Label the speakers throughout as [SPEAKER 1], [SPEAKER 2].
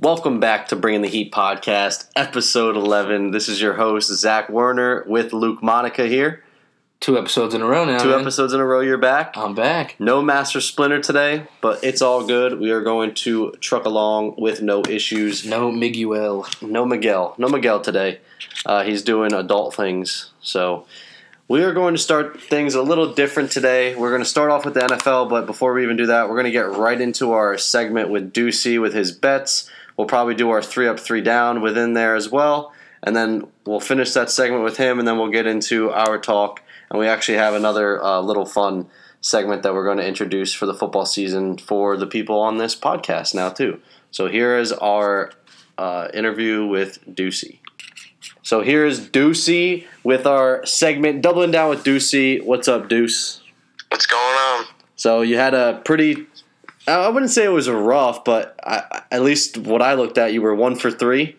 [SPEAKER 1] Welcome back to Bringing the Heat podcast, episode 11. This is your host, Zach Werner, with Luke Monica here.
[SPEAKER 2] Two episodes in a row now.
[SPEAKER 1] Two
[SPEAKER 2] man.
[SPEAKER 1] episodes in a row, you're back.
[SPEAKER 2] I'm back.
[SPEAKER 1] No Master Splinter today, but it's all good. We are going to truck along with no issues.
[SPEAKER 2] No Miguel.
[SPEAKER 1] No Miguel. No Miguel today. Uh, he's doing adult things. So we are going to start things a little different today. We're going to start off with the NFL, but before we even do that, we're going to get right into our segment with Ducey with his bets. We'll probably do our three up, three down within there as well. And then we'll finish that segment with him, and then we'll get into our talk. And we actually have another uh, little fun segment that we're going to introduce for the football season for the people on this podcast now, too. So here is our uh, interview with Ducey. So here's Ducey with our segment, doubling down with Ducey. What's up, Deuce?
[SPEAKER 3] What's going on?
[SPEAKER 1] So you had a pretty, I I wouldn't say it was rough, but I, I- at least what I looked at, you were one for three.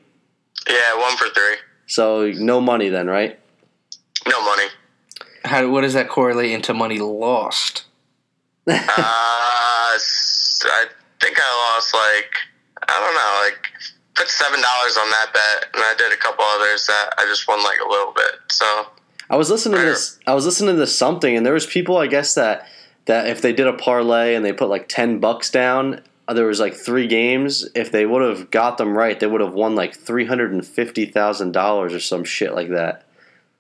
[SPEAKER 3] Yeah, one for three.
[SPEAKER 1] So no money then, right?
[SPEAKER 3] No money.
[SPEAKER 2] How, what does that correlate into money lost?
[SPEAKER 3] Uh, s- I think I lost like I don't know, like put seven dollars on that bet, and I did a couple others that I just won like a little bit. So
[SPEAKER 1] I was listening to
[SPEAKER 3] Fair.
[SPEAKER 1] this. I was listening to something, and there was people, I guess that that if they did a parlay and they put like ten bucks down, uh, there was like three games. If they would have got them right, they would have won like three hundred and fifty thousand dollars or some shit like that.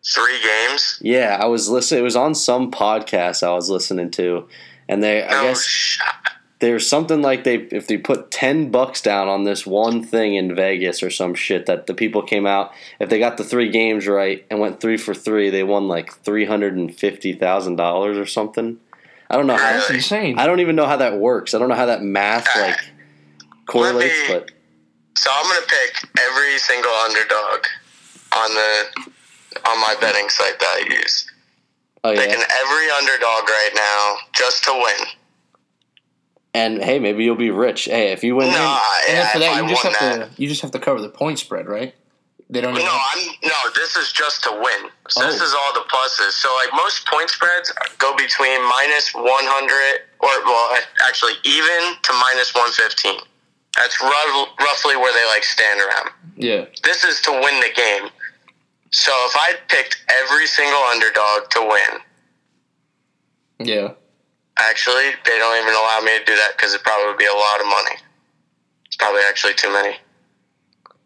[SPEAKER 3] three games.
[SPEAKER 1] Yeah, I was listening. It was on some podcast I was listening to, and they, I
[SPEAKER 3] No
[SPEAKER 1] guess,
[SPEAKER 3] shot.
[SPEAKER 1] there's something like they if they put 10 bucks down on this one thing in Vegas or some shit that the people came out if they got the three games right and went 3 for 3 they won like $350,000 or something. I don't know how
[SPEAKER 2] That's
[SPEAKER 3] Really?
[SPEAKER 2] insane.
[SPEAKER 1] I don't even know how that works. I don't know how that math like correlates
[SPEAKER 3] me-
[SPEAKER 1] but
[SPEAKER 3] So I'm gonna pick every single underdog on the on my betting site that I use.
[SPEAKER 1] oh
[SPEAKER 3] Picking
[SPEAKER 1] yeah.
[SPEAKER 3] every underdog right now just to win.
[SPEAKER 1] And hey, maybe you'll be rich. Hey, if you win
[SPEAKER 3] No, I,
[SPEAKER 2] and then for
[SPEAKER 3] if I
[SPEAKER 2] that, you just
[SPEAKER 3] won
[SPEAKER 2] have
[SPEAKER 3] that,
[SPEAKER 2] to you just have to cover the point spread, right? They don't.
[SPEAKER 3] No,
[SPEAKER 2] Even
[SPEAKER 3] I'm no. This is just to win. So This
[SPEAKER 1] Oh.
[SPEAKER 3] is all the pluses. So like most point spreads go between minus one hundred or well, actually even to minus one fifteen. That's rough, roughly where they like stand around.
[SPEAKER 2] yeah.
[SPEAKER 3] This is to win the game. So if I picked every single underdog to win,
[SPEAKER 2] Yeah.
[SPEAKER 3] actually they don't even allow me to do that because it probably would be a lot of money. It's probably actually too many.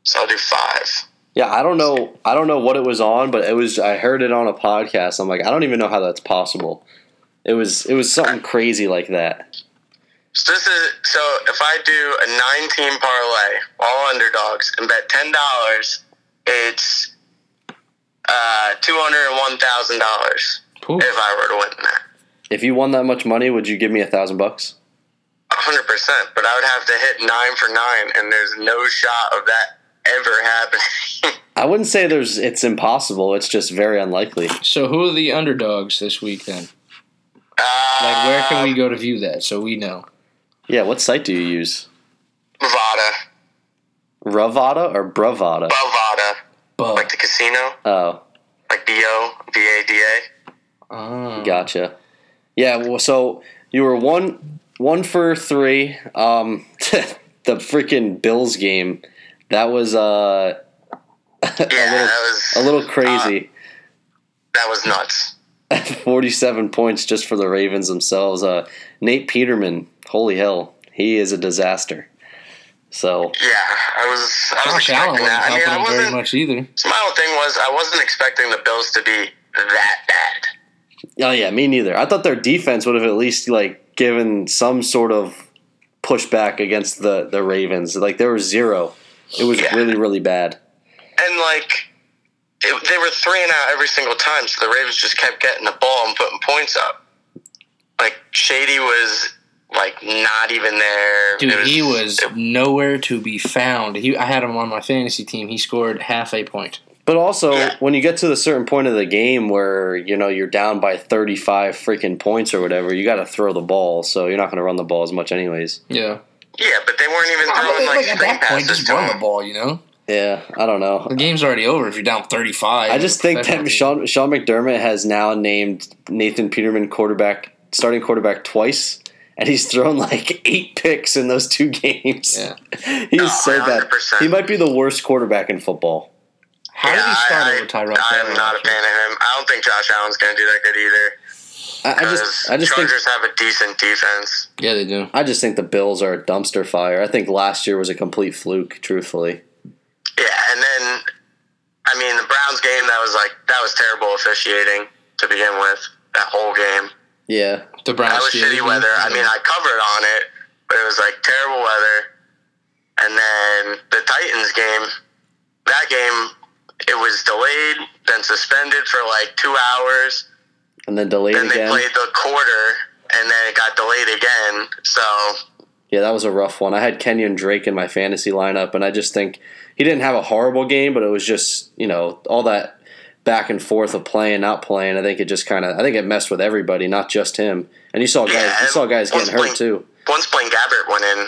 [SPEAKER 3] So I'll do five.
[SPEAKER 1] Yeah, I don't know. I don't know what it was on, but it was. I heard it on a podcast. I'm like, I don't even know how that's possible. It was. It was something crazy like that.
[SPEAKER 3] So this is so if I do a nine team parlay, all underdogs, and bet ten dollars, it's uh two hundred and one thousand dollars
[SPEAKER 2] Poof.
[SPEAKER 3] if I were to win that.
[SPEAKER 1] If you won that much money, would you give me a thousand bucks?
[SPEAKER 3] hundred percent, but I would have to hit nine for nine and there's no shot of that ever happening.
[SPEAKER 1] I wouldn't say there's. It's impossible. It's just very unlikely.
[SPEAKER 2] So who are the underdogs this week then?
[SPEAKER 3] uh,
[SPEAKER 2] Like where can we go to view that so we know?
[SPEAKER 1] Yeah. What site do you use?
[SPEAKER 3] Bovada.
[SPEAKER 1] Ravada or Bravada?
[SPEAKER 3] Bovada.
[SPEAKER 2] But
[SPEAKER 3] Like the casino?
[SPEAKER 1] Oh,
[SPEAKER 3] Like B O V A D A.
[SPEAKER 2] Ah.
[SPEAKER 1] gotcha. Yeah. Well, so you were one one for three. Um, the freaking Bills game. That was uh,
[SPEAKER 3] Yeah,
[SPEAKER 1] little-
[SPEAKER 3] that was
[SPEAKER 1] a little crazy.
[SPEAKER 3] that was nuts.
[SPEAKER 1] 47 points just for the Ravens themselves. Uh, Nate Peterman, holy hell, he is a disaster. So,
[SPEAKER 3] Yeah, I was I was
[SPEAKER 2] Josh Allen
[SPEAKER 3] expecting
[SPEAKER 2] wasn't
[SPEAKER 3] that. I mean,
[SPEAKER 2] helping
[SPEAKER 3] I
[SPEAKER 2] him very
[SPEAKER 3] wasn't
[SPEAKER 2] much either.
[SPEAKER 3] So my whole thing was I wasn't expecting the Bills to be that bad.
[SPEAKER 1] oh yeah, me neither. I thought their defense would have at least like given some sort of pushback against the the Ravens. Like there was zero. It was
[SPEAKER 3] Yeah.
[SPEAKER 1] really really bad.
[SPEAKER 3] And like it, they were three and out every single time, so the Ravens just kept getting the ball and putting points up. Like Shady was like not even there.
[SPEAKER 2] Dude,
[SPEAKER 3] It
[SPEAKER 2] he was
[SPEAKER 3] it-
[SPEAKER 2] nowhere to be found. He, I had him on my fantasy team. He scored half a point.
[SPEAKER 1] But also,
[SPEAKER 3] Yeah.
[SPEAKER 1] when you get to the certain point of the game where you know you're down by 35 freaking points or whatever, you got to throw the ball. So you're not going to run the ball as much anyways.
[SPEAKER 2] Yeah.
[SPEAKER 3] yeah, but they weren't even throwing like,
[SPEAKER 2] at
[SPEAKER 3] screen
[SPEAKER 2] that point,
[SPEAKER 3] passes
[SPEAKER 2] just
[SPEAKER 3] to
[SPEAKER 2] run the
[SPEAKER 3] him.
[SPEAKER 2] ball. You know,
[SPEAKER 1] Yeah, I don't know.
[SPEAKER 2] the game's already over if you're down 35.
[SPEAKER 1] I just think that Sean,
[SPEAKER 2] Sean.
[SPEAKER 1] Sean McDermott has now named Nathan Peterman quarterback starting quarterback twice, and he's thrown like eight picks in those two games.
[SPEAKER 2] Yeah.
[SPEAKER 1] he's
[SPEAKER 3] No,
[SPEAKER 1] so bad.
[SPEAKER 3] 100%.
[SPEAKER 1] He might be the worst quarterback in football.
[SPEAKER 2] How did he start over Tyrod
[SPEAKER 3] I,
[SPEAKER 2] Taylor?
[SPEAKER 3] I'm not a fan of him. I don't think Josh Allen's going to do that good either.
[SPEAKER 1] I, I
[SPEAKER 3] because
[SPEAKER 1] just, I just think,
[SPEAKER 3] Chargers have a decent defense.
[SPEAKER 2] Yeah, they do.
[SPEAKER 1] I just think the Bills are a dumpster fire. I think last year was a complete fluke. Truthfully,
[SPEAKER 3] Yeah, and then I mean the Browns game that was like that was terrible officiating to begin with. That whole game.
[SPEAKER 1] yeah,
[SPEAKER 2] The Browns.
[SPEAKER 3] That was
[SPEAKER 2] Steelers
[SPEAKER 3] shitty
[SPEAKER 2] game.
[SPEAKER 3] weather. I mean I covered on it, but it was like terrible weather. And then the Titans game, that game it was delayed, then suspended for like two hours.
[SPEAKER 1] and then delayed
[SPEAKER 3] Then they
[SPEAKER 1] again.
[SPEAKER 3] played the quarter, and then it got delayed again. So
[SPEAKER 1] Yeah, that was a rough one. I had Kenyon Drake in my fantasy lineup, and I just think he didn't have a horrible game, but it was just you know all that back and forth of playing, not playing. I think it just kind of, I think it messed with everybody, not just him. And you saw guys,
[SPEAKER 3] Yeah,
[SPEAKER 1] you
[SPEAKER 3] and
[SPEAKER 1] saw guys
[SPEAKER 3] once
[SPEAKER 1] getting hurt
[SPEAKER 3] Blink-
[SPEAKER 1] too.
[SPEAKER 3] once Blaine Gabbert went in,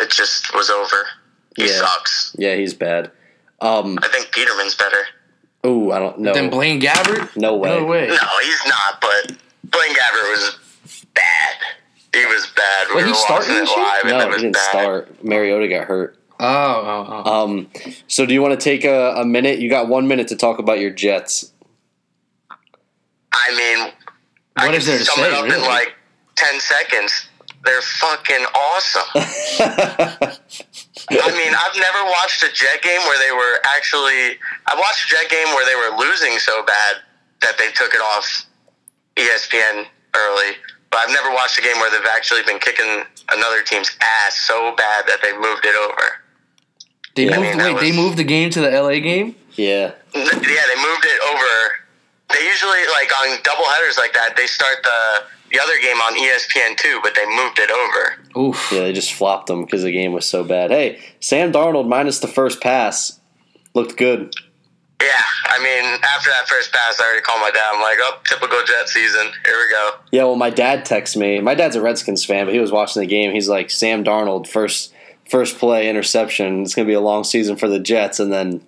[SPEAKER 3] it just was over. He
[SPEAKER 1] Yeah.
[SPEAKER 3] sucks.
[SPEAKER 1] Yeah, he's bad. Um,
[SPEAKER 3] I think Peterman's better.
[SPEAKER 1] ooh, I don't know.
[SPEAKER 2] Then Blaine Gabbert?
[SPEAKER 1] No way.
[SPEAKER 2] No way.
[SPEAKER 3] No, he's not. But Blaine Gabbert was bad. He was bad. We
[SPEAKER 2] Wait,
[SPEAKER 3] were
[SPEAKER 2] he started
[SPEAKER 3] watching it
[SPEAKER 2] this year?
[SPEAKER 3] live, and
[SPEAKER 1] no,
[SPEAKER 3] it
[SPEAKER 1] he
[SPEAKER 3] was
[SPEAKER 1] didn't
[SPEAKER 3] bad.
[SPEAKER 1] start. Mariota got hurt.
[SPEAKER 2] Oh, oh, oh.
[SPEAKER 1] Um, so do you want to take a, a minute? You got one minute to talk about your Jets.
[SPEAKER 3] I mean,
[SPEAKER 2] What
[SPEAKER 3] I can
[SPEAKER 2] is there to
[SPEAKER 3] sum
[SPEAKER 2] say,
[SPEAKER 3] it up in
[SPEAKER 2] really?
[SPEAKER 3] like ten seconds. They're fucking awesome. I mean, I've never watched a Jet game where they were actually. I watched a Jet game where they were losing so bad that they took it off E ESPN early. But I've never watched a game where they've actually been kicking another team's ass so bad that they moved it over.
[SPEAKER 2] They
[SPEAKER 1] Yeah.
[SPEAKER 2] moved.
[SPEAKER 3] I mean, that
[SPEAKER 2] wait, they
[SPEAKER 3] was-
[SPEAKER 2] moved the game to the LA game.
[SPEAKER 1] yeah,
[SPEAKER 3] N- Yeah, they moved it over. They usually like on double headers like that. They start the the other game on E ESPN two, but they moved it over.
[SPEAKER 2] Oof.
[SPEAKER 1] yeah, they just flopped them because the game was so bad. Hey, Sam Darnold minus the first pass looked good.
[SPEAKER 3] Yeah, I mean, after that first pass, I already called my dad. I'm like, oh, typical Jet season. Here we go.
[SPEAKER 1] Yeah, well, my dad texts me. My dad's a Redskins fan, but he was watching the game. He's like, Sam Darnold, first first play interception. It's going to be a long season for the Jets. And then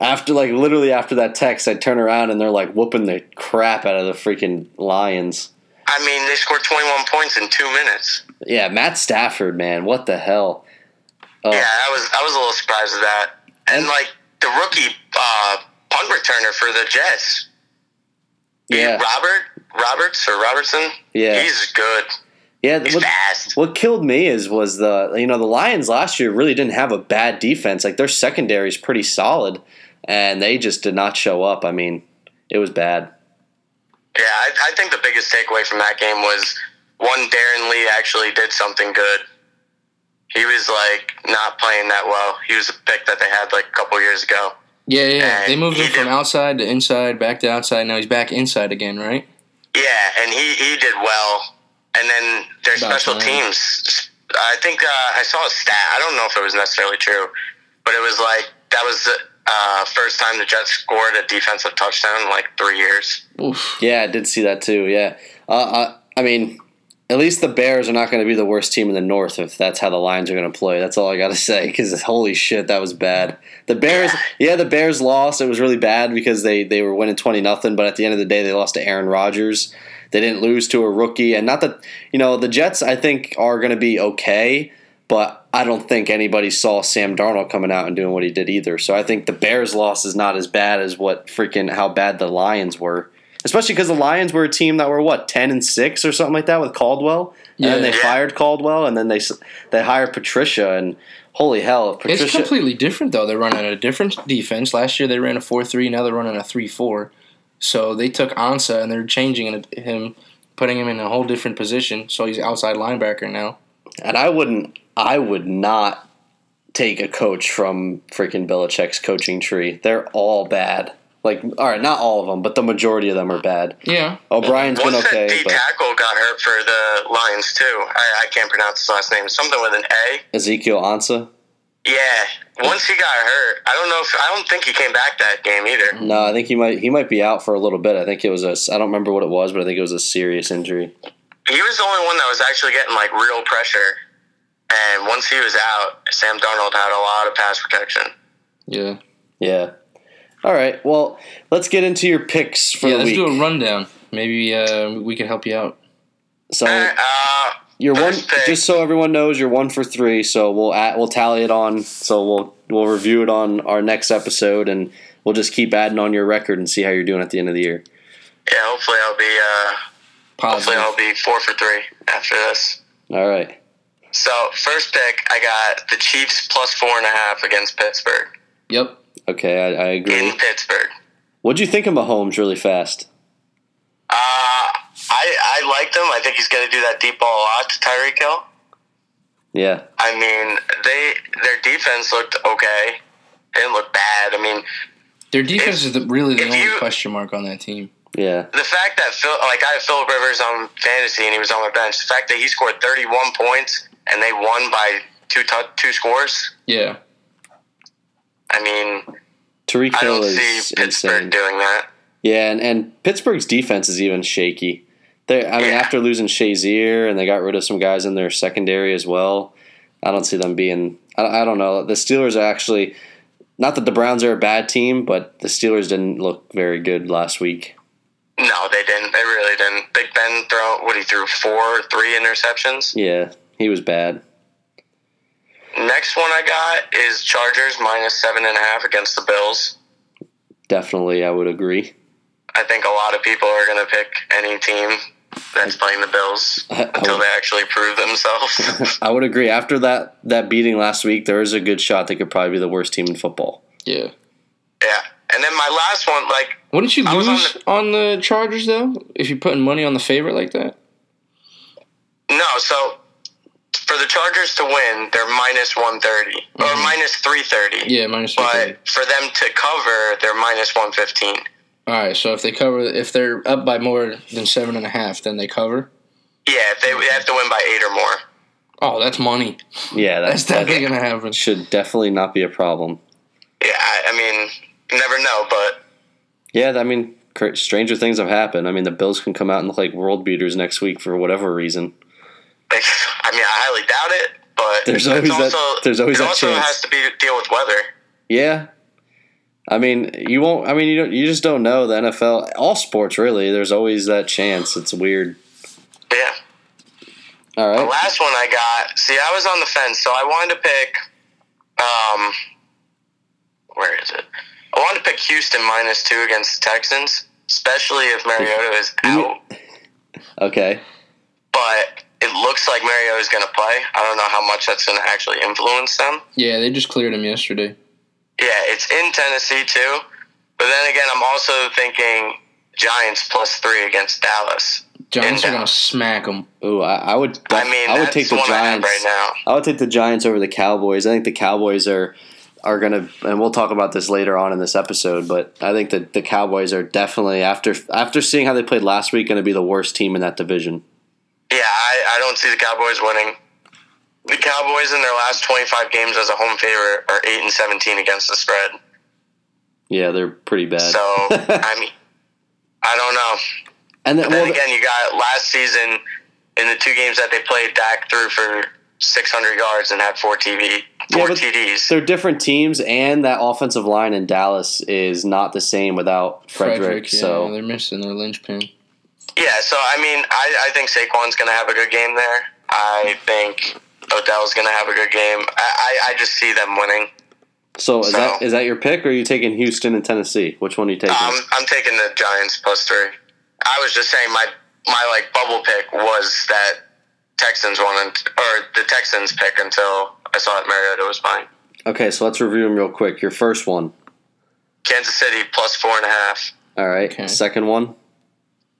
[SPEAKER 1] after, like, literally after that text, I turn around and they're like whooping the crap out of the freaking Lions.
[SPEAKER 3] I mean, they scored 21 points in two minutes.
[SPEAKER 1] Yeah, Matt Stafford, man, what the hell? Oh,
[SPEAKER 3] Yeah, I was I was a little surprised at that. And like the rookie uh, punt returner for the Jets,
[SPEAKER 1] yeah,
[SPEAKER 3] Robert Roberts or Robertson.
[SPEAKER 1] Yeah.
[SPEAKER 3] he's good.
[SPEAKER 1] yeah.
[SPEAKER 3] He's
[SPEAKER 1] what-
[SPEAKER 3] fast.
[SPEAKER 1] What killed me is was the you know the Lions last year really didn't have a bad defense. Like their secondary is pretty solid, and they just did not show up. I mean, it was bad.
[SPEAKER 3] Yeah, I, I think the biggest takeaway from that game was one Darren Lee actually did something good. He was like not playing that well. He was a pick that they had like a couple years ago.
[SPEAKER 2] Yeah, yeah. yeah.
[SPEAKER 3] And
[SPEAKER 2] They moved
[SPEAKER 3] he
[SPEAKER 2] him from
[SPEAKER 3] did-
[SPEAKER 2] outside to inside, back to outside. Now he's back inside again, right?
[SPEAKER 3] Yeah, and he, he did well. And then their
[SPEAKER 2] About
[SPEAKER 3] special
[SPEAKER 2] time.
[SPEAKER 3] teams. I think uh, I saw a stat. I don't know if it was necessarily true, but it was like that was the uh, first time the Jets scored a defensive touchdown in like three years.
[SPEAKER 2] Oof.
[SPEAKER 1] Yeah, I did see that too. Yeah, uh, uh, I mean, at least the Bears are not going to be the worst team in the North if that's how the Lions are going to play. That's all I got to say. Because holy shit, that was bad. The Bears, yeah, the Bears lost. It was really bad because they they were winning twenty nothing, but at the end of the day, they lost to Aaron Rodgers. They didn't lose to a rookie, and not that you know the Jets. I think are going to be okay. But I don't think anybody saw Sam Darnold coming out and doing what he did either. So I think the Bears' loss is not as bad as what freaking how bad the Lions were especially because the Lions were a team that were what ten and six or something like that with Caldwell, and then
[SPEAKER 2] Yeah.
[SPEAKER 1] they fired Caldwell, and then they s- they hired Patricia, and holy hell, if Patricia.
[SPEAKER 2] It's completely different though. They're running a different defense. Last year they ran a four three. Now they're running a three four. So they took Ansa and they're changing it- him, putting him in a whole different position. So he's outside linebacker now.
[SPEAKER 1] and I wouldn't, I would not take a coach from freaking Belichick's coaching tree. They're all bad. Like, all right, not all of them, but the majority of them are bad.
[SPEAKER 2] Yeah.
[SPEAKER 1] O'Brien's been
[SPEAKER 3] Once that
[SPEAKER 1] okay,
[SPEAKER 3] D
[SPEAKER 1] but
[SPEAKER 3] tackle got hurt for the Lions too. I, I can't pronounce his last name. Something with an A.
[SPEAKER 1] Ezekiel Ansa.
[SPEAKER 3] Yeah. Once he got hurt, I don't know if I don't think he came back that game either.
[SPEAKER 1] No, I think he might he might be out for a little bit. I think it was a s- I don't remember what it was, but I think it was a serious injury.
[SPEAKER 3] He was the only one that was actually getting like real pressure. And once he was out, Sam Darnold had a lot of pass protection.
[SPEAKER 2] Yeah.
[SPEAKER 1] Yeah. All right. Well, let's get into your picks for
[SPEAKER 2] yeah.
[SPEAKER 1] the
[SPEAKER 2] Let's
[SPEAKER 1] week. Mm-hmm.
[SPEAKER 2] do a rundown. Maybe uh, we can help you out.
[SPEAKER 1] So
[SPEAKER 3] Uh,
[SPEAKER 1] You're one.
[SPEAKER 3] First pick.
[SPEAKER 1] Just so everyone knows, you're one for three. So we'll add, we'll tally it on. So we'll we'll review it on our next episode, and we'll just keep adding on your record and see how you're doing at the end of the year.
[SPEAKER 3] Yeah, hopefully I'll be uh, hopefully
[SPEAKER 2] Positive.
[SPEAKER 3] I'll be four for three after this.
[SPEAKER 1] All right.
[SPEAKER 3] So first pick, I got the Chiefs plus four and a half against Pittsburgh
[SPEAKER 2] Yep.
[SPEAKER 1] Okay, I, I
[SPEAKER 3] in
[SPEAKER 1] agree.
[SPEAKER 3] Pittsburgh.
[SPEAKER 1] What'd you think of Mahomes? Really fast.
[SPEAKER 3] Uh, I I liked him. I think he's going to do that deep ball a lot to Tyreek Hill.
[SPEAKER 1] Yeah.
[SPEAKER 3] I mean, they their defense looked okay. They didn't look bad. I mean,
[SPEAKER 2] Their defense is the, really the
[SPEAKER 3] if
[SPEAKER 2] only
[SPEAKER 3] you-
[SPEAKER 2] question mark on that team.
[SPEAKER 1] Yeah.
[SPEAKER 3] the fact that Phil, like I have Philip Rivers on fantasy and he was on my bench. The fact that he scored 31 points and they won by two tou- two scores.
[SPEAKER 2] Yeah.
[SPEAKER 3] I mean,
[SPEAKER 1] Tariq
[SPEAKER 3] I
[SPEAKER 1] Hill
[SPEAKER 3] don't
[SPEAKER 1] is
[SPEAKER 3] see Pittsburgh
[SPEAKER 1] insane.
[SPEAKER 3] doing that.
[SPEAKER 1] Yeah, and, and Pittsburgh's defense is even shaky. They, I mean,
[SPEAKER 3] Yeah.
[SPEAKER 1] after losing Shazier and they got rid of some guys in their secondary as well, I don't see them being. I, I don't know. The Steelers are actually not that the Browns are a bad team, but the Steelers didn't look very good last week.
[SPEAKER 3] No, they didn't. They really didn't. Big Ben throw what he threw four, three interceptions.
[SPEAKER 1] Yeah, he was bad.
[SPEAKER 3] Next one I got is Chargers minus seven and a half against the Bills.
[SPEAKER 1] Definitely, I would agree.
[SPEAKER 3] I think a lot of people are going to pick any team that's playing the Bills until they actually prove themselves.
[SPEAKER 1] I would agree. After that that beating last week, there is a good shot they could probably be the worst team in football.
[SPEAKER 2] Yeah.
[SPEAKER 3] yeah. And then my last one, like,
[SPEAKER 2] Wouldn't you
[SPEAKER 3] I was on
[SPEAKER 2] lose on the, Chargers though if you're putting money on the favorite like that?
[SPEAKER 3] no, so for the Chargers to win, they're minus 130
[SPEAKER 1] Mm-hmm.
[SPEAKER 3] or minus 330.
[SPEAKER 2] Yeah, minus three. thirty.
[SPEAKER 3] But for them to cover, they're minus 115.
[SPEAKER 2] All right, so if they cover, if they're up by more than seven and a half, then they cover.
[SPEAKER 3] Yeah, if they, they have to win by eight or more.
[SPEAKER 2] Oh, that's money.
[SPEAKER 1] Yeah, that's,
[SPEAKER 2] That's
[SPEAKER 1] that
[SPEAKER 2] definitely gonna happen.
[SPEAKER 1] should definitely not be a problem.
[SPEAKER 3] Yeah, I, I mean, you never know, but
[SPEAKER 1] Yeah, I mean, cr- stranger things have happened. I mean, the Bills can come out and look like world beaters next week for whatever reason.
[SPEAKER 3] like, I mean, I highly doubt it. But
[SPEAKER 1] There's
[SPEAKER 3] it's
[SPEAKER 1] always that- there's always
[SPEAKER 3] it
[SPEAKER 1] that
[SPEAKER 3] also
[SPEAKER 1] chance.
[SPEAKER 3] has to be deal with weather.
[SPEAKER 1] Yeah, I mean, you won't. I mean, you don't. You just don't know the NFL. All sports, really. There's always that chance. It's weird.
[SPEAKER 3] Yeah.
[SPEAKER 1] All
[SPEAKER 3] The
[SPEAKER 1] right.
[SPEAKER 3] last one I got. See, I was on the fence, so I wanted to pick. Um, where is it? I wanted to pick Houston minus two against the Texans, especially if Mariota is out.
[SPEAKER 1] Okay.
[SPEAKER 3] But it looks like Mariota is going to play. I don't know how much that's going to actually influence them.
[SPEAKER 2] Yeah, they just cleared him yesterday.
[SPEAKER 3] Yeah, it's in Tennessee too. But then again, I'm also thinking Giants plus three against Dallas.
[SPEAKER 2] Giants are
[SPEAKER 3] Yeah.
[SPEAKER 2] gonna smack him.
[SPEAKER 1] Ooh, I, I would.
[SPEAKER 3] I mean,
[SPEAKER 1] I would
[SPEAKER 3] that's
[SPEAKER 1] take the
[SPEAKER 3] one I have
[SPEAKER 1] Giants.
[SPEAKER 3] right now.
[SPEAKER 1] I would take the Giants over the Cowboys. I think the Cowboys are are gonna, and we'll talk about this later on in this episode. But I think that the Cowboys are definitely after after seeing how they played last week, going to be the worst team in that division.
[SPEAKER 3] Yeah, I, I don't see the Cowboys winning. The Cowboys in their last 25 games as a home favorite are 8 and 17 against the spread.
[SPEAKER 1] Yeah, they're pretty bad.
[SPEAKER 3] So, I mean, I don't know.
[SPEAKER 1] and then,
[SPEAKER 3] Then
[SPEAKER 1] well,
[SPEAKER 3] again, you got last season in the two games that they played, Dak threw for 600 yards and had four TV,
[SPEAKER 1] Yeah,
[SPEAKER 3] four
[SPEAKER 1] but
[SPEAKER 3] TDs.
[SPEAKER 1] they're different teams, and that offensive line in Dallas is not the same without Frederick.
[SPEAKER 2] yeah,
[SPEAKER 1] so
[SPEAKER 2] they're missing their linchpin.
[SPEAKER 3] Yeah, so I mean, I, I think Saquon's going to have a good game there. I think Odell's going to have a good game. I, I, I just see them winning.
[SPEAKER 1] so is
[SPEAKER 3] So-
[SPEAKER 1] that is that your pick, or are you taking Houston and Tennessee? Which one are you taking?
[SPEAKER 3] I'm, Um, I'm taking the Giants plus three. I was just saying my my like bubble pick was that Texans one and- or the Texans pick until I saw that Mariota was fine.
[SPEAKER 1] okay, so let's review them real quick. Your first one,
[SPEAKER 3] Kansas City plus four and a half.
[SPEAKER 1] all right.
[SPEAKER 2] Okay.
[SPEAKER 1] Second one,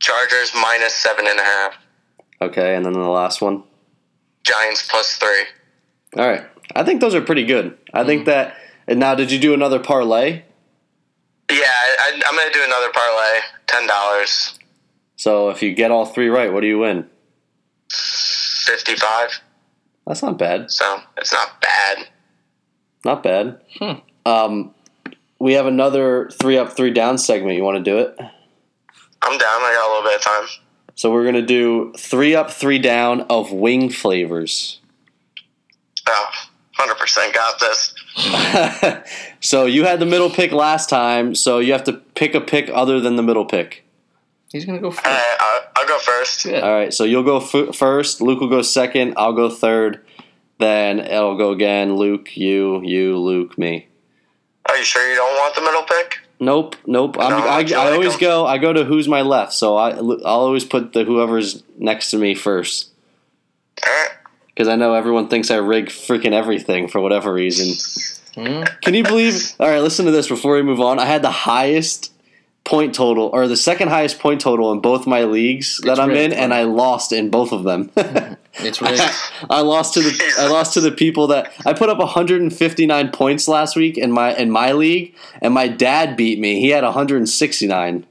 [SPEAKER 3] Chargers minus seven and a half.
[SPEAKER 1] okay, and then the last one.
[SPEAKER 3] Giants plus three.
[SPEAKER 1] All right, I think those are pretty good. I think
[SPEAKER 2] Mm-hmm.
[SPEAKER 1] that. And now, did you do another parlay?
[SPEAKER 3] Yeah, I, I, I'm gonna do another parlay, ten dollars,
[SPEAKER 1] So if you get all three right, what do you win?
[SPEAKER 3] fifty five.
[SPEAKER 1] That's not bad.
[SPEAKER 3] So it's not bad.
[SPEAKER 1] Not bad.
[SPEAKER 2] Hmm.
[SPEAKER 1] Um, we have another three up, three down segment. You want to do it?
[SPEAKER 3] I'm down. I got a little bit of time.
[SPEAKER 1] So we're gonna do three up, three down of wing flavors.
[SPEAKER 3] Oh, 100 percent got this.
[SPEAKER 1] so you had the middle pick last time, so you have to pick a pick other than the middle pick.
[SPEAKER 2] He's gonna go first.
[SPEAKER 3] All right, I'll, I'll go first.
[SPEAKER 2] Yeah.
[SPEAKER 1] All right, so you'll go f- first. Luke will go second. I'll go third. Then it'll go again. Luke, you, you, Luke, me.
[SPEAKER 3] Are you sure you don't want the middle pick?
[SPEAKER 1] Nope, nope. I'm,
[SPEAKER 3] No,
[SPEAKER 1] I,
[SPEAKER 3] I feel
[SPEAKER 1] I
[SPEAKER 3] like
[SPEAKER 1] always
[SPEAKER 3] I'm-
[SPEAKER 1] go. I go to who's my left, so I I'll always put the whoever's next to me first
[SPEAKER 3] All right.
[SPEAKER 1] because I know everyone thinks I rig freaking everything for whatever reason.
[SPEAKER 2] Mm.
[SPEAKER 1] Can you believe? All right, listen to this before we move on. I had the highest point total or the second highest point total in both my leagues that
[SPEAKER 2] It's
[SPEAKER 1] I'm in,
[SPEAKER 2] rigged,
[SPEAKER 1] and I lost in both of them.
[SPEAKER 2] It's rigged.
[SPEAKER 1] I lost to the I lost to the people that I put up 159 points last week in my in my league, and my dad beat me. He had 169.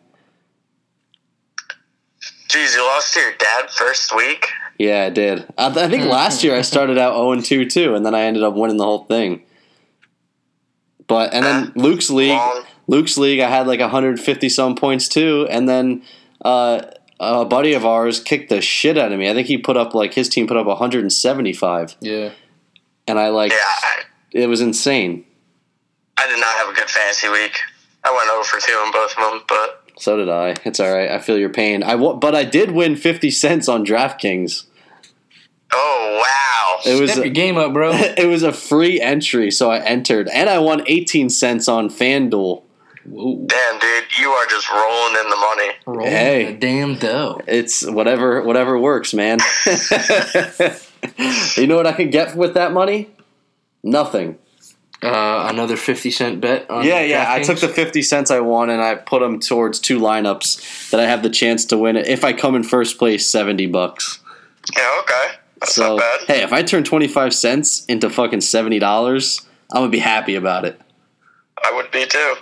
[SPEAKER 3] Jeez, you lost to your dad first week.
[SPEAKER 1] Yeah, I did. I, I think last year I started out 0 2 too, and then I ended up winning the whole thing. But and then Luke's league,
[SPEAKER 3] Ah, Wrong.
[SPEAKER 1] Luke's league, I had like 150 some points too, and then uh, a buddy of ours kicked the shit out of me. I think he put up like his team put up 175,
[SPEAKER 2] yeah.
[SPEAKER 1] and I like
[SPEAKER 3] Yeah, I,
[SPEAKER 1] it was insane.
[SPEAKER 3] I did not have a good fantasy week. I went over for two in both of them, but
[SPEAKER 1] So did I. It's all right. I feel your pain. I wa- but I did win 50 cents on DraftKings.
[SPEAKER 3] oh wow,
[SPEAKER 1] It was
[SPEAKER 2] Step your game up, bro.
[SPEAKER 1] it was a free entry, so I entered, and I won 18 cents on FanDuel.
[SPEAKER 2] Whoa.
[SPEAKER 3] damn dude, you are just rolling in the money.
[SPEAKER 2] Rolling
[SPEAKER 1] Hey.
[SPEAKER 2] the damn dough.
[SPEAKER 1] It's whatever whatever works, man. you know what I could get with that money? Nothing.
[SPEAKER 2] Uh, another fifty cent bet. On
[SPEAKER 1] Yeah, yeah. I
[SPEAKER 2] DraftKings?
[SPEAKER 1] took the 50 cents I won and I put them towards two lineups that I have the chance to win. If I come in first place, 70 bucks.
[SPEAKER 3] Yeah, okay, that's
[SPEAKER 1] So,
[SPEAKER 3] not bad.
[SPEAKER 1] hey, if I turn 25 cents into fucking $70, I'm going to be happy about it.
[SPEAKER 3] I would be too.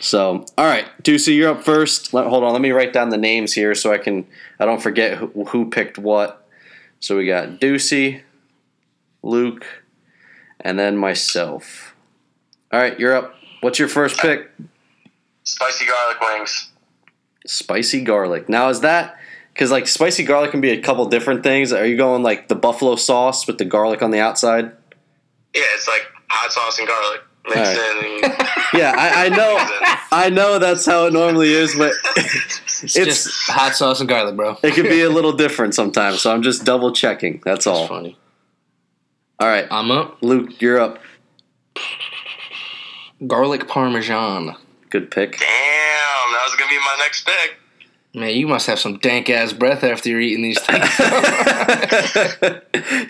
[SPEAKER 1] So, all right, Ducey, you're up first. Let, hold on, let me write down the names here so I can I don't forget who, who picked what. So we got Ducey, Luke, and then myself. All right, you're up. What's your first pick?
[SPEAKER 3] Spicy garlic wings.
[SPEAKER 1] Spicy garlic. Now is that because like spicy garlic can be a couple different things? Are you going like the buffalo sauce with the garlic on the outside?
[SPEAKER 3] Yeah, it's like hot sauce and garlic mixed
[SPEAKER 1] Yeah, I, I know, I know that's how it normally is, but
[SPEAKER 2] It's,
[SPEAKER 1] it's-
[SPEAKER 2] just hot sauce and garlic, bro.
[SPEAKER 1] it can be a little different sometimes. So I'm just double checking. That's all.
[SPEAKER 2] That's funny.
[SPEAKER 1] All right,
[SPEAKER 2] I'm up.
[SPEAKER 1] Luke, you're up.
[SPEAKER 2] Garlic parmesan.
[SPEAKER 1] Good pick.
[SPEAKER 3] in. Damn, that was gonna be my next pick.
[SPEAKER 2] Man, you must have some dank ass breath after you're eating these things.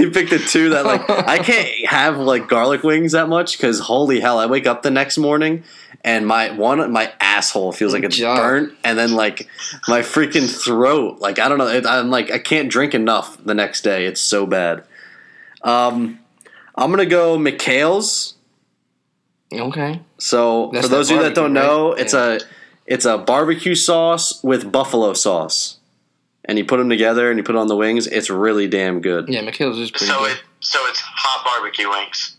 [SPEAKER 1] you picked the two that like I can't have like garlic wings that much because holy hell, I wake up the next morning and my one my asshole feels like it's
[SPEAKER 2] Good job.
[SPEAKER 1] burnt, and then like my freaking throat, like I don't know, it, I'm like I can't drink enough the next day. It's so bad. Um, I'm gonna go McHale's.
[SPEAKER 2] okay.
[SPEAKER 1] So
[SPEAKER 2] That's
[SPEAKER 1] for those
[SPEAKER 2] that
[SPEAKER 1] of you that don't
[SPEAKER 2] barbecue,
[SPEAKER 1] know,
[SPEAKER 2] right?
[SPEAKER 1] it's
[SPEAKER 2] Yeah.
[SPEAKER 1] a it's a barbecue sauce with buffalo sauce, and you put them together and you put it on the wings. It's really damn good,
[SPEAKER 2] Yeah, McHale's is pretty
[SPEAKER 3] So
[SPEAKER 2] good.
[SPEAKER 3] it so it's hot barbecue wings.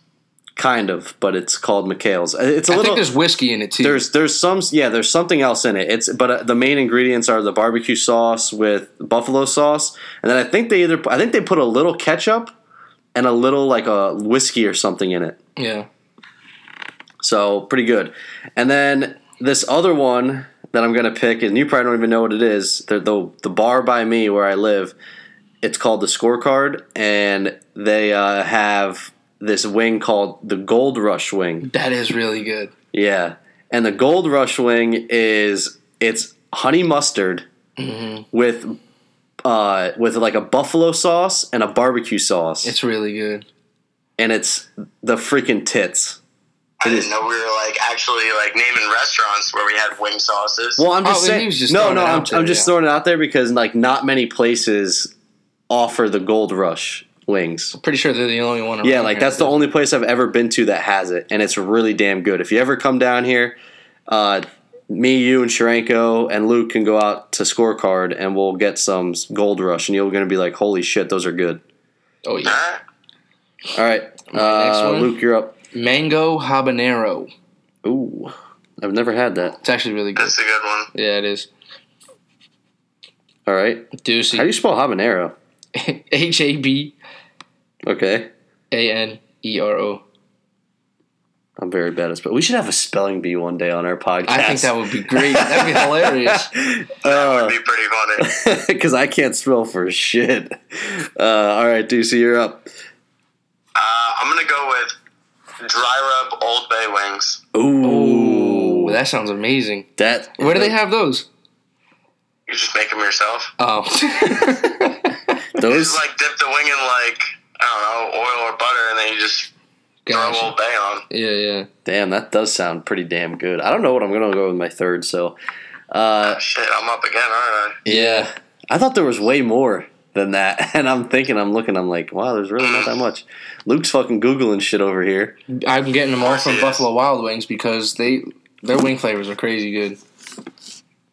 [SPEAKER 1] kind of, but it's called McHale's. Uh, It's a
[SPEAKER 2] I
[SPEAKER 1] little
[SPEAKER 2] think there's whiskey in it too.
[SPEAKER 1] there's there's some yeah there's something else in it. It's but uh, the main ingredients are the barbecue sauce with buffalo sauce, and then I think they either I think they put a little ketchup and a little like a whiskey or something in it.
[SPEAKER 2] yeah.
[SPEAKER 1] So pretty good. And then this other one that I'm gonna pick, and you probably don't even know what it is. The the, the bar by me where I live, it's called the Scorecard, and they uh, have this wing called the Gold Rush Wing.
[SPEAKER 2] That is really good.
[SPEAKER 1] Yeah, and the Gold Rush Wing is it's honey mustard with. Uh, with like a buffalo sauce and a barbecue sauce,
[SPEAKER 2] It's really good.
[SPEAKER 1] and it's the freaking tits.
[SPEAKER 3] I didn't know we were like actually like naming restaurants where we had wing sauces.
[SPEAKER 1] Well, I'm just
[SPEAKER 2] Oh, he
[SPEAKER 1] saying.
[SPEAKER 2] was just
[SPEAKER 1] no,
[SPEAKER 2] throwing
[SPEAKER 1] no,
[SPEAKER 2] it
[SPEAKER 1] I'm,
[SPEAKER 2] out there,
[SPEAKER 1] I'm just
[SPEAKER 2] yeah.
[SPEAKER 1] throwing it out there because like not many places offer the Gold Rush wings.
[SPEAKER 2] Pretty sure they're the only one.
[SPEAKER 1] Yeah,
[SPEAKER 2] around
[SPEAKER 1] like
[SPEAKER 2] here.
[SPEAKER 1] that's the only place I've ever been to that has it, and it's really damn good. If you ever come down here, uh, me, you, and Sharenko and Luke can go out to Scorecard, and we'll get some Gold Rush, and you're gonna be like, "Holy shit, those are good!"
[SPEAKER 2] Oh yeah.
[SPEAKER 3] Alright.
[SPEAKER 1] All right,
[SPEAKER 2] next
[SPEAKER 1] uh,
[SPEAKER 2] one?
[SPEAKER 1] Luke, you're up.
[SPEAKER 2] Mango habanero.
[SPEAKER 1] Ooh, I've never had that.
[SPEAKER 2] It's actually really good.
[SPEAKER 3] that's a good one.
[SPEAKER 2] Yeah, it is.
[SPEAKER 1] All right, how do
[SPEAKER 2] Deucey.
[SPEAKER 1] you spell habanero?
[SPEAKER 2] H A B
[SPEAKER 1] Okay,
[SPEAKER 2] A N E R O.
[SPEAKER 1] I'm very bad at spelling. We should have a spelling bee one day on our podcast.
[SPEAKER 2] I think that would be great. That'd be hilarious.
[SPEAKER 3] That'd
[SPEAKER 1] uh,
[SPEAKER 3] be pretty funny.
[SPEAKER 1] because I can't spell for shit. Uh, all right, DC, you're up.
[SPEAKER 3] Uh, I'm gonna go with dry rub Old Bay wings.
[SPEAKER 1] Ooh,
[SPEAKER 2] Ooh, that sounds amazing.
[SPEAKER 1] that.
[SPEAKER 2] Where do they have those?
[SPEAKER 3] You just make them yourself.
[SPEAKER 2] Oh,
[SPEAKER 3] You
[SPEAKER 1] those?
[SPEAKER 3] just like dip the wing in like I don't know oil or butter, and then you just throw
[SPEAKER 2] gosh.
[SPEAKER 3] Old Bay on.
[SPEAKER 2] Yeah, yeah.
[SPEAKER 1] Damn, that does sound pretty damn good. I don't know what I'm gonna go with my third. So, uh,
[SPEAKER 3] Shit, I'm up again, aren't I?
[SPEAKER 1] yeah, I thought there was way more than that, and I'm thinking, I'm looking, I'm like, wow, there's really not that much. Luke's fucking googling shit over here.
[SPEAKER 2] I'm getting them all from
[SPEAKER 3] Yes.
[SPEAKER 2] Buffalo Wild Wings because they their wing flavors are crazy good.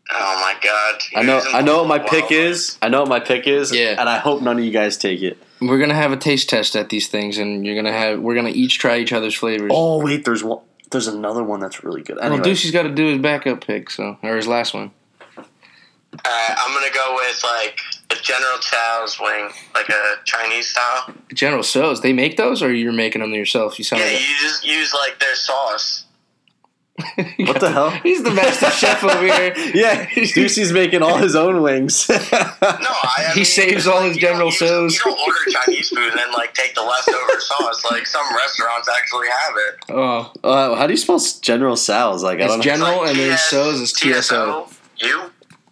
[SPEAKER 3] Oh my god.
[SPEAKER 1] I know,
[SPEAKER 3] Using
[SPEAKER 1] I know what my
[SPEAKER 3] wild
[SPEAKER 1] pick
[SPEAKER 3] wings.
[SPEAKER 1] is. I know what my pick is.
[SPEAKER 2] Yeah.
[SPEAKER 1] and I hope none of you guys take it.
[SPEAKER 2] We're gonna have a taste test at these things, and you're gonna have we're gonna each try each other's flavors.
[SPEAKER 1] Oh wait, there's one. There's another one that's really good. Anyway,
[SPEAKER 2] Well, Deucey's got to do his backup pick, so or his last one.
[SPEAKER 3] Uh, I'm gonna go with like a General Chow's wing, like a Chinese
[SPEAKER 1] Oh,
[SPEAKER 3] style.
[SPEAKER 2] General So's, they make those, or you're making them yourself? You sound
[SPEAKER 3] Yeah,
[SPEAKER 2] like
[SPEAKER 3] you just use like their sauce.
[SPEAKER 1] what the hell?
[SPEAKER 2] He's the master chef over here.
[SPEAKER 1] Yeah, Deucey's making all his own wings. Uh,
[SPEAKER 3] No, I. I
[SPEAKER 2] He
[SPEAKER 3] mean,
[SPEAKER 2] saves all his
[SPEAKER 3] you don't
[SPEAKER 2] General
[SPEAKER 3] use-
[SPEAKER 2] So's.
[SPEAKER 3] You don't order Chinese food and then like take the leftover sauce. Like some restaurants actually have it.
[SPEAKER 2] Oh,
[SPEAKER 1] Uh, how do you spell s- General Sal's? Like I
[SPEAKER 2] it's
[SPEAKER 1] don't know.
[SPEAKER 2] General
[SPEAKER 3] Like,
[SPEAKER 2] and then
[SPEAKER 3] TS
[SPEAKER 2] So's is TSO.
[SPEAKER 3] You.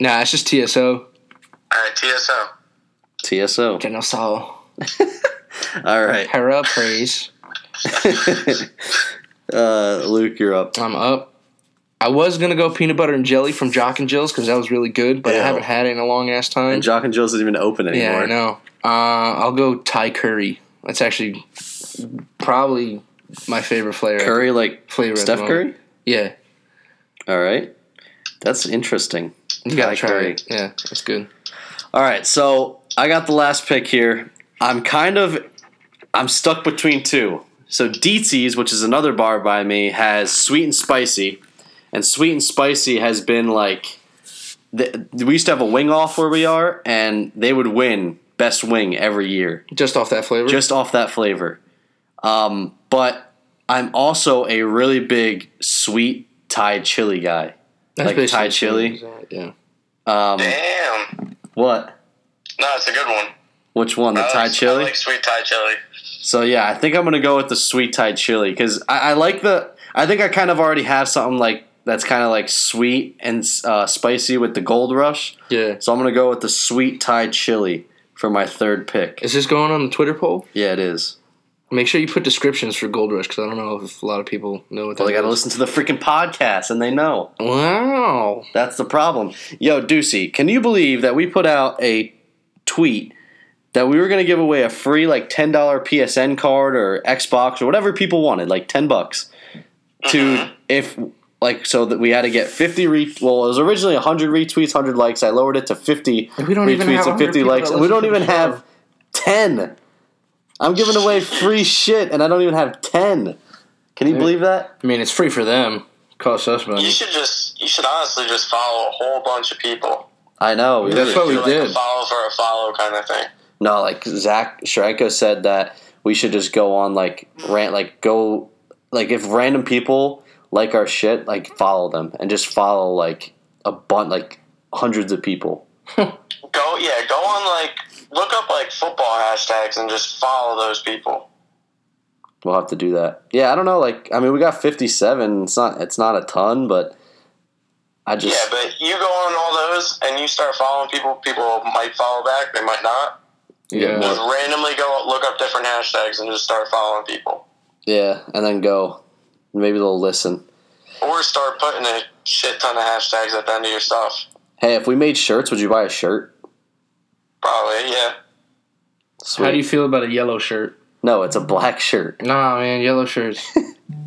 [SPEAKER 2] Nah, it's just TSO.
[SPEAKER 3] Uh, TSO.
[SPEAKER 1] TSO.
[SPEAKER 2] General So.
[SPEAKER 1] All right,
[SPEAKER 2] Hera praise.
[SPEAKER 1] uh, Luke, you're up.
[SPEAKER 2] I'm up. I was gonna go peanut butter and jelly from Jock and Jill's because that was really good, but
[SPEAKER 1] Ew.
[SPEAKER 2] I haven't had it in a long ass time.
[SPEAKER 1] And Jock and Jill's isn't even open anymore.
[SPEAKER 2] Yeah, I know. Uh, I'll go Thai curry. That's actually probably my favorite flavor.
[SPEAKER 1] Curry like
[SPEAKER 2] Flavor at the
[SPEAKER 1] Steph
[SPEAKER 2] moment.
[SPEAKER 1] Curry.
[SPEAKER 2] Yeah,
[SPEAKER 1] All right, that's interesting.
[SPEAKER 2] you
[SPEAKER 1] Thai
[SPEAKER 2] gotta try
[SPEAKER 1] curry.
[SPEAKER 2] it. Yeah, it's good.
[SPEAKER 1] All right, so I got the last pick here. I'm kind of I'm stuck between two. So Dietzy's, which is another bar by me, has sweet and spicy, and sweet and spicy has been like th we used to have a wing off where we are, and they would win best wing every year
[SPEAKER 2] Just off that flavor.
[SPEAKER 1] just off that flavor. Um, but I'm also a really big sweet Thai chili guy.
[SPEAKER 2] That's
[SPEAKER 1] like Thai
[SPEAKER 2] basically
[SPEAKER 1] chili.
[SPEAKER 2] what it is, uh, Yeah.
[SPEAKER 1] Um,
[SPEAKER 3] Damn.
[SPEAKER 1] what?
[SPEAKER 3] No, it's a good one.
[SPEAKER 1] Which one? The
[SPEAKER 3] I
[SPEAKER 1] Thai
[SPEAKER 3] like,
[SPEAKER 1] chili?
[SPEAKER 3] I Uh, like sweet Thai chili.
[SPEAKER 1] So yeah, I think I'm gonna go with the sweet Thai chili because I, I like the. I think I kind of already have something like that's kind of like sweet and uh, spicy with the Gold Rush.
[SPEAKER 2] Yeah.
[SPEAKER 1] So I'm gonna go with the sweet Thai chili for my third pick.
[SPEAKER 2] Is this going on the Twitter poll?
[SPEAKER 1] Yeah, it is.
[SPEAKER 2] Make sure you put descriptions for Gold Rush because I don't know if a lot of people know what that
[SPEAKER 1] Well, they gotta
[SPEAKER 2] is.
[SPEAKER 1] listen to the freaking podcast and they know
[SPEAKER 2] Wow.
[SPEAKER 1] that's the problem. Yo, Deucey, can you believe that we put out a tweet? That we were gonna give away a free like ten dollar PSN card or Xbox or whatever people wanted, like ten bucks. to
[SPEAKER 2] Mm-hmm.
[SPEAKER 1] if like so that we had to get 50 re- well it was originally 100 retweets 100 likes i lowered it to 50
[SPEAKER 2] We don't
[SPEAKER 1] retweets
[SPEAKER 2] even have
[SPEAKER 1] and
[SPEAKER 2] 100 people
[SPEAKER 1] likes
[SPEAKER 2] that
[SPEAKER 1] and we don't
[SPEAKER 2] listen to the
[SPEAKER 1] even
[SPEAKER 2] show.
[SPEAKER 1] have 10 i'm giving away free shit and i don't even have 10 can you believe that
[SPEAKER 2] I mean, it's free for them. Costs us
[SPEAKER 1] Mm-hmm.
[SPEAKER 2] money.
[SPEAKER 3] You should just. You should honestly just follow a whole bunch of people.
[SPEAKER 1] i know we
[SPEAKER 2] That's
[SPEAKER 1] really-
[SPEAKER 2] what we
[SPEAKER 3] Do, like a
[SPEAKER 2] did.
[SPEAKER 3] follow for a follow kind of thing.
[SPEAKER 1] no like zach Shrenko said that we should just go on like rant like go like if random people like our shit like follow them and just follow like a bunch like hundreds of people
[SPEAKER 3] Go yeah, go on like look up like football hashtags and just follow those people.
[SPEAKER 1] We'll have to do that. Yeah, I don't know. Like, I mean, we got fifty-seven. It's not. It's not a ton, but I
[SPEAKER 3] Yeah,
[SPEAKER 1] just.
[SPEAKER 3] but you go on all those and you start following people. People might follow back, they might not.
[SPEAKER 1] Yeah.
[SPEAKER 3] Just randomly go look up different hashtags and just start following people,
[SPEAKER 1] Yeah, and then go. Maybe they'll listen.
[SPEAKER 3] or start putting a shit ton of hashtags at the end of your stuff.
[SPEAKER 1] Hey, if we made shirts, would you buy a shirt?
[SPEAKER 3] Probably yeah.
[SPEAKER 1] Sweet.
[SPEAKER 2] How do you feel about a yellow shirt?
[SPEAKER 1] no, it's a black shirt.
[SPEAKER 2] Nah, man, yellow shirts.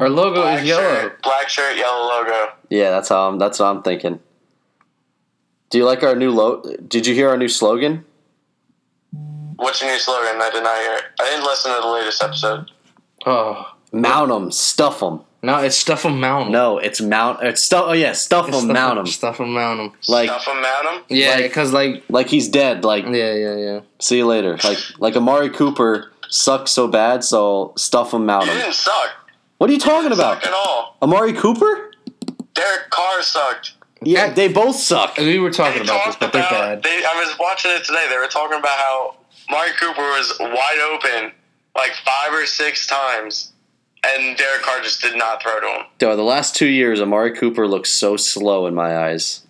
[SPEAKER 2] Our logo
[SPEAKER 3] Black
[SPEAKER 2] is yellow.
[SPEAKER 3] shirt, black shirt, yellow logo.
[SPEAKER 1] Yeah, that's how. I'm, that's what I'm thinking. Do you like our new lo? Did you hear our new slogan?
[SPEAKER 3] What's your new slogan? I did not hear. It. I didn't listen to the latest episode.
[SPEAKER 2] Oh.
[SPEAKER 1] Mount 'em, stuff 'em.
[SPEAKER 2] No, it's Stuff 'em Mountain.
[SPEAKER 1] No, it's mount. It's stuff. Oh yeah, stuff 'em,
[SPEAKER 2] Stuff 'em-
[SPEAKER 1] mount 'em.
[SPEAKER 2] Stuff 'em Mountain.
[SPEAKER 1] Like,
[SPEAKER 3] Stuff them, madam.
[SPEAKER 2] Yeah,
[SPEAKER 1] Like-
[SPEAKER 2] because, like,
[SPEAKER 1] like he's dead. Like,
[SPEAKER 2] yeah, yeah, yeah.
[SPEAKER 1] see you later. Like, like Amari Cooper sucks so bad, so stuff 'em, mount
[SPEAKER 3] You
[SPEAKER 1] 'em.
[SPEAKER 3] didn't suck.
[SPEAKER 1] What are you talking about?
[SPEAKER 3] At all.
[SPEAKER 1] Amari Cooper?
[SPEAKER 3] Derek Carr sucked.
[SPEAKER 1] Yeah, they both suck.
[SPEAKER 2] We were talking about this,
[SPEAKER 3] talked
[SPEAKER 2] but they're bad.
[SPEAKER 3] about- They, I was watching it today. They were talking about how Mari Cooper was wide open like five or six times, and Derek Carr just did not throw to him.
[SPEAKER 1] Dude, the last two years, Amari Cooper looks so slow in my eyes.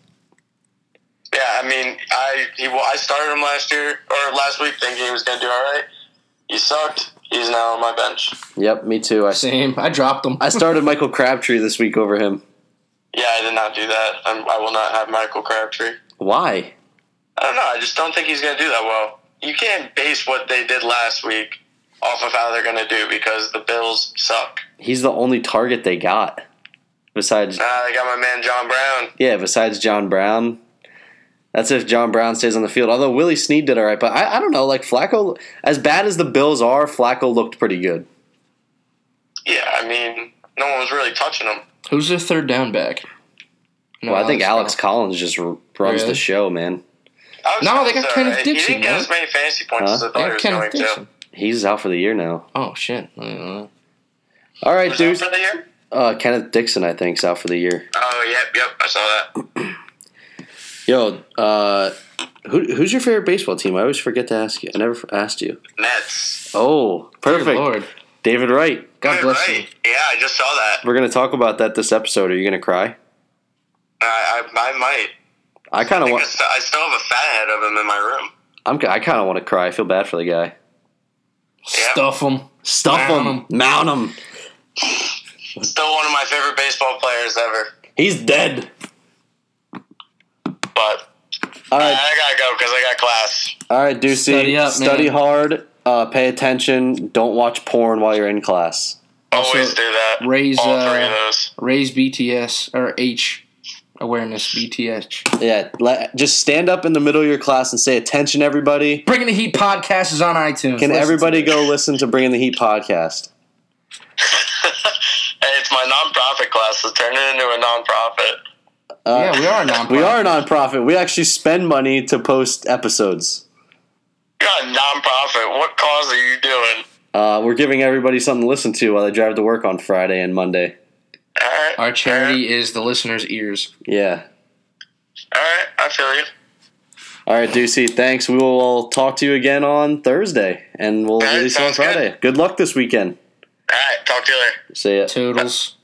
[SPEAKER 3] Yeah, I mean, I he well, I started him last year or last week thinking he was going to do all right. He sucked. He's now on my bench.
[SPEAKER 1] Yep, me too. I,
[SPEAKER 2] Same. I dropped them.
[SPEAKER 1] I started Michael Crabtree this week over him.
[SPEAKER 3] Yeah, I did not do that. I'm, I will not have Michael Crabtree.
[SPEAKER 1] Why?
[SPEAKER 3] I don't know. I just don't think he's going to do that well. You can't base what they did last week off of how they're going to do because the Bills suck.
[SPEAKER 1] He's the only target they got. Besides,
[SPEAKER 3] Nah, they got my man John Brown.
[SPEAKER 1] yeah, besides John Brown. That's if John Brown stays on the field. Although Willie Snead did all right, but I, I don't know. Like Flacco, as bad as the Bills are, Flacco looked pretty good.
[SPEAKER 3] Yeah, I mean, no one was really touching him.
[SPEAKER 2] Who's their third down back? No,
[SPEAKER 1] Well, I think Alex
[SPEAKER 2] Collins.
[SPEAKER 1] Collins just r- runs
[SPEAKER 2] Really?
[SPEAKER 1] the show, man.
[SPEAKER 3] Alex
[SPEAKER 2] No, they
[SPEAKER 3] Collins,
[SPEAKER 2] got
[SPEAKER 3] all
[SPEAKER 2] Kenneth
[SPEAKER 3] He
[SPEAKER 2] Dixon,
[SPEAKER 3] didn't get
[SPEAKER 2] man.
[SPEAKER 3] as many fantasy points
[SPEAKER 1] Huh?
[SPEAKER 3] as I
[SPEAKER 2] They
[SPEAKER 3] thought he
[SPEAKER 2] have
[SPEAKER 3] was
[SPEAKER 2] Kenneth
[SPEAKER 3] going
[SPEAKER 2] Dixon.
[SPEAKER 3] to.
[SPEAKER 1] He's out for the year now.
[SPEAKER 2] Oh shit! I didn't know that.
[SPEAKER 1] All right,
[SPEAKER 3] Was that
[SPEAKER 1] dude.
[SPEAKER 3] for the year?
[SPEAKER 1] Uh, Kenneth Dixon, I think, is out for the year.
[SPEAKER 3] Oh, yep, yep. I saw that.
[SPEAKER 1] Yo, uh, who, who's your favorite baseball team? I always forget to ask you. I never f- asked you.
[SPEAKER 3] Nets.
[SPEAKER 1] Oh,
[SPEAKER 2] Dear
[SPEAKER 1] perfect.
[SPEAKER 2] Lord,
[SPEAKER 1] David Wright.
[SPEAKER 2] God
[SPEAKER 3] You're
[SPEAKER 2] bless you.
[SPEAKER 3] right. Yeah, I just saw that.
[SPEAKER 1] We're gonna talk about that this episode. Are you gonna cry?
[SPEAKER 3] I, I, I might.
[SPEAKER 1] I kind of
[SPEAKER 3] I, think I,
[SPEAKER 1] want.
[SPEAKER 3] st- I still have a fat head of him in my room.
[SPEAKER 1] I'm. I kind of want to cry. I feel bad for the guy.
[SPEAKER 3] Yeah.
[SPEAKER 2] Stuff them.
[SPEAKER 1] Stuff
[SPEAKER 2] Mount
[SPEAKER 1] him. Mount him.
[SPEAKER 3] Still one of my favorite baseball players ever.
[SPEAKER 1] He's dead.
[SPEAKER 3] But
[SPEAKER 1] All
[SPEAKER 3] I,
[SPEAKER 1] right.
[SPEAKER 3] I gotta go because I got class.
[SPEAKER 1] All right, Ducey. Study,
[SPEAKER 2] Study up, man.
[SPEAKER 1] hard. Uh, pay attention. Don't watch porn while you're in class.
[SPEAKER 3] Always do that.
[SPEAKER 2] raise,
[SPEAKER 3] all three
[SPEAKER 2] uh,
[SPEAKER 3] of those.
[SPEAKER 2] Raise BTS or H awareness. BTS.
[SPEAKER 1] Yeah. Let, just stand up in the middle of your class and say, "Attention, everybody."
[SPEAKER 2] Bringing the Heat podcast is on iTunes.
[SPEAKER 1] Can
[SPEAKER 2] Listen to
[SPEAKER 1] everybody
[SPEAKER 2] it.
[SPEAKER 1] go listen to Bringing the Heat podcast?
[SPEAKER 3] Hey, it's my nonprofit class. So turn it into a nonprofit.
[SPEAKER 1] Uh,
[SPEAKER 2] Yeah, we are a non.
[SPEAKER 1] we are a nonprofit. We actually spend money to post episodes.
[SPEAKER 3] You're a nonprofit. What cause are you doing?
[SPEAKER 1] Uh, we're giving everybody something to listen to while they drive to work on Friday and Monday.
[SPEAKER 3] All right.
[SPEAKER 2] Our charity is the listeners' ears.
[SPEAKER 1] Yeah.
[SPEAKER 3] All right. I feel you.
[SPEAKER 1] All right, Ducey. Thanks. We will uh, talk to you again on Thursday, and we'll
[SPEAKER 3] All right,
[SPEAKER 1] release on
[SPEAKER 3] sounds good.
[SPEAKER 1] Friday. Good. luck this weekend.
[SPEAKER 3] All right. Talk to you later.
[SPEAKER 1] See ya.
[SPEAKER 2] Toodles.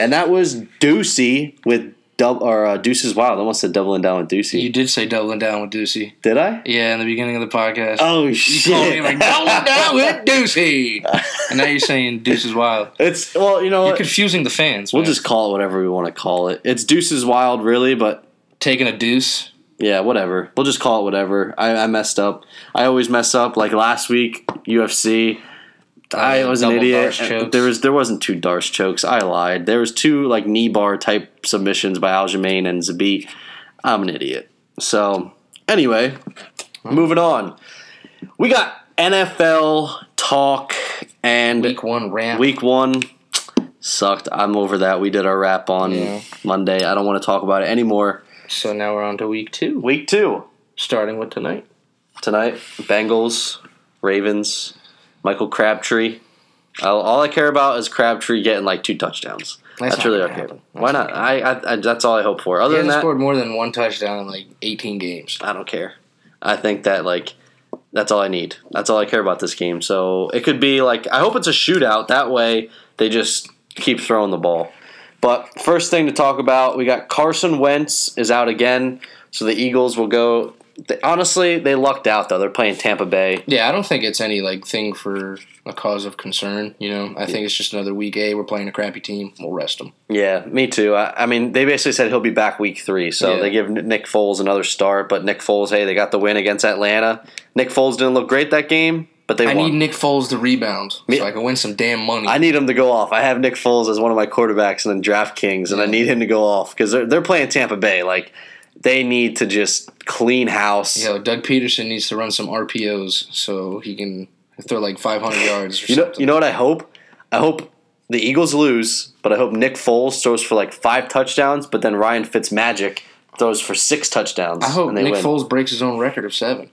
[SPEAKER 1] And that was Ducey with dub or uh, Deuces Wild. I almost said doubling down with Ducey.
[SPEAKER 2] You did say doubling down with Deucey.
[SPEAKER 1] Did I?
[SPEAKER 2] Yeah, in the beginning of the podcast.
[SPEAKER 1] Oh
[SPEAKER 2] you called me
[SPEAKER 1] shit!
[SPEAKER 2] like doubling down with Deucey, and now you're saying Deuce is wild.
[SPEAKER 1] it's well, you know,
[SPEAKER 2] You're
[SPEAKER 1] what?
[SPEAKER 2] confusing the fans.
[SPEAKER 1] we'll
[SPEAKER 2] man.
[SPEAKER 1] just call it whatever we want to call it. It's Deuces Wild, really, but
[SPEAKER 2] taking a deuce.
[SPEAKER 1] yeah, whatever. We'll just call it whatever. I, I messed up. I always mess up. Like last week, UFC. I
[SPEAKER 2] Uh,
[SPEAKER 1] was an
[SPEAKER 2] double
[SPEAKER 1] idiot.
[SPEAKER 2] Darce chokes.
[SPEAKER 1] There was there wasn't two Darce chokes. I lied. There was two like knee bar type submissions by Aljamain and Zabit. I'm an idiot. So anyway, moving on. We got NFL talk and
[SPEAKER 2] Week one rant.
[SPEAKER 1] week one sucked. I'm over that. We did our wrap on
[SPEAKER 2] Yeah.
[SPEAKER 1] Monday. I don't want to talk about it anymore.
[SPEAKER 2] So now we're on to week two,
[SPEAKER 1] Week two
[SPEAKER 2] starting with tonight.
[SPEAKER 1] tonight. Bengals, Ravens, Michael Crabtree. All, all I care about is Crabtree getting like two touchdowns. That's,
[SPEAKER 2] That's not
[SPEAKER 1] really all I
[SPEAKER 2] gonna
[SPEAKER 1] care.
[SPEAKER 2] happen.
[SPEAKER 1] about. Why not? I, I, I that's all I hope for. Other
[SPEAKER 2] He
[SPEAKER 1] than
[SPEAKER 2] hasn't
[SPEAKER 1] that,
[SPEAKER 2] scored more than one touchdown in like 18 games.
[SPEAKER 1] I don't care. I think that like that's all I need. That's all I care about this game. So it could be like I hope it's a shootout. That way they just keep throwing the ball. But first thing to talk about, we got Carson Wentz is out again. So the Eagles will go. They, honestly, they lucked out though. They're playing Tampa Bay.
[SPEAKER 2] Yeah, I don't think it's any like thing for a cause of concern. You know, I think it's just another week. A, we're playing a crappy team. We'll rest them.
[SPEAKER 1] Yeah, me too. I, I mean, they basically said he'll be back week three. So
[SPEAKER 2] Yeah.
[SPEAKER 1] they give Nick Foles another start. But Nick Foles, hey, they got the win against Atlanta. Nick Foles didn't look great that game, but they
[SPEAKER 2] I
[SPEAKER 1] won.
[SPEAKER 2] need Nick Foles to rebound so I can win some damn money.
[SPEAKER 1] I need him to go off. I have Nick Foles as one of my quarterbacks and then DraftKings, and I need him to go off because they're, they're playing Tampa Bay. Like, they need to just clean house.
[SPEAKER 2] Yo, Doug Peterson needs to run some RPOs so he can throw like 500 yards or
[SPEAKER 1] you, know,
[SPEAKER 2] something.
[SPEAKER 1] you know what I hope? I hope the Eagles lose, but I hope Nick Foles throws for like five touchdowns, but then Ryan Fitzmagic throws for six touchdowns.
[SPEAKER 2] I hope
[SPEAKER 1] and they
[SPEAKER 2] Nick
[SPEAKER 1] win.
[SPEAKER 2] Foles breaks his own record of seven.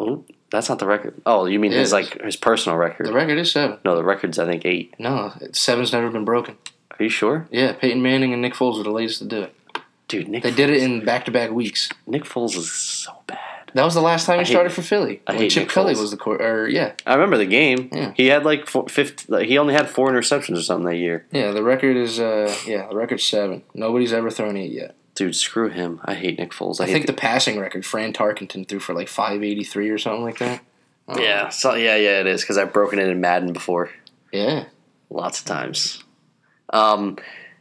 [SPEAKER 1] Oh, That's not the record. Oh, you mean
[SPEAKER 2] It
[SPEAKER 1] his
[SPEAKER 2] is.
[SPEAKER 1] like his personal record?
[SPEAKER 2] The record is seven.
[SPEAKER 1] no, the record's I think eight.
[SPEAKER 2] No, seven's never been broken.
[SPEAKER 1] Are you sure,
[SPEAKER 2] Yeah, Peyton Manning and Nick Foles were the latest to do it.
[SPEAKER 1] dude? Nick
[SPEAKER 2] They did it in back-to-back weeks.
[SPEAKER 1] Nick Foles is so bad.
[SPEAKER 2] That was the last time he
[SPEAKER 1] hate-
[SPEAKER 2] started for Philly.
[SPEAKER 1] I
[SPEAKER 2] when
[SPEAKER 1] hate
[SPEAKER 2] Chip
[SPEAKER 1] Nick
[SPEAKER 2] Kelly
[SPEAKER 1] Foles.
[SPEAKER 2] was the court. Or yeah,
[SPEAKER 1] I remember the game.
[SPEAKER 2] Yeah.
[SPEAKER 1] He had like four, fifth. Like, he only had four interceptions or something that year.
[SPEAKER 2] yeah. The record is uh yeah. The record's seven. Nobody's ever thrown eight yet.
[SPEAKER 1] Dude, screw him. I hate Nick Foles. I,
[SPEAKER 2] I
[SPEAKER 1] hate
[SPEAKER 2] think the passing record Fran Tarkenton threw for like five eighty three or something like that.
[SPEAKER 1] the-
[SPEAKER 2] Oh.
[SPEAKER 1] yeah, so, yeah, yeah. It is because I've broken it in Madden before.
[SPEAKER 2] Yeah.
[SPEAKER 1] lots of times. Um,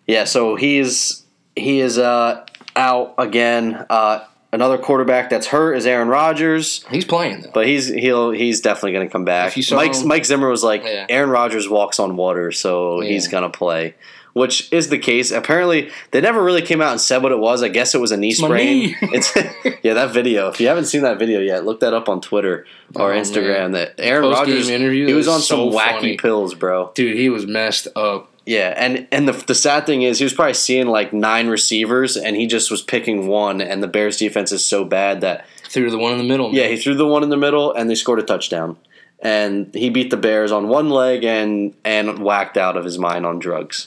[SPEAKER 1] yeah, so he's he is uh, out again. Uh, another quarterback that's hurt is Aaron Rodgers,
[SPEAKER 2] He's playing though.
[SPEAKER 1] but he's he'll he's definitely going to come back.
[SPEAKER 2] If you saw
[SPEAKER 1] Mike
[SPEAKER 2] him-
[SPEAKER 1] Mike Zimmer was like,
[SPEAKER 2] Yeah.
[SPEAKER 1] Aaron Rodgers walks on water, so he's
[SPEAKER 2] Yeah.
[SPEAKER 1] going to play. Which is the case. Apparently, they never really came out and said what it was. I guess it was a knee
[SPEAKER 2] my
[SPEAKER 1] sprain.
[SPEAKER 2] knee.
[SPEAKER 1] It's yeah, that video. If you haven't seen that video yet, look that up on Twitter or
[SPEAKER 2] Oh,
[SPEAKER 1] Instagram. That Aaron
[SPEAKER 2] Post-game
[SPEAKER 1] Rodgers
[SPEAKER 2] interview,
[SPEAKER 1] He
[SPEAKER 2] that
[SPEAKER 1] was
[SPEAKER 2] was
[SPEAKER 1] on some
[SPEAKER 2] so
[SPEAKER 1] wacky
[SPEAKER 2] funny.
[SPEAKER 1] pills, bro.
[SPEAKER 2] Dude, he was messed up.
[SPEAKER 1] Yeah, and and the the sad thing is he was probably seeing like nine receivers, and he just was picking one. And the Bears defense is so bad that
[SPEAKER 2] Threw the one in the middle.
[SPEAKER 1] Um, yeah, he threw the one in the middle, and they scored a touchdown. And he beat the Bears on one leg and and whacked out of his mind on drugs.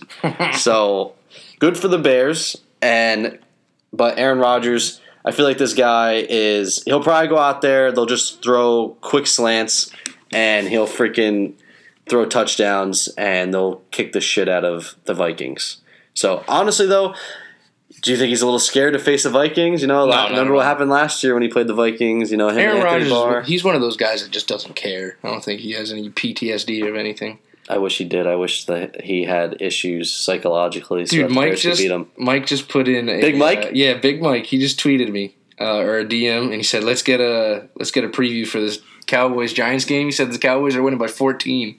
[SPEAKER 1] so good for the Bears. And but Aaron Rodgers, I feel like this guy is he'll probably go out there. They'll just throw quick slants, and he'll freaking throw touchdowns, and they'll kick the shit out of the Vikings. So honestly, though. Do you think he's a little scared to face the Vikings? You know,
[SPEAKER 2] not at
[SPEAKER 1] remember what
[SPEAKER 2] all.
[SPEAKER 1] happened last year when he played the Vikings? You know, him
[SPEAKER 2] Aaron
[SPEAKER 1] and Anthony
[SPEAKER 2] Rodgers,
[SPEAKER 1] Barr.
[SPEAKER 2] is- he's one of those guys that just doesn't care. I don't think he has any PTSD of anything.
[SPEAKER 1] I wish he did. I wish that he had issues psychologically. So
[SPEAKER 2] Dude,
[SPEAKER 1] that the
[SPEAKER 2] Mike
[SPEAKER 1] Bears could
[SPEAKER 2] just
[SPEAKER 1] beat him.
[SPEAKER 2] Mike just put in a,
[SPEAKER 1] Big Mike?
[SPEAKER 2] uh, yeah, Big Mike. He just tweeted me uh, or a DM, and he said, "Let's get a let's get a preview for this Cowboys Giants game." He said the Cowboys are winning by fourteen.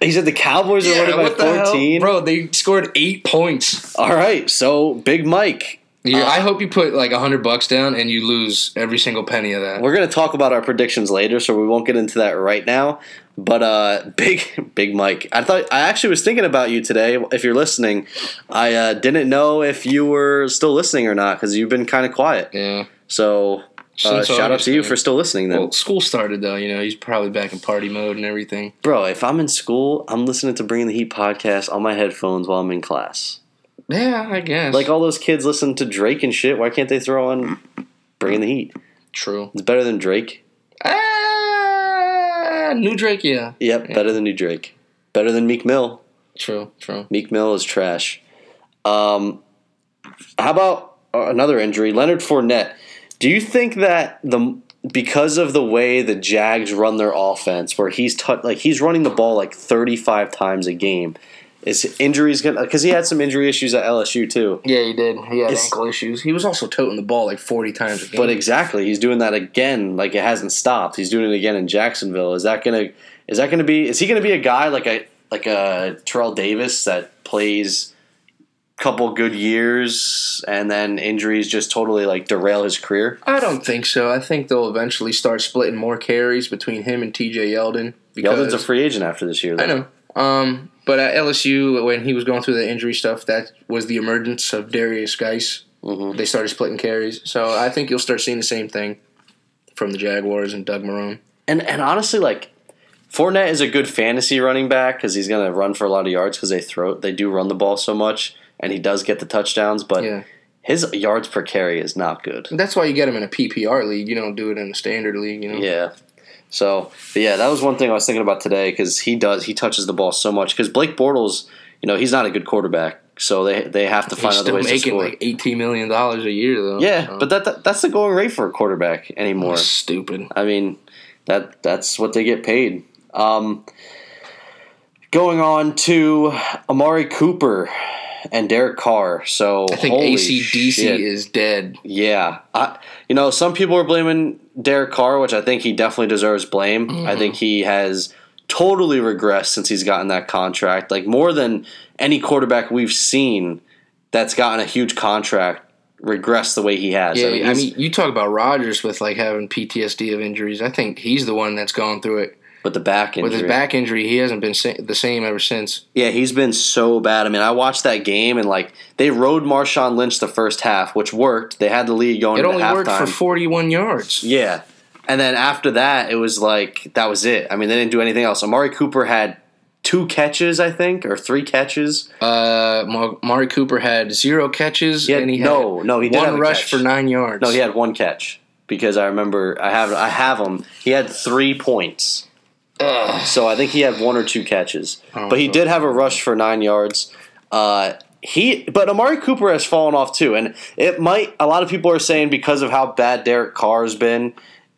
[SPEAKER 1] He said the Cowboys are winning
[SPEAKER 2] what the
[SPEAKER 1] by
[SPEAKER 2] hell?
[SPEAKER 1] fourteen.
[SPEAKER 2] bro. They scored eight points.
[SPEAKER 1] All right, so Big Mike.
[SPEAKER 2] Yeah, I hope you put like hundred bucks down and you lose every single penny of that.
[SPEAKER 1] We're gonna talk about our predictions later, so we won't get into that right now. But uh, big, big Mike. I thought I actually was thinking about you today. If you're listening, I uh, didn't know if you were still listening or not because you've been kind of quiet.
[SPEAKER 2] Yeah.
[SPEAKER 1] So uh,
[SPEAKER 2] Since
[SPEAKER 1] shout out
[SPEAKER 2] August,
[SPEAKER 1] to you
[SPEAKER 2] man.
[SPEAKER 1] for still listening. Then,
[SPEAKER 2] Well, school started though. You know, he's probably back in party mode and everything.
[SPEAKER 1] bro, if I'm in school, I'm listening to Bringing the Heat podcast on my headphones while I'm in class.
[SPEAKER 2] Yeah, I guess.
[SPEAKER 1] Like all those kids listen to Drake and shit. Why can't they throw on Bringing the Heat?
[SPEAKER 2] true.
[SPEAKER 1] It's better than Drake.
[SPEAKER 2] Ah, new Drake. Yeah.
[SPEAKER 1] Yep, better than New Drake. Better than Meek Mill.
[SPEAKER 2] True. True.
[SPEAKER 1] Meek Mill is trash. Um, how about uh, another injury? Leonard Fournette. Do you think that the because of the way the Jags run their offense, where he's tou like he's running the ball like thirty five times a game, is injuries gonna? Because he had some injury issues at LSU too.
[SPEAKER 2] Yeah, he did. He had
[SPEAKER 1] It's-
[SPEAKER 2] ankle issues. He was also toting the ball like forty times a game.
[SPEAKER 1] But exactly, he's doing that again. Like it hasn't stopped. He's doing it again in Jacksonville. Is that gonna? Is that gonna be? Is he gonna be a guy like a like a Terrell Davis that plays couple good years and then injuries just totally like derail his career?
[SPEAKER 2] I don't think so. I think they'll eventually start splitting more carries between him and T.J. Yeldon.
[SPEAKER 1] Yeldon's
[SPEAKER 2] Because
[SPEAKER 1] a free agent after this year. Though.
[SPEAKER 2] I know. Um, but at LSU, when he was going through the injury stuff, that was the emergence of Darius Geis.
[SPEAKER 1] Mhm.
[SPEAKER 2] They started splitting carries, so I think you'll start seeing the same thing from the Jaguars and Doug Marone.
[SPEAKER 1] And and honestly, like Fournette is a good fantasy running back because he's gonna run for a lot of yards because they throw they do run the ball so much and he does get the touchdowns, but.
[SPEAKER 2] Yeah,
[SPEAKER 1] His yards per carry is not good.
[SPEAKER 2] that's why you get him in a PPR league. You don't do it in a standard league. You know.
[SPEAKER 1] Yeah. So, but yeah, that was one thing I was thinking about today because he does he touches the ball so much because Blake Bortles, you know, he's not a good quarterback, so they they have to find
[SPEAKER 2] He's
[SPEAKER 1] other
[SPEAKER 2] still
[SPEAKER 1] ways to
[SPEAKER 2] making
[SPEAKER 1] score.
[SPEAKER 2] like eighteen million dollars a year though. Um,
[SPEAKER 1] yeah,
[SPEAKER 2] so-
[SPEAKER 1] but that, that that's the going rate for a quarterback anymore.
[SPEAKER 2] stupid.
[SPEAKER 1] I mean, that that's what they get paid. Um, going on to Amari Cooper and Derek Carr. So
[SPEAKER 2] I think
[SPEAKER 1] holy
[SPEAKER 2] ACDC
[SPEAKER 1] shit.
[SPEAKER 2] is dead.
[SPEAKER 1] Yeah, I, you know, some people are blaming Derek Carr, which I think he definitely deserves blame. I think
[SPEAKER 2] Mm-hmm.
[SPEAKER 1] he has totally regressed since he's gotten that contract, like more than any quarterback we've seen that's gotten a huge contract regress the way he has.
[SPEAKER 2] Yeah, I mean,
[SPEAKER 1] he's-
[SPEAKER 2] you talk about Rodgers with like having PTSD of injuries. I think he's the one that's gone through it
[SPEAKER 1] with the back injury,
[SPEAKER 2] with his back injury. He hasn't been sa- the same ever since.
[SPEAKER 1] Yeah, he's been so bad. I mean, I watched that game and like they rode Marshawn Lynch the first half, which worked. They had the lead going.
[SPEAKER 2] It
[SPEAKER 1] into
[SPEAKER 2] only worked
[SPEAKER 1] halftime.
[SPEAKER 2] for forty-one yards.
[SPEAKER 1] Yeah. And then after that, it was like that was it. I mean, they didn't do anything else. Amari Cooper had two catches, I think, or three catches.
[SPEAKER 2] Uh, Ma- Mari Cooper had zero catches
[SPEAKER 1] He had-
[SPEAKER 2] and he had
[SPEAKER 1] no, no, he did have
[SPEAKER 2] one
[SPEAKER 1] a catch.
[SPEAKER 2] rush for nine yards.
[SPEAKER 1] No, he had one catch because I remember I have I have him. He had three points, so I think he had one or two catches. But he did have a rush for nine yards. Uh, he but Amari Cooper has fallen off too, and it might. A lot of people are saying because of how bad Derek Carr's been,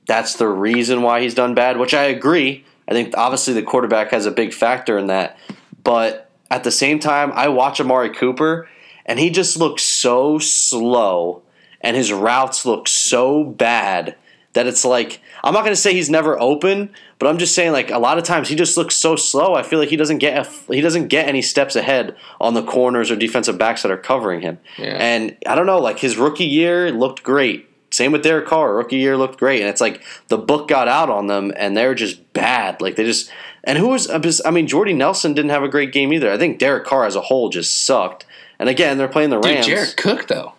[SPEAKER 1] that's the reason why he's done bad. Which I agree. I think obviously the quarterback has a big factor in that, but at the same time, I watch Amari Cooper, and he just looks so slow and his routes look so bad that it's like I'm not going to say he's never open, but I'm just saying like a lot of times he just looks so slow. I feel like he doesn't get a f he doesn't get any steps ahead on the corners or defensive backs that are covering him.
[SPEAKER 2] Yeah.
[SPEAKER 1] And I don't know, like his rookie year looked great. Same with Derek Carr, rookie year looked great, and it's like the book got out on them, and they're just bad. Like they just and who was I'm just- I mean Jordy Nelson didn't have a great game either. I think Derek Carr as a whole just sucked. And again, they're playing the
[SPEAKER 2] Dude,
[SPEAKER 1] Rams.
[SPEAKER 2] Jared Cook though.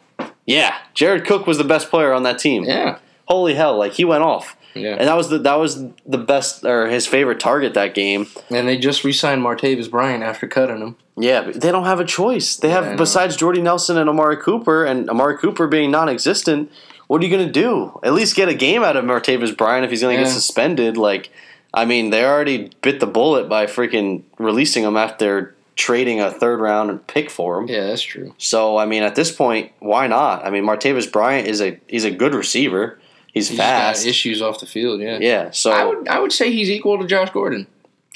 [SPEAKER 1] Yeah, Jared Cook was the best player on that team.
[SPEAKER 2] Yeah,
[SPEAKER 1] Holy hell, like he went off.
[SPEAKER 2] Yeah.
[SPEAKER 1] And that was the that was the best or his favorite target that game.
[SPEAKER 2] and they just re-signed Martavis Bryant after cutting him.
[SPEAKER 1] Yeah, but they don't have a choice. They
[SPEAKER 2] I
[SPEAKER 1] have
[SPEAKER 2] know.
[SPEAKER 1] besides Jordy Nelson and Amari Cooper and Amari Cooper being non-existent, what are you going to do? At least get a game out of Martavis Bryant if he's going to
[SPEAKER 2] Yeah.
[SPEAKER 1] get suspended like I mean, they already bit the bullet by freaking releasing him after trading a third round pick for him.
[SPEAKER 2] Yeah, that's true.
[SPEAKER 1] So I mean, at this point, why not? I mean, Martavis Bryant is a he's a good receiver. He's
[SPEAKER 2] He's
[SPEAKER 1] fast.
[SPEAKER 2] got issues off the field. Yeah.
[SPEAKER 1] Yeah. So
[SPEAKER 2] I would I would say he's equal to Josh Gordon.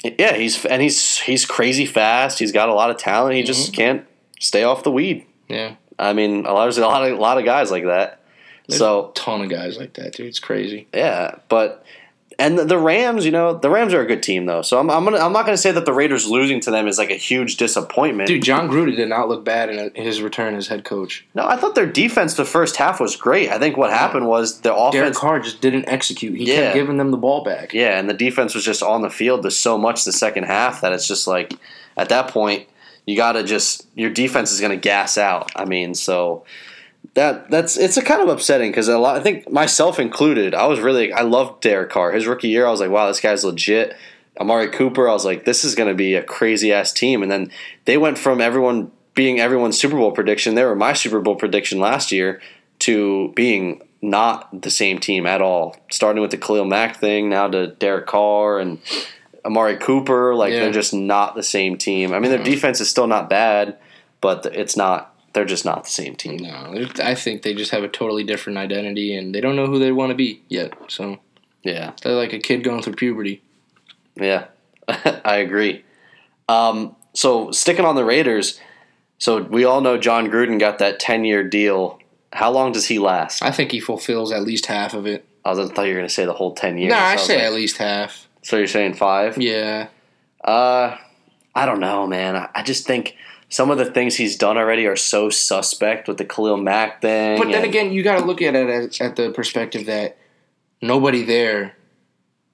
[SPEAKER 1] yeah, he's and he's he's crazy fast. He's got a lot of talent. He
[SPEAKER 2] Mm-hmm.
[SPEAKER 1] just can't stay off the weed.
[SPEAKER 2] Yeah,
[SPEAKER 1] I mean, a lot there's a lot of a lot of guys like that. So
[SPEAKER 2] ton of guys like that, dude. It's crazy.
[SPEAKER 1] yeah, but and the, the Rams, you know, the Rams are a good team though. So I'm I'm, gonna, I'm not gonna say that the Raiders losing to them is like a huge disappointment.
[SPEAKER 2] Dude, John Gruden did not look bad in his return as head coach.
[SPEAKER 1] No, I thought their defense the first half was great. I think what happened was the offense.
[SPEAKER 2] Derek Carr just didn't execute. He
[SPEAKER 1] Yeah.
[SPEAKER 2] kept giving them the ball back.
[SPEAKER 1] yeah, and the defense was just on the field. There's so much the second half that it's just like at that point you got to just your defense is going to gas out. I mean, so that that's it's a kind of upsetting because a lot. I think myself included, I was really I loved Derek Carr his rookie year. I was like, wow, this guy's legit. Amari Cooper, I was like, this is going to be a crazy ass team. And then they went from everyone being everyone's Super Bowl prediction, they were my Super Bowl prediction last year, to being not the same team at all. Starting with the Khalil Mack thing, now to Derek Carr and Amari Cooper. Like,
[SPEAKER 2] Yeah.
[SPEAKER 1] they're just not the same team. I mean, their defense is still not bad, but it's not, they're just not the same team.
[SPEAKER 2] No, they're- I think they just have a totally different identity, and they don't know who they want to be yet. So
[SPEAKER 1] Yeah.
[SPEAKER 2] they're like a kid going through puberty.
[SPEAKER 1] Yeah, I agree. Um, so sticking on the Raiders, so we all know John Gruden got that ten-year deal. How long does he last?
[SPEAKER 2] I think he fulfills at least half of it.
[SPEAKER 1] I was- I thought you were going to say the whole ten years.
[SPEAKER 2] No, I
[SPEAKER 1] was
[SPEAKER 2] say
[SPEAKER 1] like-
[SPEAKER 2] at least half.
[SPEAKER 1] so you're saying five?
[SPEAKER 2] Yeah,
[SPEAKER 1] Uh, I don't know, man. I, I just think some of the things he's done already are so suspect with the Khalil Mack thing.
[SPEAKER 2] but then
[SPEAKER 1] and-
[SPEAKER 2] again, you got to look at it as, at the perspective that nobody there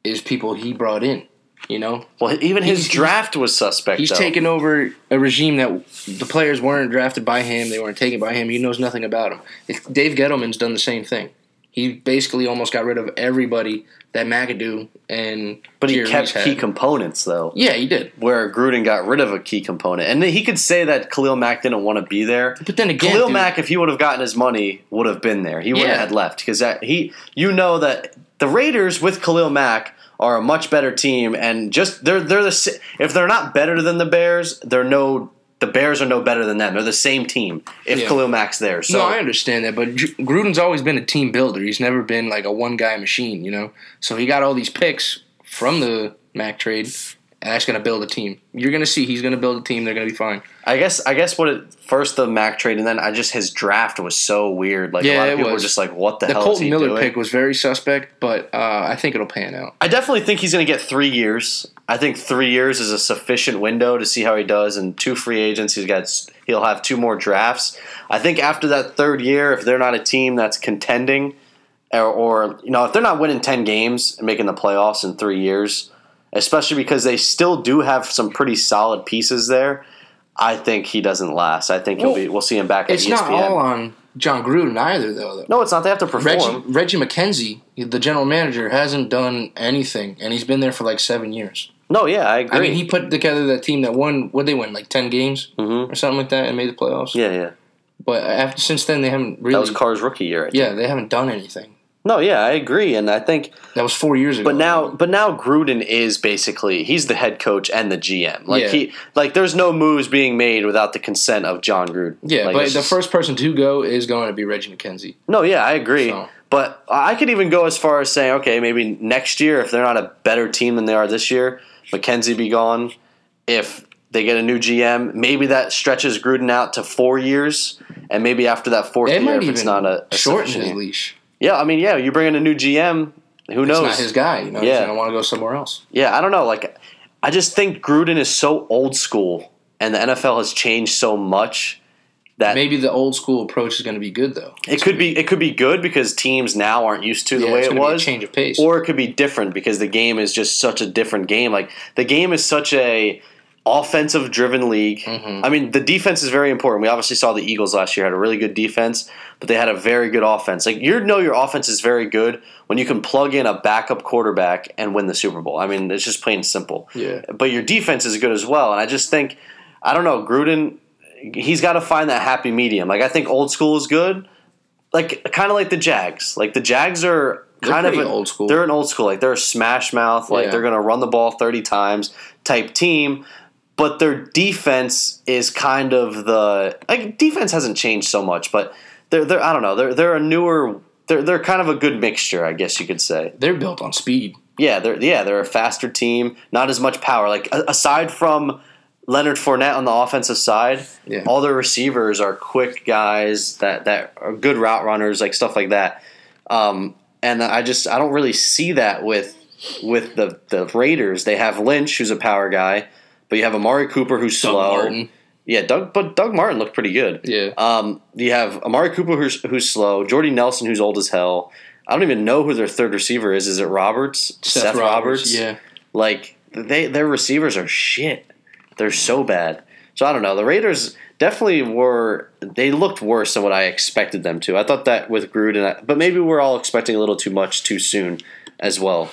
[SPEAKER 2] is people he brought in. You know,
[SPEAKER 1] well, even his
[SPEAKER 2] he's-
[SPEAKER 1] draft was suspect.
[SPEAKER 2] He's
[SPEAKER 1] though.
[SPEAKER 2] taken over a regime that the players weren't drafted by him. They weren't taken by him. He knows nothing about them. Dave Gettleman's done the same thing. He basically almost got rid of everybody that McAdoo and
[SPEAKER 1] but he
[SPEAKER 2] Jerry
[SPEAKER 1] kept
[SPEAKER 2] Reese had.
[SPEAKER 1] key components though.
[SPEAKER 2] yeah, he did.
[SPEAKER 1] Where Gruden got rid of a key component, and he could say that Khalil Mack didn't want to be there.
[SPEAKER 2] But then again,
[SPEAKER 1] Khalil
[SPEAKER 2] dude,
[SPEAKER 1] Mack, if he would have gotten his money, would have been there. He would
[SPEAKER 2] Yeah.
[SPEAKER 1] have had left because that he, you know that the Raiders with Khalil Mack are a much better team, and just they're they're the sa- if they're not better than the Bears, they're no the Bears are no better than them. They're the same team if
[SPEAKER 2] Yeah.
[SPEAKER 1] Khalil Mack's there. So
[SPEAKER 2] No, I understand that, but Ju- Gruden's always been a team builder. He's never been like a one guy machine, you know. So he got all these picks from the Mac trade, and that's going to build a team. You're going to see he's going to build a team. They're going to be fine.
[SPEAKER 1] I guess I guess what it first the Mack trade, and then I just his draft was so weird. Like a
[SPEAKER 2] Yeah,
[SPEAKER 1] lot
[SPEAKER 2] it
[SPEAKER 1] of people
[SPEAKER 2] was.
[SPEAKER 1] were just like, "What the,
[SPEAKER 2] The
[SPEAKER 1] hell is
[SPEAKER 2] Colton
[SPEAKER 1] he
[SPEAKER 2] Miller
[SPEAKER 1] doing?"
[SPEAKER 2] pick was very suspect, but uh, I think it'll pan out.
[SPEAKER 1] I definitely think he's going to get three years. I think three years is a sufficient window to see how he does, and two free agents. He's got he'll have two more drafts. I think after that third year, if they're not a team that's contending, or, or you know, if they're not winning ten games and making the playoffs in three years, especially because they still do have some pretty solid pieces there. I think he doesn't last. I think he'll
[SPEAKER 2] Well,
[SPEAKER 1] be. We'll see him back at E
[SPEAKER 2] It's
[SPEAKER 1] ESPN.
[SPEAKER 2] not all on John Gruden either, though.
[SPEAKER 1] no, it's not. They have to perform.
[SPEAKER 2] Reggie, Reggie McKenzie, the general manager, hasn't done anything, and he's been there for like seven years.
[SPEAKER 1] No, yeah, I agree.
[SPEAKER 2] I mean, he put together that team that won. What they win, like ten games
[SPEAKER 1] Mhm.
[SPEAKER 2] or something like that, and made the playoffs.
[SPEAKER 1] yeah, yeah.
[SPEAKER 2] But after since then, they haven't really.
[SPEAKER 1] That was Carr's rookie year. I think.
[SPEAKER 2] yeah, they haven't done anything.
[SPEAKER 1] No, yeah, I agree, and I think.
[SPEAKER 2] That was four years ago.
[SPEAKER 1] But now, but now Gruden is basically he's the head coach and the GM. Like
[SPEAKER 2] Yeah.
[SPEAKER 1] he, like there's no moves being made without the consent of John Gruden.
[SPEAKER 2] yeah,
[SPEAKER 1] Like,
[SPEAKER 2] but
[SPEAKER 1] it's
[SPEAKER 2] the
[SPEAKER 1] just-
[SPEAKER 2] first person to go is going to be Reggie McKenzie.
[SPEAKER 1] No, yeah, I agree.
[SPEAKER 2] So-
[SPEAKER 1] But I could even go as far as saying, okay, maybe next year if they're not a better team than they are this year, McKenzie be gone. If they get a new GM, maybe that stretches Gruden out to four years, and maybe after that fourth
[SPEAKER 2] They
[SPEAKER 1] year,
[SPEAKER 2] might
[SPEAKER 1] if it's
[SPEAKER 2] even
[SPEAKER 1] not a, a
[SPEAKER 2] shorten
[SPEAKER 1] sufficient
[SPEAKER 2] his
[SPEAKER 1] year.
[SPEAKER 2] leash.
[SPEAKER 1] Yeah, I mean, yeah, you bring in a new GM. Who
[SPEAKER 2] It's
[SPEAKER 1] knows?
[SPEAKER 2] not his guy. You know,
[SPEAKER 1] Yeah.
[SPEAKER 2] he's going to want to go somewhere else.
[SPEAKER 1] Yeah, I don't know. Like, I just think Gruden is so old school, and the NFL has changed so much that
[SPEAKER 2] Maybe the old school approach is going to be good though.
[SPEAKER 1] it could be it could be good because teams now aren't used to the
[SPEAKER 2] Yeah,
[SPEAKER 1] way
[SPEAKER 2] it's
[SPEAKER 1] it
[SPEAKER 2] gonna be a
[SPEAKER 1] was,
[SPEAKER 2] change of pace.
[SPEAKER 1] or it could be different because the game is just such a different game. Like the game is such a offensive driven league. I mean, the defense is very important. We obviously saw the Eagles last year had a really good defense, but they had a very good offense. Like you know your offense is very good when you can plug in a backup quarterback and win the Super Bowl. I mean, it's just plain simple.
[SPEAKER 2] Yeah.
[SPEAKER 1] But your defense is good as well, and I just think I don't know, Gruden he's got to find that happy medium. Like I think old school is good. Like kind of like the Jags. Like the Jags are
[SPEAKER 2] They're
[SPEAKER 1] kind of
[SPEAKER 2] pretty
[SPEAKER 1] an-
[SPEAKER 2] old school.
[SPEAKER 1] They're an old school. Like they're a smash mouth. Like
[SPEAKER 2] Yeah.
[SPEAKER 1] they're gonna run the ball thirty times type team. But their defense is kind of the like defense hasn't changed so much, but they're they're I don't know they're they're a newer they're they're kind of a good mixture, I guess you could say.
[SPEAKER 2] They're built on speed.
[SPEAKER 1] Yeah, they're yeah they're a faster team, not as much power. Like a- aside from Leonard Fournette on the offensive side,
[SPEAKER 2] Yeah.
[SPEAKER 1] all their receivers are quick guys that that are good route runners, like stuff like that. Um, and I just I don't really see that with with the the Raiders. They have Lynch, who's a power guy, but you have Amari Cooper, who's
[SPEAKER 2] Doug
[SPEAKER 1] slow.
[SPEAKER 2] Martin.
[SPEAKER 1] Yeah, Doug, but Doug Martin looked pretty good.
[SPEAKER 2] Yeah.
[SPEAKER 1] Um, you have Amari Cooper, who's, who's slow. Jordy Nelson, who's old as hell. I don't even know who their third receiver is. Is it Roberts?
[SPEAKER 2] Yeah.
[SPEAKER 1] Like they, their receivers are shit. They're so bad. So I don't know. The Raiders definitely were. They looked worse than what I expected them to. I thought that with Gruden, I- but maybe we're all expecting a little too much too soon, as well.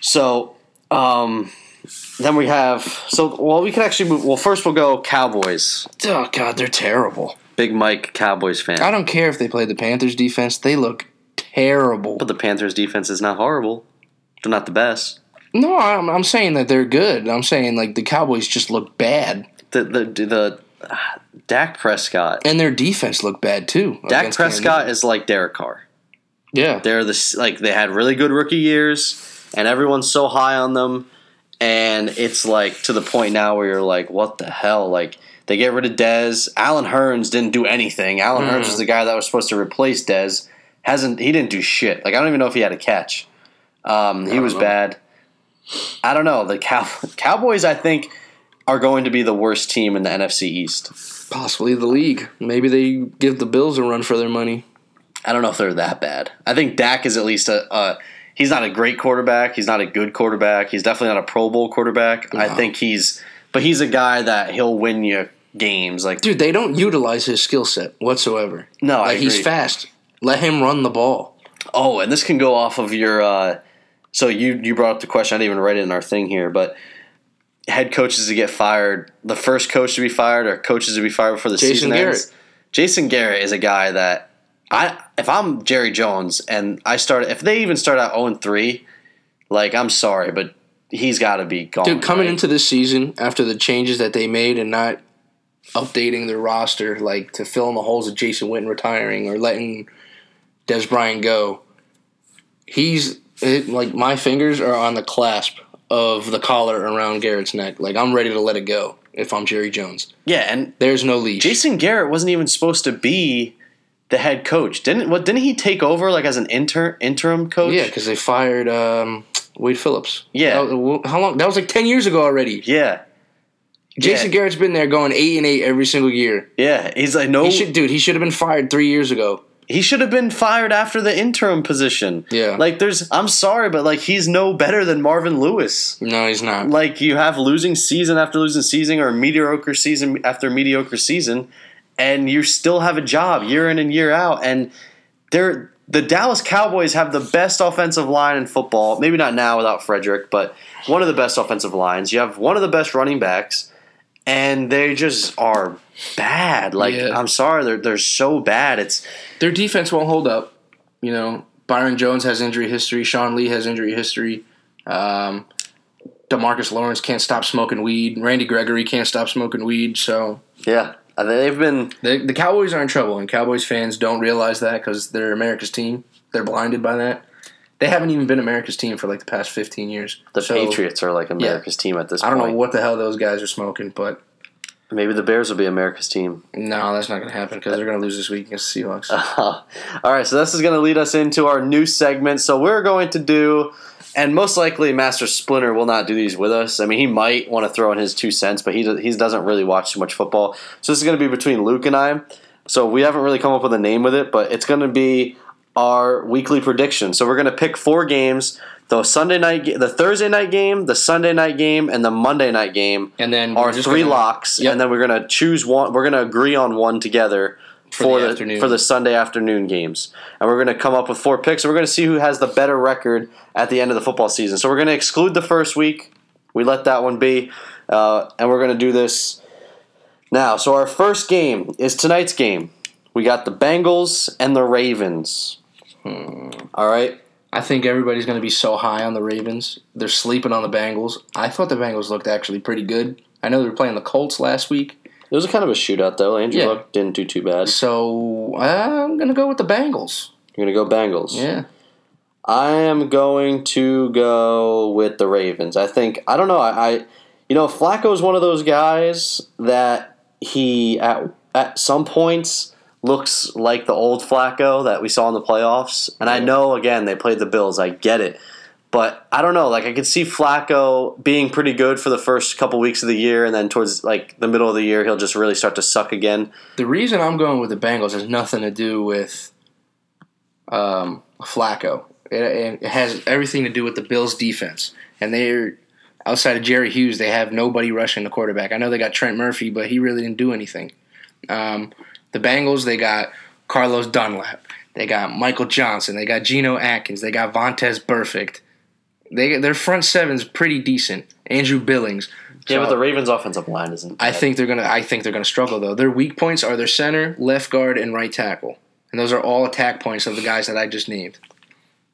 [SPEAKER 1] So um, then we have. So well, we can actually move. Well, first we'll go Cowboys.
[SPEAKER 2] Oh God, they're terrible.
[SPEAKER 1] Big Mike Cowboys fan.
[SPEAKER 2] I don't care if they play the Panthers defense; they look terrible.
[SPEAKER 1] But the Panthers defense is not horrible. They're not the best.
[SPEAKER 2] no, I'm, I'm saying that they're good. I'm saying like the Cowboys just look bad,
[SPEAKER 1] The the the, ah, Dak Prescott.
[SPEAKER 2] and their defense looked bad too.
[SPEAKER 1] Dak
[SPEAKER 2] against Cam
[SPEAKER 1] Prescott is like Derek Carr.
[SPEAKER 2] Newton. Yeah,
[SPEAKER 1] They're the s- like they had really good rookie years, and everyone's so high on them, and it's like to the point now where you're like, what the hell? Like they get rid of Dez. Alan Hearns didn't do anything. Alan Hearns
[SPEAKER 2] Mm.
[SPEAKER 1] was the guy that was supposed to replace Dez. Hasn't he didn't do shit. Like I don't even know if he had a catch. Um, he
[SPEAKER 2] don't
[SPEAKER 1] was
[SPEAKER 2] know.
[SPEAKER 1] bad. I don't know. The Cow- Cowboys, I think, are going to be the worst team in the NFC East.
[SPEAKER 2] possibly the league. Maybe they give the Bills a run for their money.
[SPEAKER 1] I don't know if they're that bad. I think Dak is at least a. a he's not a great quarterback. He's not a good quarterback. He's definitely not a Pro Bowl quarterback. I
[SPEAKER 2] No.
[SPEAKER 1] think he's, but he's a guy that he'll win you games. Like
[SPEAKER 2] Dude, they don't utilize his skill set whatsoever.
[SPEAKER 1] No, I
[SPEAKER 2] like he's
[SPEAKER 1] agree.
[SPEAKER 2] fast. Let him run the ball.
[SPEAKER 1] oh, and this can go off of your. Uh, so you you brought up the question. I didn't even write it in our thing here, but head coaches to get fired. The first coach to be fired, or coaches to be fired before the
[SPEAKER 2] Jason
[SPEAKER 1] season ends.
[SPEAKER 2] Garrett.
[SPEAKER 1] Jason Garrett is a guy that I if I'm Jerry Jones and I start if they even start out 0 3, like I'm sorry, but he's got to be gone.
[SPEAKER 2] Dude, coming
[SPEAKER 1] Oh, right?
[SPEAKER 2] into this season after the changes that they made and not updating their roster, like to fill in the holes of Jason Witten retiring or letting Des Bryant go, he's it, like my fingers are on the clasp of the collar around Garrett's neck. Like I'm ready to let it go if I'm Jerry Jones.
[SPEAKER 1] yeah, and
[SPEAKER 2] There's no leash.
[SPEAKER 1] Jason Garrett wasn't even supposed to be the head coach. Didn't what didn't he take over like as an inter, interim coach?
[SPEAKER 2] yeah, because they fired um, Wade Phillips.
[SPEAKER 1] Yeah.
[SPEAKER 2] That was- how long? That was like ten years ago already.
[SPEAKER 1] yeah.
[SPEAKER 2] Jason
[SPEAKER 1] Yeah.
[SPEAKER 2] Garrett's been there going eight and eight every single year.
[SPEAKER 1] Yeah, he's like no
[SPEAKER 2] He should, dude. He should have been fired three years ago.
[SPEAKER 1] he should have been fired after the interim position.
[SPEAKER 2] Yeah.
[SPEAKER 1] Like there's I'm sorry, but like he's no better than Marvin Lewis.
[SPEAKER 2] No, he's not.
[SPEAKER 1] Like you have losing season after losing season or mediocre season after mediocre season and you still have a job year in and year out and they're the Dallas Cowboys have the best offensive line in football. Maybe not now without Frederick, but one of the best offensive lines. You have one of the best running backs, and they just are bad. Like
[SPEAKER 2] Yeah.
[SPEAKER 1] I'm sorry, they're they're so bad. It's
[SPEAKER 2] Their defense won't hold up. You know, Byron Jones has injury history. Sean Lee has injury history. Um, Demarcus Lawrence can't stop smoking weed. Randy Gregory can't stop smoking weed. So
[SPEAKER 1] yeah, they've been
[SPEAKER 2] the the Cowboys are in trouble, and Cowboys fans don't realize that because they're America's team. They're blinded by that. They haven't even been America's team for like the past fifteen years.
[SPEAKER 1] the
[SPEAKER 2] So,
[SPEAKER 1] Patriots are like America's team at this
[SPEAKER 2] I
[SPEAKER 1] point.
[SPEAKER 2] don't know what the hell those guys are smoking, but
[SPEAKER 1] Maybe the Bears will be America's team.
[SPEAKER 2] no, that's not going to happen because they're going to lose this week against the Seahawks.
[SPEAKER 1] All right, so this is going to lead us into our new segment. So we're going to do, and most likely Master Splinter will not do these with us. I mean, he might want to throw in his two cents, but he do- he doesn't really watch too much football. So this is going to be between Luke and I. So we haven't really come up with a name with it, but it's going to be our weekly prediction. So we're going to pick four games: the Sunday night, ga- the Thursday night game, the Sunday night game, and the Monday night game.
[SPEAKER 2] and then
[SPEAKER 1] Our
[SPEAKER 2] we're just
[SPEAKER 1] three
[SPEAKER 2] gonna-
[SPEAKER 1] locks,
[SPEAKER 2] Yep.
[SPEAKER 1] and then we're gonna choose one. We're gonna agree on one together for,
[SPEAKER 2] the
[SPEAKER 1] the,
[SPEAKER 2] afternoon.
[SPEAKER 1] for the Sunday afternoon games, and we're gonna come up with four picks, and we're gonna see who has the better record at the end of the football season. So we're gonna exclude the first week. We let that one be, uh, and we're gonna do this now. So our first game is tonight's game. We got the Bengals and the Ravens.
[SPEAKER 2] Hmm.
[SPEAKER 1] All right.
[SPEAKER 2] I think everybody's going to be so high on the Ravens. They're sleeping on the Bengals. I thought the Bengals looked actually pretty good. I know they were playing the Colts last week,
[SPEAKER 1] It was a kind of a shootout, though. Andrew
[SPEAKER 2] Yeah.
[SPEAKER 1] Luck didn't do too bad.
[SPEAKER 2] so I'm going to go with the Bengals.
[SPEAKER 1] You're gonna go Bengals.
[SPEAKER 2] Yeah.
[SPEAKER 1] I am going to go with the Ravens. I think I don't know. I, I you know Flacco is one of those guys that he at at some points looks like the old Flacco that we saw in the playoffs. And I know again they played the Bills. I get it. But I don't know. Like I could see Flacco being pretty good for the first couple weeks of the year, and then towards like the middle of the year, he'll just really start to suck again.
[SPEAKER 2] The reason I'm going with the Bengals has nothing to do with um, Flacco. It, it has everything to do with the Bills' defense, and they're outside of Jerry Hughes. They have nobody rushing the quarterback. I know they got Trent Murphy, but he really didn't do anything. Um, the Bengals, they got Carlos Dunlap, they got Michael Johnson, they got Geno Atkins, they got Vontez Perfect. They their front seven's pretty decent. Andrew Billings.
[SPEAKER 1] Yeah,
[SPEAKER 2] So-
[SPEAKER 1] but the Ravens' offensive line isn't.
[SPEAKER 2] I
[SPEAKER 1] bad.
[SPEAKER 2] think they're gonna. I think they're gonna struggle though. Their weak points are their center, left guard, and right tackle, and those are all attack points of the guys that I just named.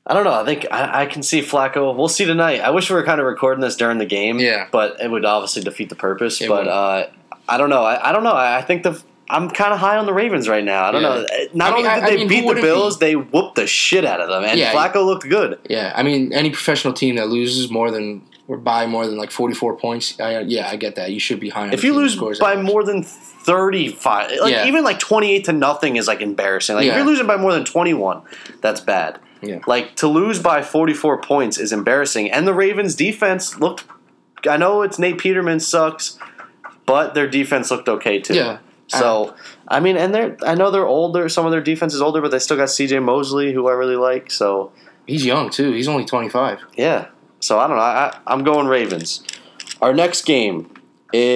[SPEAKER 1] I don't know. I think I, I can see Flacco. We'll see tonight. I wish we were kind of recording this during the game.
[SPEAKER 2] Yeah.
[SPEAKER 1] But it would obviously defeat the purpose.
[SPEAKER 2] It
[SPEAKER 1] but
[SPEAKER 2] would.
[SPEAKER 1] uh, I don't know. I, I don't know. I, I think the I'm kind of high on the Ravens right now. I don't
[SPEAKER 2] Yeah.
[SPEAKER 1] know. Eh, Not
[SPEAKER 2] I mean,
[SPEAKER 1] only did
[SPEAKER 2] I- I
[SPEAKER 1] they
[SPEAKER 2] mean, who
[SPEAKER 1] beat the
[SPEAKER 2] wouldn't
[SPEAKER 1] Bills, they whooped the shit out of them, and
[SPEAKER 2] Yeah.
[SPEAKER 1] Flacco looked good.
[SPEAKER 2] Yeah, I mean, any professional team that loses more than or by more than like forty-four points, I, yeah, I get that. You should be high. On
[SPEAKER 1] If
[SPEAKER 2] the
[SPEAKER 1] you
[SPEAKER 2] team that
[SPEAKER 1] lose
[SPEAKER 2] scores that
[SPEAKER 1] by
[SPEAKER 2] much.
[SPEAKER 1] more than thirty five, like
[SPEAKER 2] Yeah.
[SPEAKER 1] even like twenty eight to nothing is like embarrassing. Like if
[SPEAKER 2] Yeah.
[SPEAKER 1] you're losing by more than twenty one, that's bad.
[SPEAKER 2] Yeah.
[SPEAKER 1] Like to lose by 44 points is embarrassing. And the Ravens defense looked I know it's Nate Peterman sucks, but their defense looked okay too.
[SPEAKER 2] Yeah.
[SPEAKER 1] So I mean, and they're I know they're older, some of their defense is older, but they still got CJ Mosley, who I really like. So
[SPEAKER 2] he's young too. He's only twenty-five.
[SPEAKER 1] yeah. So I don't know. I, I, I'm going Ravens. Our next game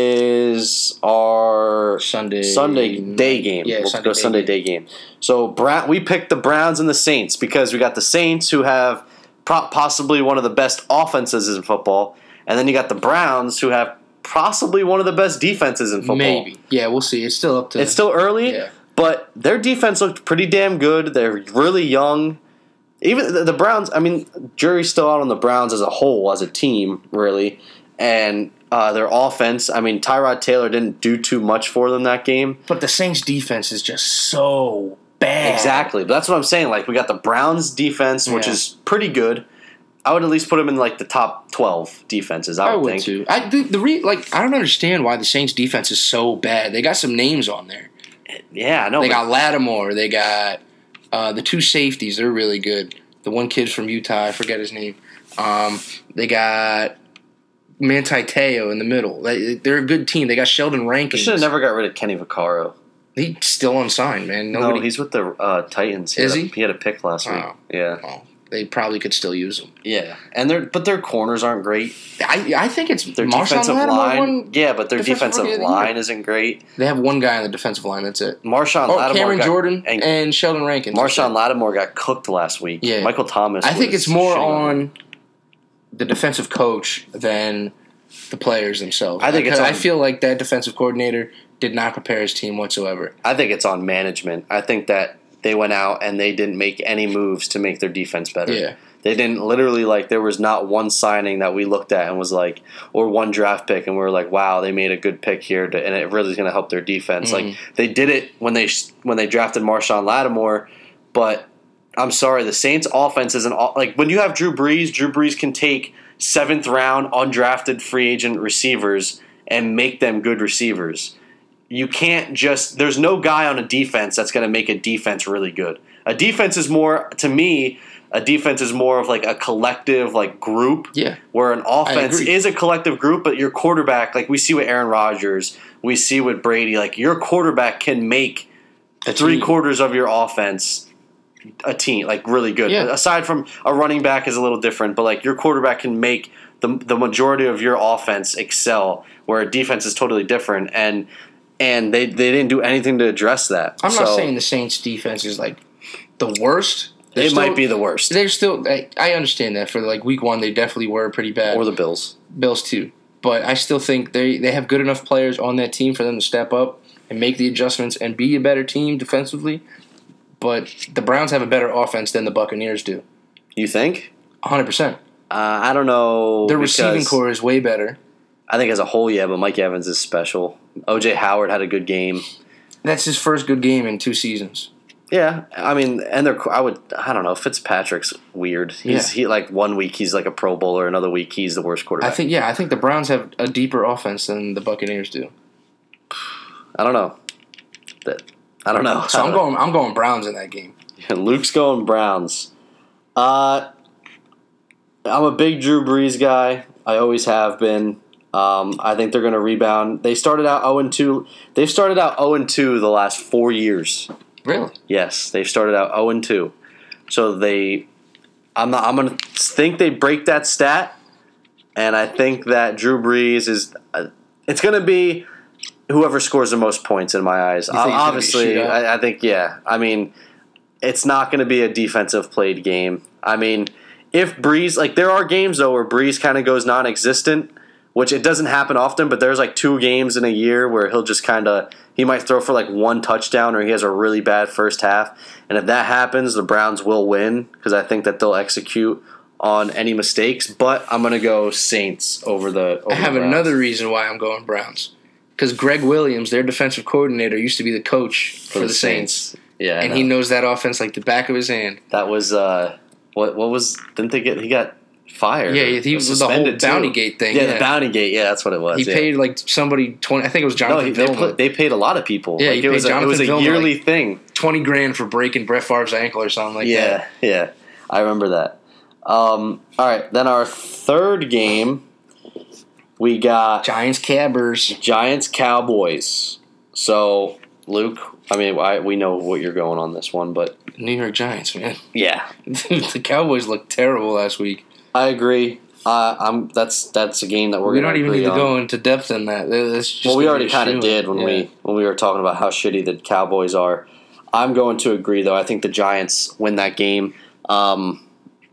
[SPEAKER 1] is our
[SPEAKER 2] Sunday
[SPEAKER 1] Sunday day
[SPEAKER 2] night.
[SPEAKER 1] game.
[SPEAKER 2] Yeah,
[SPEAKER 1] we'll
[SPEAKER 2] Sunday
[SPEAKER 1] go
[SPEAKER 2] day
[SPEAKER 1] Sunday day game. So Brown, we picked the Browns and the Saints because we got the Saints who have pro- possibly one of the best offenses in football, and then you got the Browns who have possibly one of the best defenses in football.
[SPEAKER 2] Maybe. Yeah, we'll see. It's still up to.
[SPEAKER 1] It's still early,
[SPEAKER 2] Yeah.
[SPEAKER 1] but their defense looked pretty damn good. They're really young. Even the, the Browns, I mean, jury's still out on the Browns as a whole, as a team, really. And uh, their offense, I mean, Tyrod Taylor didn't do too much for them that game.
[SPEAKER 2] but the Saints' defense is just so bad.
[SPEAKER 1] Exactly. But that's what I'm saying. Like, we got the Browns defense, which
[SPEAKER 2] Yeah.
[SPEAKER 1] is pretty good. I would at least put them in, like, the top 12 defenses, I
[SPEAKER 2] I
[SPEAKER 1] would,
[SPEAKER 2] would
[SPEAKER 1] think.
[SPEAKER 2] too. I the, the re, like I don't understand why the Saints' defense is so bad. They got some names on there.
[SPEAKER 1] Yeah, I know.
[SPEAKER 2] They
[SPEAKER 1] but-
[SPEAKER 2] got Lattimore. They got uh, the two safeties. They're really good. The one kid from Utah, I forget his name. Um, they got Manti Te'o in the middle. They, they're a good team. They got Sheldon
[SPEAKER 1] They should have
[SPEAKER 2] Rankins.
[SPEAKER 1] never got rid of Kenny Vaccaro.
[SPEAKER 2] He's still unsigned, man. Nobody.
[SPEAKER 1] no, he's with the uh, Titans. He
[SPEAKER 2] Is
[SPEAKER 1] had a,
[SPEAKER 2] he?
[SPEAKER 1] He had a pick last week.
[SPEAKER 2] Oh.
[SPEAKER 1] Yeah,
[SPEAKER 2] well, they probably could still use him.
[SPEAKER 1] yeah, and their but their corners aren't great.
[SPEAKER 2] I I think it's
[SPEAKER 1] Their
[SPEAKER 2] Marshawn
[SPEAKER 1] defensive
[SPEAKER 2] Lattimore
[SPEAKER 1] line,
[SPEAKER 2] won-
[SPEAKER 1] yeah, but their defensive
[SPEAKER 2] defensive rookie of the
[SPEAKER 1] line isn't great.
[SPEAKER 2] They have one guy on the defensive line. That's it.
[SPEAKER 1] Marshawn
[SPEAKER 2] Oh,
[SPEAKER 1] Lattimore
[SPEAKER 2] Cameron
[SPEAKER 1] got-
[SPEAKER 2] Jordan and,
[SPEAKER 1] and,
[SPEAKER 2] Sheldon Rankins.
[SPEAKER 1] Marshawn Lattimore got cooked last week.
[SPEAKER 2] Yeah.
[SPEAKER 1] Michael Thomas.
[SPEAKER 2] I think
[SPEAKER 1] was
[SPEAKER 2] it's more
[SPEAKER 1] shitting him.
[SPEAKER 2] on the defensive coach than the players themselves.
[SPEAKER 1] I think it's
[SPEAKER 2] Because
[SPEAKER 1] on-
[SPEAKER 2] I feel like that defensive coordinator did not prepare his team whatsoever.
[SPEAKER 1] I think it's on management. I think that they went out and they didn't make any moves to make their defense better.
[SPEAKER 2] Yeah.
[SPEAKER 1] They didn't literally like there was not one signing that we looked at and was like or one draft pick and we were like wow they made a good pick here to, and it really is going to help their defense like they did it when they sh- when they drafted Marshawn Lattimore but I'm sorry the Saints offense isn't all, like when you have Drew Brees Drew Brees can take seventh round undrafted free agent receivers and make them good receivers you can't just there's no guy on a defense that's going to make a defense really good a defense is more to me a defense is more of like a collective like group
[SPEAKER 2] Yeah.
[SPEAKER 1] where an offense
[SPEAKER 2] agree.
[SPEAKER 1] is a collective group but your quarterback like we see with Aaron Rodgers we see with Brady like your quarterback can make
[SPEAKER 2] The
[SPEAKER 1] three
[SPEAKER 2] team-
[SPEAKER 1] quarters of your offense a team like really good.
[SPEAKER 2] Yeah.
[SPEAKER 1] Aside from a running back is a little different, but like your quarterback can make the the majority of your offense excel, where a defense is totally different and. And they, they didn't do anything to address that.
[SPEAKER 2] I'm not
[SPEAKER 1] So,
[SPEAKER 2] saying the Saints defense is like the worst. They're
[SPEAKER 1] it
[SPEAKER 2] still-
[SPEAKER 1] might be the worst,
[SPEAKER 2] They're still. I, I understand that for like week one, they definitely were pretty bad.
[SPEAKER 1] or the Bills.
[SPEAKER 2] Bills too. But I still think they, they have good enough players on that team for them to step up and make the adjustments and be a better team defensively. But the Browns have a better offense than the Buccaneers do.
[SPEAKER 1] You think?
[SPEAKER 2] 100%.
[SPEAKER 1] Uh, I don't know.
[SPEAKER 2] Their
[SPEAKER 1] because
[SPEAKER 2] receiving core is way better.
[SPEAKER 1] I think as a whole, yeah, but Mike Evans is special. OJ Howard had a good game.
[SPEAKER 2] That's his first good game in two seasons.
[SPEAKER 1] Yeah, I mean, and they're I would I don't know. Fitzpatrick's weird. He's
[SPEAKER 2] Yeah.
[SPEAKER 1] he like one week he's like a Pro Bowler, another week he's the worst
[SPEAKER 2] I
[SPEAKER 1] quarterback. I,
[SPEAKER 2] think, yeah, I think the Browns have a deeper offense than the Buccaneers do.
[SPEAKER 1] don't know. That I don't know.
[SPEAKER 2] So
[SPEAKER 1] I
[SPEAKER 2] I'm
[SPEAKER 1] don't
[SPEAKER 2] going, I'm going Browns in that game.
[SPEAKER 1] know. Luke's going Browns. Uh, I'm a big Drew Brees guy. I always have been. Um, I think they're going to rebound. They started out 0 2. They've started out 0 2 the last four years.
[SPEAKER 2] Really?
[SPEAKER 1] Yes, they've started out 0 and 2. So they I'm not, I'm going to think they break that stat and I think that Drew Brees is uh, it's going to be whoever scores the most points in my eyes.
[SPEAKER 2] think it's gonna be a
[SPEAKER 1] Obviously,
[SPEAKER 2] shootout?
[SPEAKER 1] I, I think yeah. I mean, it's not going to be a defensive played game. I mean, if Brees like there are games though where Brees kind of goes non-existent, which it doesn't happen often, but there's like two games in a year where he'll just kind of he might throw for like one touchdown or he has a really bad first half, and if that happens, the Browns will win because I think that they'll execute on any mistakes. But I'm going to go Saints over the. Over
[SPEAKER 2] I have
[SPEAKER 1] the Browns.
[SPEAKER 2] another reason why I'm going Browns. Because Greg Williams, their defensive coordinator, used to be the coach for, the, Saints.
[SPEAKER 1] Yeah, I
[SPEAKER 2] and
[SPEAKER 1] know.
[SPEAKER 2] he knows that offense like the back of his hand.
[SPEAKER 1] that was uh, what what was didn't they get he got fired?
[SPEAKER 2] Yeah, yeah, he
[SPEAKER 1] Or
[SPEAKER 2] was the whole
[SPEAKER 1] suspended,
[SPEAKER 2] bounty
[SPEAKER 1] too.
[SPEAKER 2] gate thing.
[SPEAKER 1] Yeah,
[SPEAKER 2] Yeah,
[SPEAKER 1] the bounty gate. Yeah, that's what it was.
[SPEAKER 2] he
[SPEAKER 1] yeah.
[SPEAKER 2] paid like somebody twenty. I think it was
[SPEAKER 1] No,
[SPEAKER 2] Jonathan
[SPEAKER 1] he, they,
[SPEAKER 2] Vilma,
[SPEAKER 1] put, they paid a lot of people.
[SPEAKER 2] Yeah,
[SPEAKER 1] like,
[SPEAKER 2] he
[SPEAKER 1] it was
[SPEAKER 2] paid
[SPEAKER 1] a, it was a
[SPEAKER 2] Jonathan Vilma,
[SPEAKER 1] yearly thing.
[SPEAKER 2] twenty grand for breaking Brett Favre's ankle or something like
[SPEAKER 1] yeah,
[SPEAKER 2] that.
[SPEAKER 1] yeah. I remember that. Um, all right, then our third game, we got
[SPEAKER 2] Giants cabbers.
[SPEAKER 1] Giants Cowboys. So, Luke, I mean, I, we know what you're going on this one, but
[SPEAKER 2] New York Giants, man.
[SPEAKER 1] yeah,
[SPEAKER 2] the Cowboys looked terrible last week.
[SPEAKER 1] I agree. Uh, I'm that's that's a game that we're
[SPEAKER 2] we
[SPEAKER 1] gonna
[SPEAKER 2] don't even
[SPEAKER 1] agree
[SPEAKER 2] need to
[SPEAKER 1] on.
[SPEAKER 2] go into depth in that. That- that's just
[SPEAKER 1] Well, we
[SPEAKER 2] gonna
[SPEAKER 1] already
[SPEAKER 2] be a
[SPEAKER 1] kind of
[SPEAKER 2] shoe-in.
[SPEAKER 1] did when
[SPEAKER 2] Yeah.
[SPEAKER 1] we when we were talking about how shitty the Cowboys are. I'm going to agree though. I think the Giants win that game. Um,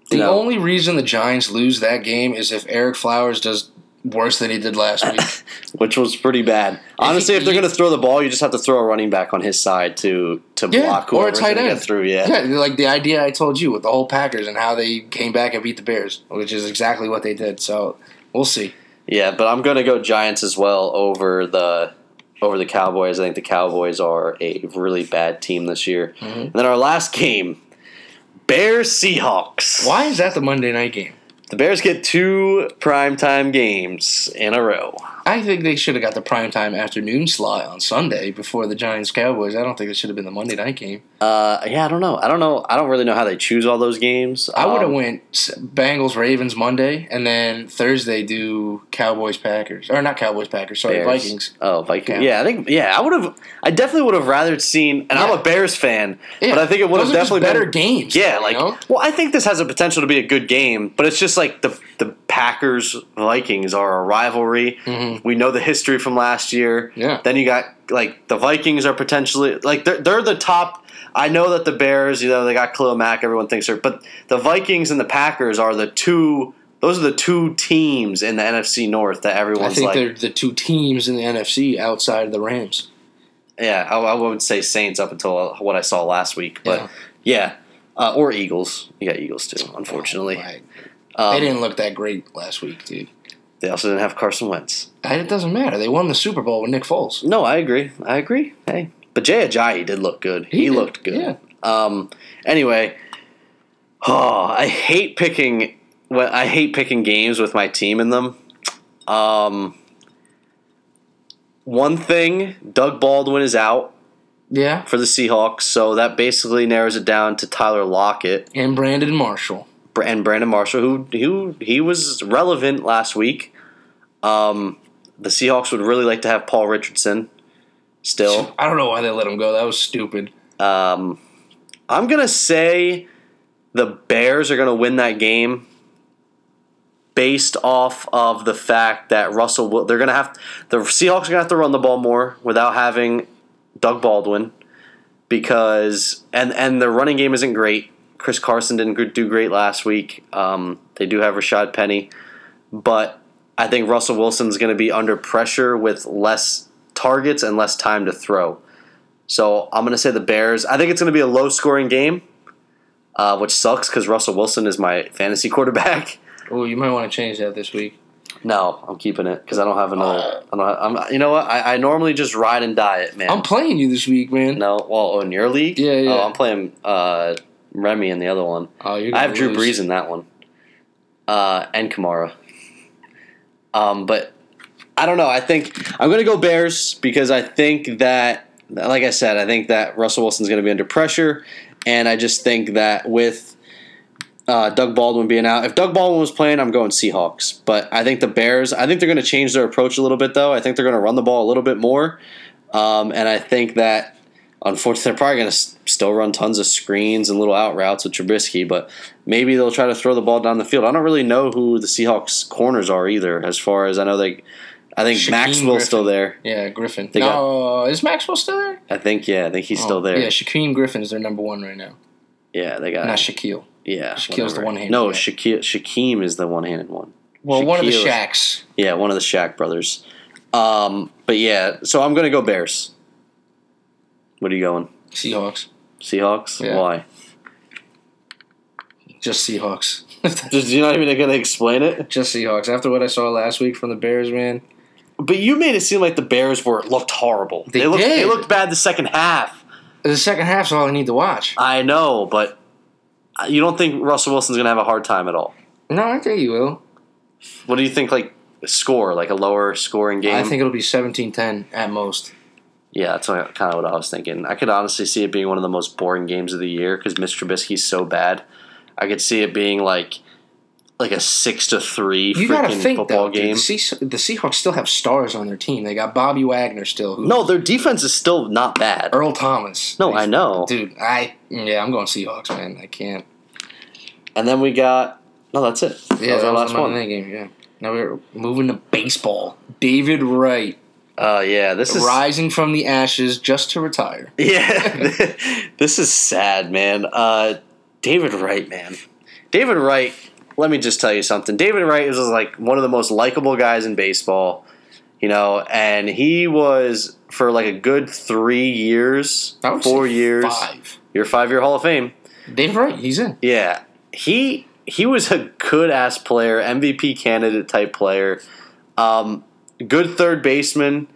[SPEAKER 2] The
[SPEAKER 1] you know,
[SPEAKER 2] only reason the Giants lose that game is if Eric Flowers does worse than he did last week.
[SPEAKER 1] which was pretty bad. Honestly, if they're
[SPEAKER 2] you-
[SPEAKER 1] going to throw the ball, you just have to throw a running back on his side to to
[SPEAKER 2] Yeah,
[SPEAKER 1] block
[SPEAKER 2] or a
[SPEAKER 1] whoever's
[SPEAKER 2] tight
[SPEAKER 1] going to
[SPEAKER 2] end.
[SPEAKER 1] get through. Yeah.
[SPEAKER 2] yeah, like the idea I told you with the whole Packers and how they came back and beat the Bears, which is exactly what they did. So we'll see.
[SPEAKER 1] yeah, but I'm going to go Giants as well over the over the Cowboys. I think the Cowboys are a really bad team this year.
[SPEAKER 2] Mm-hmm.
[SPEAKER 1] And then our last game, Bears Seahawks.
[SPEAKER 2] Why is that the Monday night game?
[SPEAKER 1] The Bears get two primetime games in a row.
[SPEAKER 2] I think they should have got the primetime afternoon slot on Sunday before the Giants Cowboys. I don't think it should have been the Monday night game.
[SPEAKER 1] Uh, yeah, I don't know. I don't know. I don't really know how they choose all those games.
[SPEAKER 2] I would have
[SPEAKER 1] Um,
[SPEAKER 2] went s- Bengals Ravens Monday and then Thursday do Cowboys Packers or not Cowboys Packers sorry
[SPEAKER 1] Bears.
[SPEAKER 2] Vikings.
[SPEAKER 1] Oh, Vikings.
[SPEAKER 2] Yeah.
[SPEAKER 1] Yeah, I think. Yeah, I would have. I definitely would have rather seen. And I'm
[SPEAKER 2] Yeah.
[SPEAKER 1] a Bears fan,
[SPEAKER 2] Yeah,
[SPEAKER 1] but I think it would
[SPEAKER 2] those
[SPEAKER 1] have
[SPEAKER 2] are just
[SPEAKER 1] definitely
[SPEAKER 2] better
[SPEAKER 1] been,
[SPEAKER 2] games.
[SPEAKER 1] Yeah,
[SPEAKER 2] though,
[SPEAKER 1] like.
[SPEAKER 2] you know?
[SPEAKER 1] Well, I think this has the potential to be a good game, but it's just like the the Packers Vikings are a rivalry. We know the history from last year.
[SPEAKER 2] Mm-hmm. Yeah.
[SPEAKER 1] Then you got like the Vikings are potentially like they're they're the top. I know that the Bears, you know, they got Khalil Mack. Everyone thinks they're, but the Vikings and the Packers are the two. Those are the two teams in the NFC North that
[SPEAKER 2] I
[SPEAKER 1] everyone's
[SPEAKER 2] think
[SPEAKER 1] like.
[SPEAKER 2] they're the two teams in the NFC outside of the Rams.
[SPEAKER 1] Yeah, I, I would say Saints up until uh, what I saw last week, but yeah, Uh, or Eagles. You got Eagles too, unfortunately.
[SPEAKER 2] Like, they
[SPEAKER 1] um,
[SPEAKER 2] didn't look that great last week, dude.
[SPEAKER 1] they also didn't have Carson Wentz.
[SPEAKER 2] I, it doesn't matter. They won the Super Bowl with Nick Foles.
[SPEAKER 1] No, I agree. I agree. Hey, but Jay Ajayi did look good. He,
[SPEAKER 2] did,
[SPEAKER 1] looked good.
[SPEAKER 2] yeah.
[SPEAKER 1] Um. Anyway, oh, I hate picking. Well, I hate picking games with my team in them. Um. One thing, Doug Baldwin is out
[SPEAKER 2] Yeah,
[SPEAKER 1] for the Seahawks, so that basically narrows it down to Tyler Lockett.
[SPEAKER 2] and Brandon Marshall.
[SPEAKER 1] Br- and Brandon Marshall, who who he was relevant last week. Um, the Seahawks would really like to have Paul Richardson. Still,
[SPEAKER 2] I don't know why they let him go. That was stupid.
[SPEAKER 1] um, I'm gonna say the Bears are gonna win that game based off of the fact that Russell will. They're gonna have the Seahawks are gonna have to run the ball more without having Doug Baldwin because and and their running game isn't great. Chris Carson didn't gr- do great last week. Um, they do have Rashad Penny, but I think Russell Wilson's going to be under pressure with less targets and less time to throw. So I'm going to say the Bears. I think it's going to be a low scoring game, uh, which sucks because Russell Wilson is my fantasy quarterback.
[SPEAKER 2] Oh, you might want to change that this week.
[SPEAKER 1] No, I'm keeping it because I don't have
[SPEAKER 2] Uh.
[SPEAKER 1] another. I don't have, I'm, you know what? I, I normally just ride and die it, man.
[SPEAKER 2] I'm playing you this week, man.
[SPEAKER 1] No, well, in your league,
[SPEAKER 2] Yeah, yeah.
[SPEAKER 1] Oh, I'm playing uh, Remy in the other one.
[SPEAKER 2] Oh, you're
[SPEAKER 1] I
[SPEAKER 2] gonna
[SPEAKER 1] have Drew
[SPEAKER 2] lose.
[SPEAKER 1] Brees in that one, uh, and Kamara. Um, but I don't know. I think I'm going to go Bears because I think that, like I said, I think that Russell Wilson's going to be under pressure, and I just think that with uh, Doug Baldwin being out, if Doug Baldwin was playing, I'm going Seahawks. But I think the Bears. I think they're going to change their approach a little bit, though. I think they're going to run the ball a little bit more, um, and I think that. Unfortunately, they're probably going to s- still run tons of screens and little out routes with Trubisky, but maybe they'll try to throw the ball down the field. I don't really know who the Seahawks corners are either. As far as I know, they, I think
[SPEAKER 2] Shaquem
[SPEAKER 1] Maxwell's still there.
[SPEAKER 2] Yeah, Griffin.
[SPEAKER 1] They got-
[SPEAKER 2] no, is Maxwell still there?
[SPEAKER 1] I think yeah, I think he's still
[SPEAKER 2] Oh,
[SPEAKER 1] there. Uh,
[SPEAKER 2] Yeah,
[SPEAKER 1] Yeah,
[SPEAKER 2] Shaquem Griffin's their number one right now.
[SPEAKER 1] they got
[SPEAKER 2] Not Shaquille.
[SPEAKER 1] yeah.
[SPEAKER 2] Shaquille's the
[SPEAKER 1] whatever.
[SPEAKER 2] one-handed
[SPEAKER 1] No,
[SPEAKER 2] guy.
[SPEAKER 1] Shaquille, Shaquem is the one-handed one.
[SPEAKER 2] Well, one of the
[SPEAKER 1] Shaquille.
[SPEAKER 2] Shacks.
[SPEAKER 1] Yeah, one of the Shaq brothers. Um, but yeah, so I'm gonna go Bears. What are you going?
[SPEAKER 2] Seahawks.
[SPEAKER 1] Seahawks?
[SPEAKER 2] Yeah.
[SPEAKER 1] Why?
[SPEAKER 2] Just Seahawks.
[SPEAKER 1] Just you're not even gonna explain it.
[SPEAKER 2] Just Seahawks. After what I saw last week from the Bears, man.
[SPEAKER 1] But you made it seem like the Bears were looked horrible.
[SPEAKER 2] They
[SPEAKER 1] looked they
[SPEAKER 2] did.
[SPEAKER 1] looked bad the second half.
[SPEAKER 2] The second half's all I need to watch.
[SPEAKER 1] I know, but you don't think Russell Wilson's gonna have a hard time at all.
[SPEAKER 2] No, I think you will.
[SPEAKER 1] What do you think? Like score, like a lower scoring game.
[SPEAKER 2] I think it'll be 17-10 at most.
[SPEAKER 1] Yeah, that's what, kind of what I was thinking. I could honestly see it being one of the most boring games of the year because Mitch Trubisky's so bad. I could see it being like like a six to three
[SPEAKER 2] You got to
[SPEAKER 1] freaking
[SPEAKER 2] think,
[SPEAKER 1] football
[SPEAKER 2] though,
[SPEAKER 1] game.
[SPEAKER 2] dude, the, Se- the Seahawks still have stars on their team. They got Bobby Wagner still. Who,
[SPEAKER 1] no, their defense is still not bad.
[SPEAKER 2] Earl Thomas.
[SPEAKER 1] No, I know.
[SPEAKER 2] Dude, I yeah, I'm going Seahawks, man. I can't.
[SPEAKER 1] And then we got no, that's it. that was our last
[SPEAKER 2] the Monday
[SPEAKER 1] one.
[SPEAKER 2] night game. Yeah. Now we're moving to baseball. David Wright
[SPEAKER 1] Uh, yeah, this is
[SPEAKER 2] rising from the ashes just to retire.
[SPEAKER 1] Yeah, this is sad, man. Uh, David Wright, man. David Wright. Let me just tell you something. David Wright is like one of the most likable guys in baseball, you know, and he was for like a good three years,
[SPEAKER 2] I would
[SPEAKER 1] four
[SPEAKER 2] say
[SPEAKER 1] years,
[SPEAKER 2] Five.
[SPEAKER 1] your five-year Hall of Fame.
[SPEAKER 2] David Wright, he's in.
[SPEAKER 1] Yeah, he he was a good ass player, MVP candidate type player, um, good third baseman.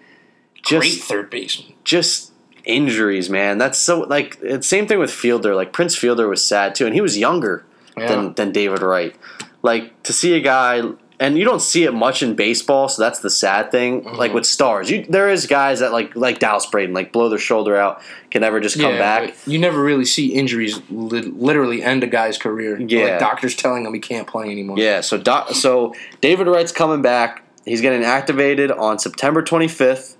[SPEAKER 1] Just
[SPEAKER 2] Great third baseman.
[SPEAKER 1] just injuries, man. That's so like it's same thing with Fielder. Like Prince Fielder was sad too, and he was younger
[SPEAKER 2] Yeah.
[SPEAKER 1] than than David Wright. Like to see a guy and you don't see it much in baseball, so that's the sad thing.
[SPEAKER 2] Mm-hmm.
[SPEAKER 1] Like with stars, you there is guys that like like Dallas Braden, like blow their shoulder out, can never just come
[SPEAKER 2] Yeah,
[SPEAKER 1] back.
[SPEAKER 2] but You never really see injuries li- literally end a guy's career.
[SPEAKER 1] Yeah.
[SPEAKER 2] Like doctors telling him he can't play anymore.
[SPEAKER 1] Yeah, so Doc, so David Wright's coming back. He's getting activated on September 25th.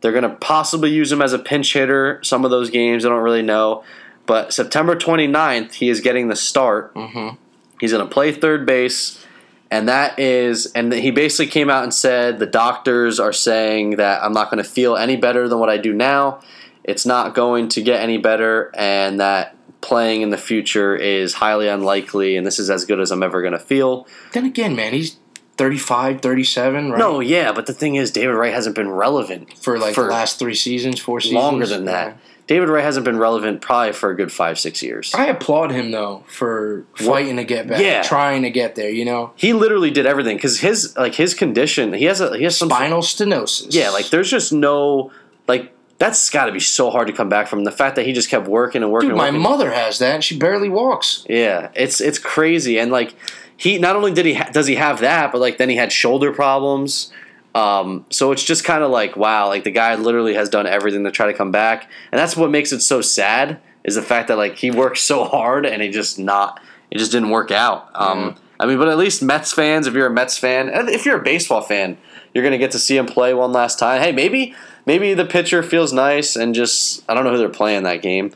[SPEAKER 1] They're going to possibly use him as a pinch hitter some of those games. I don't really know. But September 29th, he is getting the start.
[SPEAKER 2] Mhm.
[SPEAKER 1] He's going to play third base. And that is, and he basically came out and said, the doctors are saying that I'm not going to feel any better than what I do now. It's not going to get any better, and that playing in the future is highly unlikely, and this is as good as I'm ever going to feel.
[SPEAKER 2] Then again, man, he's 35, 37, right?
[SPEAKER 1] No, yeah, but the thing is, David Wright hasn't been relevant
[SPEAKER 2] For like
[SPEAKER 1] for
[SPEAKER 2] the last three seasons, four seasons.
[SPEAKER 1] longer than that.
[SPEAKER 2] Yeah.
[SPEAKER 1] David Wright hasn't been relevant probably for a good five, six years.
[SPEAKER 2] I applaud him though for fighting to get back,
[SPEAKER 1] Yeah.
[SPEAKER 2] trying to get there. You know,
[SPEAKER 1] He literally did everything because his like his condition, he has a he has some
[SPEAKER 2] spinal stenosis.
[SPEAKER 1] yeah, like there's just no like that's got to be so hard to come back from. The fact that he just kept working and working,
[SPEAKER 2] dude,
[SPEAKER 1] and
[SPEAKER 2] my
[SPEAKER 1] working.
[SPEAKER 2] mother has that. and She barely walks.
[SPEAKER 1] yeah, it's it's crazy and like he not only did he ha- does he have that, but like then he had shoulder problems. Um, so it's just kind of like wow, like the guy literally has done everything to try to come back, and that's what makes it so sad is the fact that like he worked so hard and it just not it just didn't work out. Um, I mean, but at least Mets fans, if you're a Mets fan, and if you're a baseball fan, you're gonna get to see him play one last time. Hey, maybe maybe the pitcher feels nice and just I don't know who they're playing that game,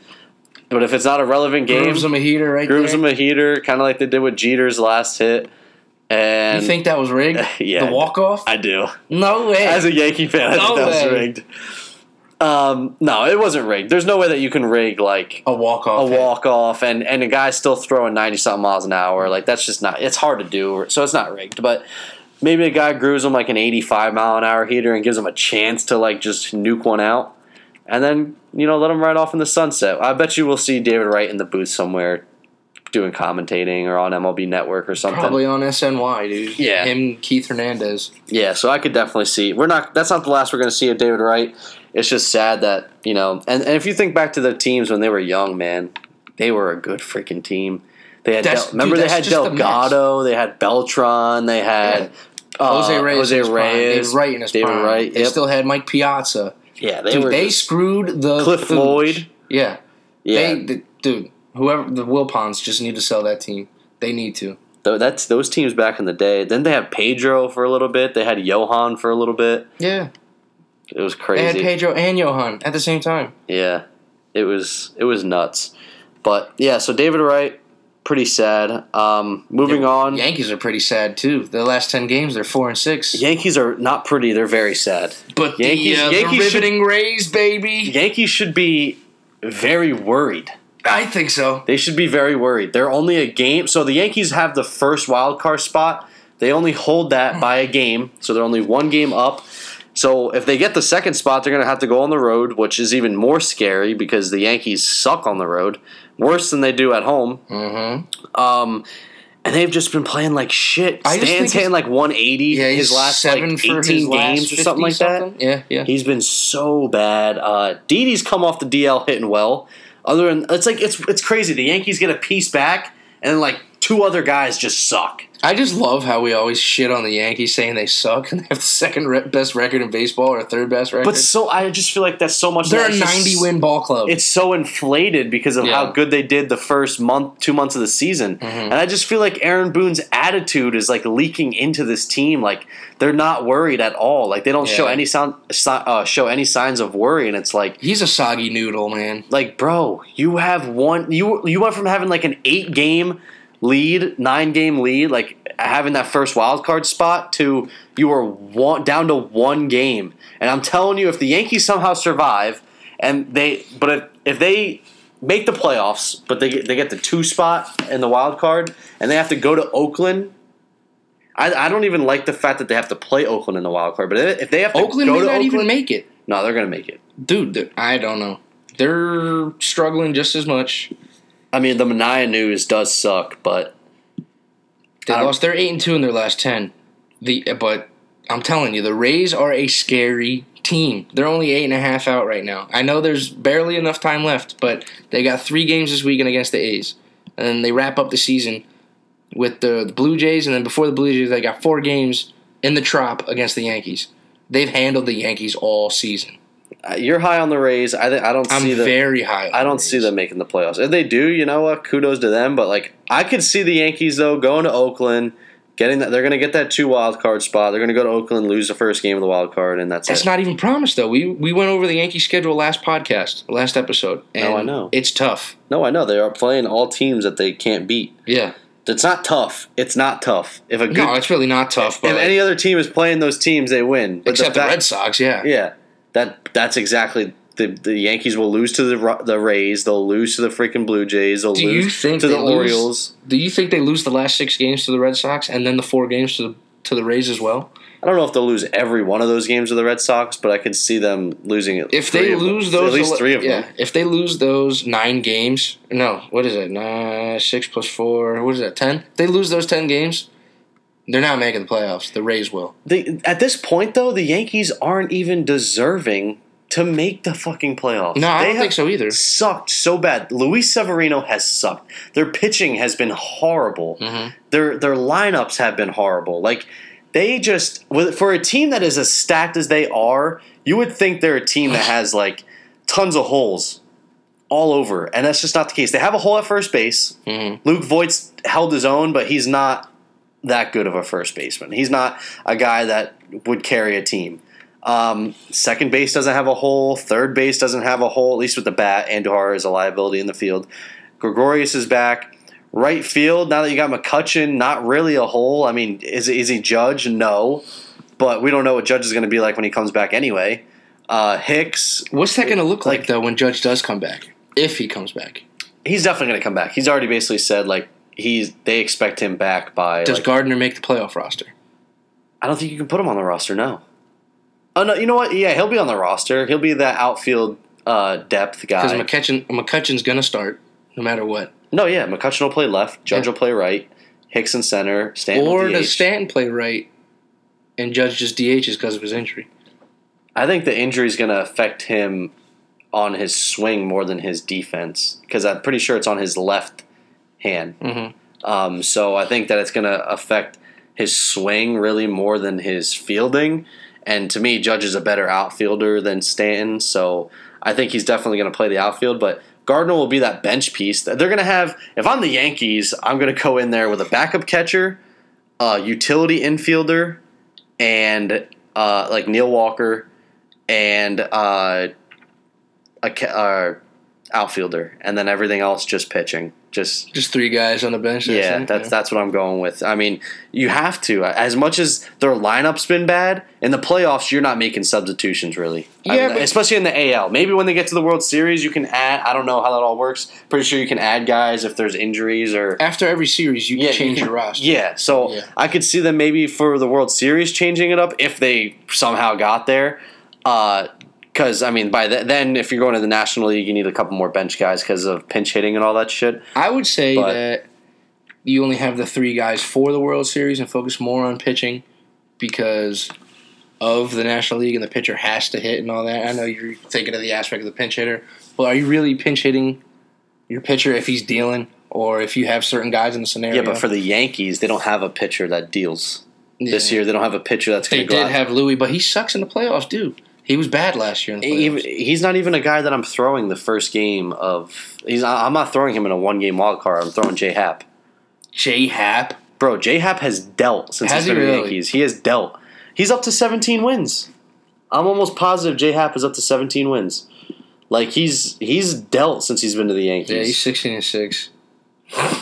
[SPEAKER 1] but if it's not a relevant game,
[SPEAKER 2] Grooves him a heater right
[SPEAKER 1] Mm. grooves
[SPEAKER 2] there.
[SPEAKER 1] him a heater, kind of like they did with Jeter's last hit. And
[SPEAKER 2] you think that was rigged?
[SPEAKER 1] Yeah.
[SPEAKER 2] The walk off?
[SPEAKER 1] I do.
[SPEAKER 2] No way.
[SPEAKER 1] As a Yankee fan, I
[SPEAKER 2] No
[SPEAKER 1] think that was
[SPEAKER 2] way.
[SPEAKER 1] rigged. Um, no, it wasn't rigged. There's no way that you can rig like
[SPEAKER 2] a walk
[SPEAKER 1] a
[SPEAKER 2] off.
[SPEAKER 1] walk off and and a guy still throwing 90 something miles an hour. Like that's just not. It's hard to do. So it's not rigged, but. Maybe a guy grooves him like an 85 mile an hour heater and gives him a chance to like just nuke one out, and then you know let him ride off in the sunset. I bet you we'll see David Wright in the booth somewhere, doing commentating or on MLB Network or something.
[SPEAKER 2] Probably on SNY, dude.
[SPEAKER 1] Yeah.
[SPEAKER 2] Him, Keith Hernandez.
[SPEAKER 1] Yeah, so I could definitely see. We're not. That's not the last we're going to see of David Wright. It's just sad that you know. And, and if you think back to the teams when they were young, man, they were a good freaking team. They had
[SPEAKER 2] That's-
[SPEAKER 1] Del, remember
[SPEAKER 2] dude,
[SPEAKER 1] they had
[SPEAKER 2] that's just the Mets.
[SPEAKER 1] Delgado, they had Beltran, they had uh,
[SPEAKER 2] Jose Reyes.
[SPEAKER 1] Jose
[SPEAKER 2] in his prime.
[SPEAKER 1] Reyes,
[SPEAKER 2] David Wright in his
[SPEAKER 1] David
[SPEAKER 2] prime.
[SPEAKER 1] Wright,
[SPEAKER 2] They
[SPEAKER 1] yep.
[SPEAKER 2] still had Mike Piazza.
[SPEAKER 1] yeah, they
[SPEAKER 2] dude,
[SPEAKER 1] were.
[SPEAKER 2] they
[SPEAKER 1] just-
[SPEAKER 2] screwed the
[SPEAKER 1] Cliff
[SPEAKER 2] pooch.
[SPEAKER 1] Floyd.
[SPEAKER 2] Yeah.
[SPEAKER 1] yeah,
[SPEAKER 2] They, th- dude, whoever the Wilpons just need to sell that team. They need to.
[SPEAKER 1] tho- that's those teams back in the day. Then they had Pedro for a little bit. They had Johan for a little bit.
[SPEAKER 2] Yeah.
[SPEAKER 1] It was
[SPEAKER 2] They had
[SPEAKER 1] crazy.
[SPEAKER 2] Pedro and Johan at the same time.
[SPEAKER 1] Yeah, it was it was nuts. But yeah, so David Wright, pretty sad. Um, moving on,
[SPEAKER 2] Yankees are pretty sad too. The last ten games, they're four and six.
[SPEAKER 1] Yankees are not pretty. They're very sad.
[SPEAKER 2] But
[SPEAKER 1] Yankees-
[SPEAKER 2] the, uh,
[SPEAKER 1] Yankees
[SPEAKER 2] the
[SPEAKER 1] should-
[SPEAKER 2] riveting Rays, baby.
[SPEAKER 1] Yankees should be very worried.
[SPEAKER 2] I think so.
[SPEAKER 1] They should be very worried. They're only a game. So the Yankees have the first wild card spot. They only hold
[SPEAKER 2] Hmm.
[SPEAKER 1] that by a game, so they're only one game up. So if they get the second spot, they're going to have to go on the road, which is even more scary because the Yankees suck on the road, worse than they do at home.
[SPEAKER 2] hmm
[SPEAKER 1] Um, and they've just been playing like shit.
[SPEAKER 2] I just think
[SPEAKER 1] Stan's hitting like 180
[SPEAKER 2] Yeah, he's
[SPEAKER 1] his last
[SPEAKER 2] seven
[SPEAKER 1] like 18
[SPEAKER 2] for his last
[SPEAKER 1] games or something like
[SPEAKER 2] 50
[SPEAKER 1] that.
[SPEAKER 2] something. Yeah, yeah.
[SPEAKER 1] He's been so bad. Uh, Didi's come off the DL hitting well. Other than it's like it's it's crazy. The Yankees get a piece back, and then like two other guys just suck.
[SPEAKER 2] I just love how we always shit on the Yankees saying they suck and they have the second re- best record in baseball or third best record.
[SPEAKER 1] But so I just feel like that's so much.
[SPEAKER 2] they're a
[SPEAKER 1] that's just-
[SPEAKER 2] 90 win ball club.
[SPEAKER 1] It's so inflated because of
[SPEAKER 2] Yeah. Mm-hmm.
[SPEAKER 1] how good they did the first month, two months of the season, and I just feel like Aaron Boone's attitude is like leaking into this team. Like they're not worried at all. Like they don't show
[SPEAKER 2] Yeah.
[SPEAKER 1] any sound, si- uh, show any signs of worry, and it's like
[SPEAKER 2] He's a soggy noodle, man.
[SPEAKER 1] like bro you have one you you went from having like an eight game lead nine game lead like having that first wild card spot to you were one, down to one game and i'm telling you if the yankees somehow survive and they but if, if they make the playoffs but they get, they get the two spot in the wild card and they have to go to oakland I, I don't even like the fact that they have to play Oakland in the wild card, but if they have to
[SPEAKER 2] Oakland
[SPEAKER 1] go
[SPEAKER 2] may
[SPEAKER 1] to
[SPEAKER 2] not
[SPEAKER 1] Oakland,
[SPEAKER 2] even make it.
[SPEAKER 1] no, they're gonna make it.
[SPEAKER 2] Dude, they're- I don't know. They're struggling just as much.
[SPEAKER 1] I mean, the Mania news does suck, but
[SPEAKER 2] They
[SPEAKER 1] I don't-
[SPEAKER 2] lost their 8 and 2 in their last 10. The But I'm telling you, the Rays are a scary team. They're only eight and a half out right now. I know there's barely enough time left, but they got three games this weekend against the A's. And then they wrap up the season with the, the Blue Jays, and then before the Blue Jays, they got four games in the trop against the Yankees. They've handled the Yankees all season.
[SPEAKER 1] Uh, You're high on the Rays. I th- I don't
[SPEAKER 2] I'm
[SPEAKER 1] see the
[SPEAKER 2] very high. on
[SPEAKER 1] I
[SPEAKER 2] the
[SPEAKER 1] don't
[SPEAKER 2] Rays.
[SPEAKER 1] see them making the playoffs. If they do, you know what? Kudos to them. But like, I could see the Yankees though going to Oakland, getting that. They're going to get that two wild card spot. They're going to go to Oakland, lose the first game of the wild card, and that's,
[SPEAKER 2] That's
[SPEAKER 1] it.
[SPEAKER 2] not even promised though. We we went over the Yankee schedule last podcast, last episode. And
[SPEAKER 1] I know.
[SPEAKER 2] It's tough.
[SPEAKER 1] no, I know they are playing all teams that they can't beat.
[SPEAKER 2] Yeah.
[SPEAKER 1] It's not tough. It's not tough. If a good
[SPEAKER 2] No, it's really not tough, but
[SPEAKER 1] if any other team is playing those teams, they win. But
[SPEAKER 2] except the,
[SPEAKER 1] fact-
[SPEAKER 2] Red Sox, yeah.
[SPEAKER 1] Yeah, that that's exactly the the Yankees will lose to the Ro- the Rays. They'll lose to the freaking Blue Jays. They'll
[SPEAKER 2] Do you
[SPEAKER 1] lose
[SPEAKER 2] think
[SPEAKER 1] to
[SPEAKER 2] they
[SPEAKER 1] the
[SPEAKER 2] lose?
[SPEAKER 1] Orioles.
[SPEAKER 2] Do you think they lose the last six games to the Red Sox and then the four games to the to the Rays as well?
[SPEAKER 1] I don't know if they'll lose every one of those games to the Red Sox, but I could see them losing it.
[SPEAKER 2] If they lose those,
[SPEAKER 1] at least
[SPEAKER 2] ele-
[SPEAKER 1] three of
[SPEAKER 2] yeah,
[SPEAKER 1] them.
[SPEAKER 2] If they lose those nine games, no, what is it? Nah, six plus four. What is that? Ten. If they lose those ten games, they're not making the playoffs. The Rays will.
[SPEAKER 1] They, at this point, though, the Yankees aren't even deserving to make the fucking playoffs.
[SPEAKER 2] No, I
[SPEAKER 1] They
[SPEAKER 2] don't
[SPEAKER 1] have
[SPEAKER 2] think so either.
[SPEAKER 1] Sucked so bad. Luis Severino has sucked. Their pitching has been horrible. Their their lineups have been horrible. Like they just with- for a team that is as stacked as they are, you would think they're a team that has like tons of holes all over, and that's just not the case. They have a hole at first base. Luke Voigt's held his own, but he's not that good of a first baseman. He's not a guy that would carry a team. Um, second base doesn't have a hole. Third base doesn't have a hole, at least with the bat. Andujar is a liability in the field. Gregorius is back. Right field, now that you got McCutcheon, not really a hole. I mean, is, is he Judge? No. But we don't know what Judge is going to be like when he comes back anyway. Uh, Hicks,
[SPEAKER 2] What's that going to look like,
[SPEAKER 1] Like-
[SPEAKER 2] though when Judge does come back? If he comes back,
[SPEAKER 1] he's definitely going to come back. He's already basically said, like, he's they expect him back by.
[SPEAKER 2] does
[SPEAKER 1] like,
[SPEAKER 2] Gardner make the playoff roster?
[SPEAKER 1] I don't think you can put him on the roster. No. Oh no! You know what? Yeah, he'll be on the roster. He'll be that outfield uh, depth
[SPEAKER 2] Because
[SPEAKER 1] guy.
[SPEAKER 2] McCutcheon, McCutcheon's going to start no matter what.
[SPEAKER 1] no, yeah, McCutcheon will play left. Judge
[SPEAKER 2] Yeah.
[SPEAKER 1] will play right. Hicks in center. Stanton
[SPEAKER 2] or
[SPEAKER 1] will DH.
[SPEAKER 2] does Stanton play right and Judge just DHs because of his injury?
[SPEAKER 1] I think the injury is going to affect him on his swing more than his defense because I'm pretty sure it's on his left hand. Um, so I think that it's going to affect his swing really more than his fielding. And to me, Judge is a better outfielder than Stanton, so I think he's definitely going to play the outfield. But Gardner will be that bench piece. They're going to have. If I'm the Yankees, I'm going to go in there with a backup catcher, a utility infielder, and uh, like Neil Walker and uh, a ca- uh, outfielder, and then everything else just pitching. Just
[SPEAKER 2] Just three guys on the bench.
[SPEAKER 1] yeah,
[SPEAKER 2] it,
[SPEAKER 1] that's that's what I'm going with. I mean, you have to as much as their lineup's been bad in the playoffs. You're not making substitutions really. I
[SPEAKER 2] Yeah,
[SPEAKER 1] mean,
[SPEAKER 2] but-
[SPEAKER 1] especially in the AL. Maybe when they get to the World Series, you can add. I don't know how that all works. Pretty sure you can add guys if there's injuries or
[SPEAKER 2] After every series, you
[SPEAKER 1] Yeah,
[SPEAKER 2] change
[SPEAKER 1] you can-
[SPEAKER 2] your roster.
[SPEAKER 1] yeah, so
[SPEAKER 2] Yeah.
[SPEAKER 1] I could see them maybe for the World Series changing it up if they somehow got there. Because I mean, by th- then, if you're going to the National League, you need a couple more bench guys because of pinch hitting and all that shit.
[SPEAKER 2] I would say
[SPEAKER 1] But-
[SPEAKER 2] that you only have the three guys for the World Series and focus more on pitching because of the National League and the pitcher has to hit and all that. I know you're thinking of the aspect of the pinch hitter. Well, are you really pinch hitting your pitcher if he's dealing or if you have certain guys in the scenario?
[SPEAKER 1] Yeah, but for the Yankees, they don't have a pitcher that deals this
[SPEAKER 2] Yeah.
[SPEAKER 1] year. They don't have a pitcher that's
[SPEAKER 2] they
[SPEAKER 1] going to go
[SPEAKER 2] did
[SPEAKER 1] out.
[SPEAKER 2] have Louis, but he sucks in the playoffs, dude. He was bad last year in the playoffs.
[SPEAKER 1] Even- he's not even a guy that I'm throwing the first game of. He's I'm not throwing him in a one game wild card. I'm throwing J Hap.
[SPEAKER 2] J Hap.
[SPEAKER 1] Bro, J Hap has dealt since
[SPEAKER 2] Has
[SPEAKER 1] he's
[SPEAKER 2] he
[SPEAKER 1] been with the
[SPEAKER 2] really?
[SPEAKER 1] Yankees. He has dealt. He's up to 17 wins. I'm almost positive J Hap is up to 17 wins. Like he's he's dealt since he's been to the
[SPEAKER 2] Yeah, he's
[SPEAKER 1] Yankees.
[SPEAKER 2] sixteen and six.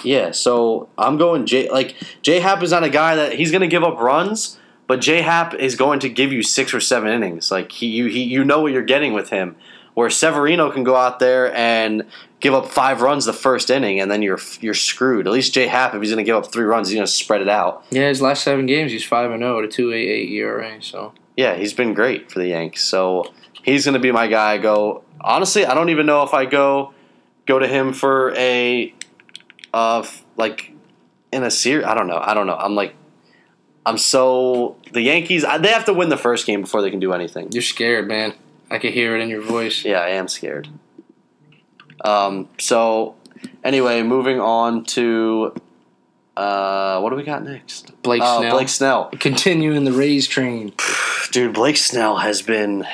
[SPEAKER 1] Yeah, so I'm going J like J Hap is not a guy that he's going to give up runs, but J Hap is going to give you 6 or 7 innings. Like he you he, you know what you're getting with him. Where Severino can go out there and give up 5 runs the first inning and then you're you're screwed. At least J Hap if he's going to give up 3 runs, he's going to spread it out.
[SPEAKER 2] Yeah, his last seven games, he's five and zero at a two eight eight ERA. So
[SPEAKER 1] yeah, he's been great for the Yanks. So he's going to be my guy. I go honestly, I don't even know if I go go to him for a uh f- like in a series. I don't know. I don't know. I'm like I'm so the Yankees. I- They have to win the first game before they can do anything.
[SPEAKER 2] you're scared, man. I can hear it in your voice.
[SPEAKER 1] Yeah, I am scared. Um. So anyway, moving on to uh what do we got next?
[SPEAKER 2] Blake
[SPEAKER 1] Uh,
[SPEAKER 2] Snell.
[SPEAKER 1] Blake Snell.
[SPEAKER 2] Continuing the Rays train.
[SPEAKER 1] Dude, Blake Snell has been.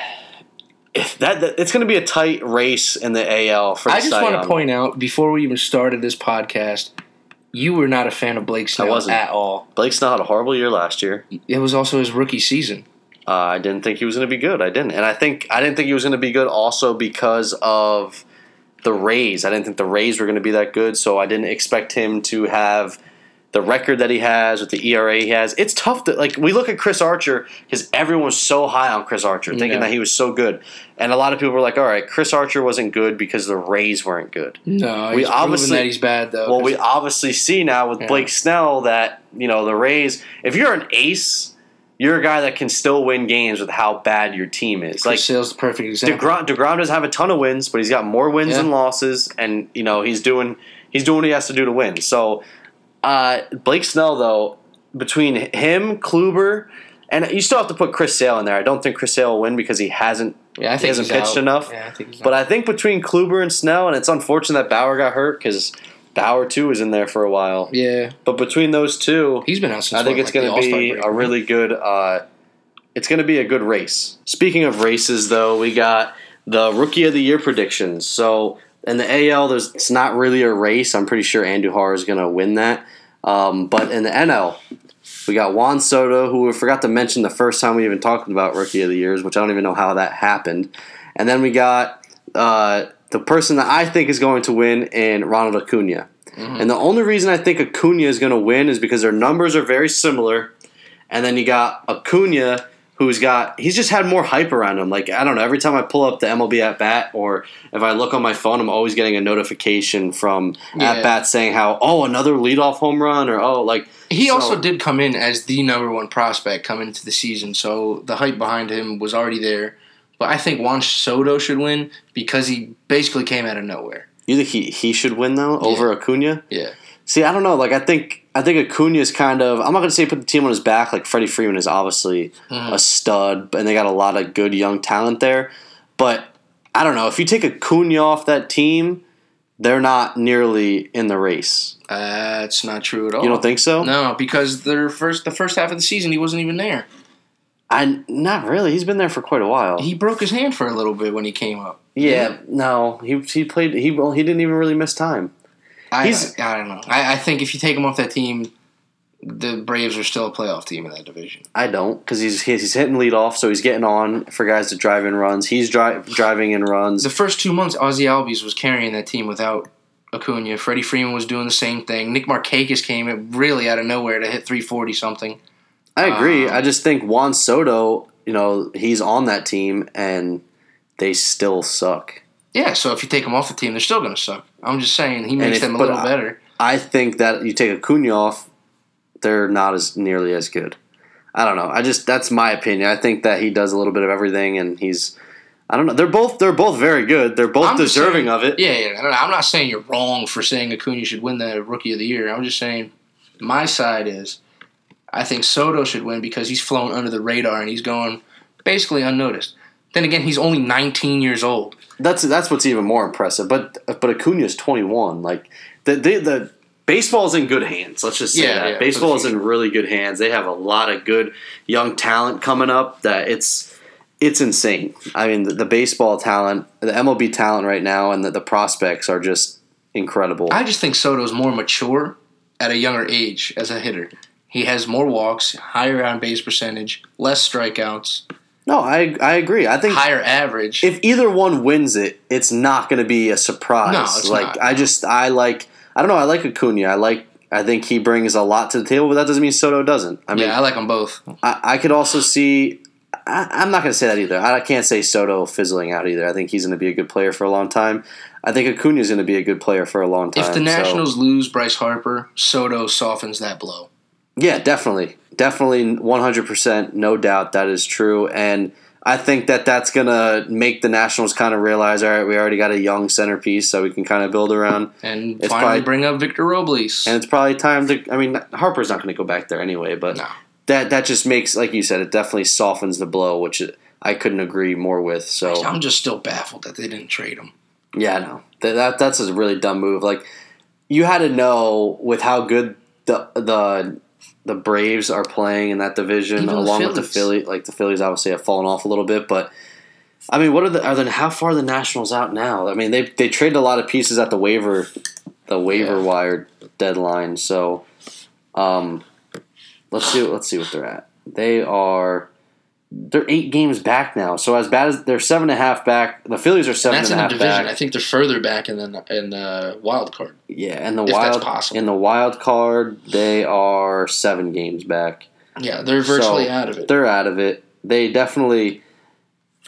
[SPEAKER 1] If that, that- it's going to be a tight race in the AL for. The
[SPEAKER 2] I just
[SPEAKER 1] Cy
[SPEAKER 2] want
[SPEAKER 1] Young.
[SPEAKER 2] to point out before we even started this podcast, you were not a fan of Blake Snell
[SPEAKER 1] wasn't.
[SPEAKER 2] at all.
[SPEAKER 1] Blake Snell had a horrible year last year.
[SPEAKER 2] It was also his rookie season.
[SPEAKER 1] Uh, I didn't think he was going to be good. I didn't, and I think I didn't think he was going to be good also because of the Rays. I didn't think the Rays were going to be that good, so I didn't expect him to have the record that he has with the ERA he has. It's tough to like we look at Chris Archer because everyone was so high on Chris Archer, thinking
[SPEAKER 2] Yeah.
[SPEAKER 1] that he was so good, and a lot of people were like, "All right, Chris Archer wasn't good because the Rays weren't good."
[SPEAKER 2] No,
[SPEAKER 1] We
[SPEAKER 2] he's proven
[SPEAKER 1] obviously-
[SPEAKER 2] that he's bad though.
[SPEAKER 1] Well, we
[SPEAKER 2] 'cause-
[SPEAKER 1] obviously see now with
[SPEAKER 2] Yeah.
[SPEAKER 1] Blake Snell that you know the Rays. If you're an ace, you're a guy that can still win games with how bad your team is.
[SPEAKER 2] Chris
[SPEAKER 1] Like
[SPEAKER 2] Sale's the perfect example.
[SPEAKER 1] Degrom, Degrom doesn't have a ton of wins, but he's got more wins
[SPEAKER 2] Yeah.
[SPEAKER 1] than losses, and you know he's doing he's doing what he has to do to win. So uh, Blake Snell, though, between him, Kluber, and you still have to put Chris Sale in there. I don't think Chris Sale will win because he hasn't
[SPEAKER 2] yeah, I think
[SPEAKER 1] he hasn't
[SPEAKER 2] he's
[SPEAKER 1] pitched
[SPEAKER 2] out.
[SPEAKER 1] enough.
[SPEAKER 2] Yeah, I think he's
[SPEAKER 1] But
[SPEAKER 2] out.
[SPEAKER 1] I think between Kluber and Snell, and it's unfortunate that Bauer got hurt because Bauer too was in there for a while.
[SPEAKER 2] yeah,
[SPEAKER 1] But between those two,
[SPEAKER 2] he's been out since.
[SPEAKER 1] I think
[SPEAKER 2] what,
[SPEAKER 1] it's
[SPEAKER 2] like,
[SPEAKER 1] going
[SPEAKER 2] the
[SPEAKER 1] to
[SPEAKER 2] All-Star
[SPEAKER 1] be
[SPEAKER 2] break,
[SPEAKER 1] a
[SPEAKER 2] right?
[SPEAKER 1] really good. Uh, it's going to be a good race. Speaking of races, though, we got the rookie of the year predictions. So in the AL, there's it's not really a race. I'm pretty sure Andujar is going to win that. Um, but in the NL, we got Juan Soto, who we forgot to mention the first time we even talked about rookie of the years, which I don't even know how that happened. And then we got uh, the person that I think is going to win in Ronald Acuna.
[SPEAKER 2] Mm-hmm.
[SPEAKER 1] And the only reason I think Acuna is going to win is because their numbers are very similar. And then you got Acuna, who's got he's just had more hype around him. Like I don't know, every time I pull up the MLB at bat, or if I look on my phone, I'm always getting a notification from
[SPEAKER 2] Yeah.
[SPEAKER 1] at bat saying how oh another leadoff home run or oh like
[SPEAKER 2] He
[SPEAKER 1] So-
[SPEAKER 2] also did come in as the number one prospect coming into the season, so the hype behind him was already there. But I think Juan Soto should win because he basically came out of nowhere.
[SPEAKER 1] you think he he should win though over Acuna?
[SPEAKER 2] Yeah,
[SPEAKER 1] See, I don't know. Like, I think I think Acuna's kind of. I'm not gonna say put the team on his back. Like Freddie Freeman is obviously
[SPEAKER 2] Mm-hmm.
[SPEAKER 1] a stud, and they got a lot of good young talent there. But I don't know if you take Acuna off that team, they're not nearly in the race.
[SPEAKER 2] that's not true at all.
[SPEAKER 1] You don't think so?
[SPEAKER 2] Oh. No, because their first the first half of the season he wasn't even there.
[SPEAKER 1] I not really. He's been there for quite a while.
[SPEAKER 2] He broke his hand for a little bit when he came up.
[SPEAKER 1] yeah, no, he he played. He well, he didn't even really miss time.
[SPEAKER 2] I
[SPEAKER 1] He's-
[SPEAKER 2] I don't know. I, I think if you take him off that team, the Braves are still a playoff team in that division.
[SPEAKER 1] I don't because he's he's hitting lead off, so he's getting on for guys to drive in runs. He's dri- driving in runs.
[SPEAKER 2] The first two months, Ozzy Albies was carrying that team without Acuna. Freddie Freeman was doing the same thing. Nick Markakis came in really out of nowhere to hit 340 something.
[SPEAKER 1] I agree.
[SPEAKER 2] Um,
[SPEAKER 1] I just think Juan Soto, you know, he's on that team and they still suck.
[SPEAKER 2] Yeah, so if you take him off the team, they're still going to suck. I'm just saying he
[SPEAKER 1] if-
[SPEAKER 2] makes them a
[SPEAKER 1] but
[SPEAKER 2] little
[SPEAKER 1] I-
[SPEAKER 2] better.
[SPEAKER 1] I think that you take Acuna off, they're not as nearly as good. I don't know. I just that's my opinion. I think that he does a little bit of everything and he's I don't know. They're both they're both very good. They're both
[SPEAKER 2] I'm just
[SPEAKER 1] deserving
[SPEAKER 2] saying-
[SPEAKER 1] of it.
[SPEAKER 2] Yeah, yeah. I don't know. I'm not saying you're wrong for saying Acuna should win the Rookie of the Year. I'm just saying my side is I think Soto should win because he's flown under the radar and he's going basically unnoticed. Then again, he's only 19 years old.
[SPEAKER 1] That's that's what's even more impressive. But but Acuna's 21. Like the the, the baseball's in good hands. Let's just say that
[SPEAKER 2] Yeah, yeah, for the
[SPEAKER 1] baseball is in really good hands. They have a lot of good young talent coming up. That it's it's insane. I mean, the, the baseball talent, the MLB talent right now, and the, the prospects are just incredible.
[SPEAKER 2] I just think Soto's more mature at a younger age as a hitter. He has more walks, higher on base percentage, less strikeouts,
[SPEAKER 1] no, I I agree. I think
[SPEAKER 2] higher average.
[SPEAKER 1] if either one wins it, it's not going to be a surprise.
[SPEAKER 2] No, it's
[SPEAKER 1] like
[SPEAKER 2] not.
[SPEAKER 1] I just I like I don't know. I like Acuna. I like. I think he brings a lot to the table, but that doesn't mean Soto doesn't. I mean,
[SPEAKER 2] yeah, I like them both.
[SPEAKER 1] I, I could also see. I, I'm not going to say that either. I, can't say Soto fizzling out either. I think he's going to be a good player for a long time. I think Acuna's going to be a good player for a long time.
[SPEAKER 2] If the
[SPEAKER 1] so-
[SPEAKER 2] Nationals lose Bryce Harper, Soto softens that blow.
[SPEAKER 1] yeah, definitely, definitely, 100, percent no doubt that is true. And I think that that's going to make the Nationals kind of realize, all right, we already got a young centerpiece, so we can kind of build around.
[SPEAKER 2] And
[SPEAKER 1] It's
[SPEAKER 2] finally
[SPEAKER 1] probably-
[SPEAKER 2] bring up Victor Robles.
[SPEAKER 1] And it's probably time to. I mean, Harper's not going to go back there anyway, but
[SPEAKER 2] No.
[SPEAKER 1] that that just makes, like you said, it definitely softens the blow, which I couldn't agree more with. So
[SPEAKER 2] I'm just still baffled that they didn't trade him.
[SPEAKER 1] Yeah, I know. That, that that's a really dumb move. Like you had to know with how good the the the Braves are playing in that division
[SPEAKER 2] Even the
[SPEAKER 1] along with the
[SPEAKER 2] Phillies.
[SPEAKER 1] Philly. Like the Phillies obviously have fallen off a little bit, but I mean, what are the are the how far are the Nationals out now? I mean, they they traded a lot of pieces at the waiver the waiver
[SPEAKER 2] Yeah.
[SPEAKER 1] wire deadline. So, um, let's see let's see what they're at. They are. They're eight games back now, so as bad as they're seven and a half back, the Phillies are
[SPEAKER 2] And
[SPEAKER 1] seven
[SPEAKER 2] that's
[SPEAKER 1] and a
[SPEAKER 2] in the
[SPEAKER 1] half
[SPEAKER 2] division.
[SPEAKER 1] back.
[SPEAKER 2] I think they're further back in the in the wild card.
[SPEAKER 1] Yeah, and the
[SPEAKER 2] If that's
[SPEAKER 1] wild
[SPEAKER 2] possible.
[SPEAKER 1] in the wild card, they are seven games back.
[SPEAKER 2] Yeah, they're virtually
[SPEAKER 1] So,
[SPEAKER 2] out of it.
[SPEAKER 1] They're out of it. They definitely,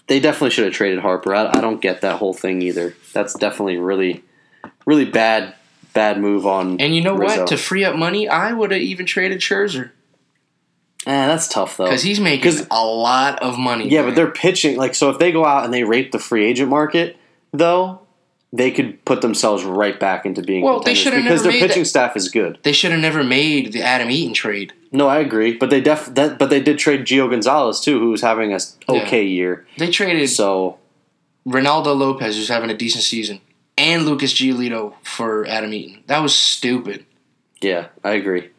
[SPEAKER 1] they definitely should have traded Harper. I, I don't get that whole thing either. That's definitely really, really bad, bad move on.
[SPEAKER 2] And you know
[SPEAKER 1] Rizzo.
[SPEAKER 2] what? To free up money, I would have even traded Scherzer
[SPEAKER 1] Eh, that's tough though.
[SPEAKER 2] because he's making
[SPEAKER 1] 'Cause-
[SPEAKER 2] a lot of money.
[SPEAKER 1] Yeah, but they're pitching like so. If they go out and they rape the free agent market, though, they could put themselves right back into being
[SPEAKER 2] Well, they
[SPEAKER 1] contenders
[SPEAKER 2] should have
[SPEAKER 1] because
[SPEAKER 2] never
[SPEAKER 1] their
[SPEAKER 2] made
[SPEAKER 1] pitching
[SPEAKER 2] that-
[SPEAKER 1] staff is good.
[SPEAKER 2] they should have never made the Adam Eaton trade.
[SPEAKER 1] No, I agree, but they def that, but they did trade Gio Gonzalez too, who was having a s-
[SPEAKER 2] Yeah.
[SPEAKER 1] okay year.
[SPEAKER 2] They traded
[SPEAKER 1] So
[SPEAKER 2] Ronaldo Lopez, who's having a decent season, and Lucas Giolito for Adam Eaton. That was stupid.
[SPEAKER 1] yeah, I agree.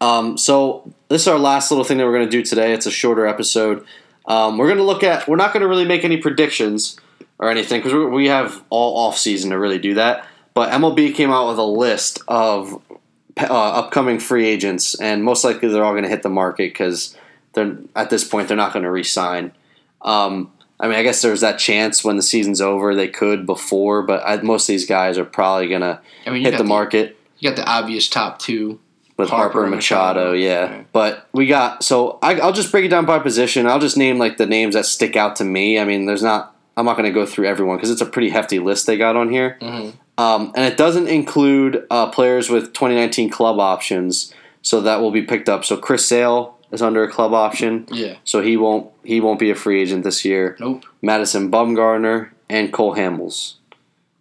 [SPEAKER 1] Um, so this is our last little thing that we're going to do today. It's a shorter episode. Um, we're going to look at. We're not going to really make any predictions or anything because we have all off season to really do that. But MLB came out with a list of uh, upcoming free agents, and most likely they're all going to hit the market because they're at this point they're not going to re-sign. Um, I mean, I guess there's that chance when the season's over they could before, but I, most of these guys are probably going to
[SPEAKER 2] I mean, you
[SPEAKER 1] hit
[SPEAKER 2] got
[SPEAKER 1] the market
[SPEAKER 2] You got the obvious top two.
[SPEAKER 1] with Harper,
[SPEAKER 2] Harper
[SPEAKER 1] and
[SPEAKER 2] and
[SPEAKER 1] Machado,
[SPEAKER 2] Machado,
[SPEAKER 1] yeah.
[SPEAKER 2] right.
[SPEAKER 1] But we got so I, I'll just break it down by position. I'll just name like the names that stick out to me. I mean, there's not. I'm not going to go through everyone because it's a pretty hefty list they got on here,
[SPEAKER 2] Mhm.
[SPEAKER 1] um, and it doesn't include uh, players with 2019 club options. So that will be picked up. So Chris Sale is under a club option,
[SPEAKER 2] Yeah.
[SPEAKER 1] so he won't he won't be a free agent this year.
[SPEAKER 2] Nope.
[SPEAKER 1] Madison Bumgarner, and Cole Hamels.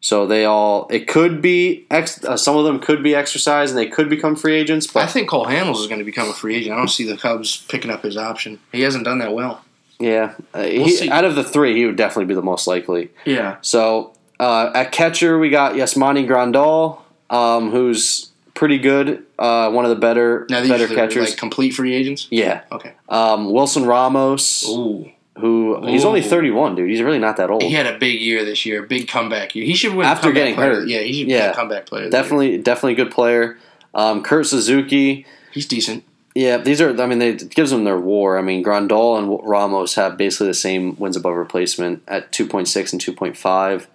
[SPEAKER 1] So they all it could be ex, uh, some of them could be exercised and they could become free agents,
[SPEAKER 2] I
[SPEAKER 1] but
[SPEAKER 2] think Cole Hamels is going to become a free agent. I don't see the Cubs picking up his option. He hasn't done that well.
[SPEAKER 1] yeah, uh, he-
[SPEAKER 2] see.
[SPEAKER 1] out of the three, he would definitely be the most likely.
[SPEAKER 2] Yeah.
[SPEAKER 1] So uh, at catcher, we got Yasmani Grandal, um, who's pretty good, uh, one of the better
[SPEAKER 2] Now these
[SPEAKER 1] better
[SPEAKER 2] are
[SPEAKER 1] catchers.
[SPEAKER 2] like complete free agents.
[SPEAKER 1] yeah,
[SPEAKER 2] Okay.
[SPEAKER 1] um, Wilson Ramos,
[SPEAKER 2] Ooh.
[SPEAKER 1] who he's
[SPEAKER 2] Ooh.
[SPEAKER 1] only thirty one, dude. He's really not that old.
[SPEAKER 2] He had a big year this year, big comeback year. He should win
[SPEAKER 1] After
[SPEAKER 2] comeback
[SPEAKER 1] getting
[SPEAKER 2] player.
[SPEAKER 1] hurt.
[SPEAKER 2] Yeah, he should
[SPEAKER 1] Yeah.
[SPEAKER 2] be a comeback player. of the year.
[SPEAKER 1] Definitely, definitely good player. Um, Kurt Suzuki,
[SPEAKER 2] he's decent.
[SPEAKER 1] Yeah, these are. I mean, they, it gives them their WAR. I mean, Grandal and Ramos have basically the same wins above replacement at two point six and two point five.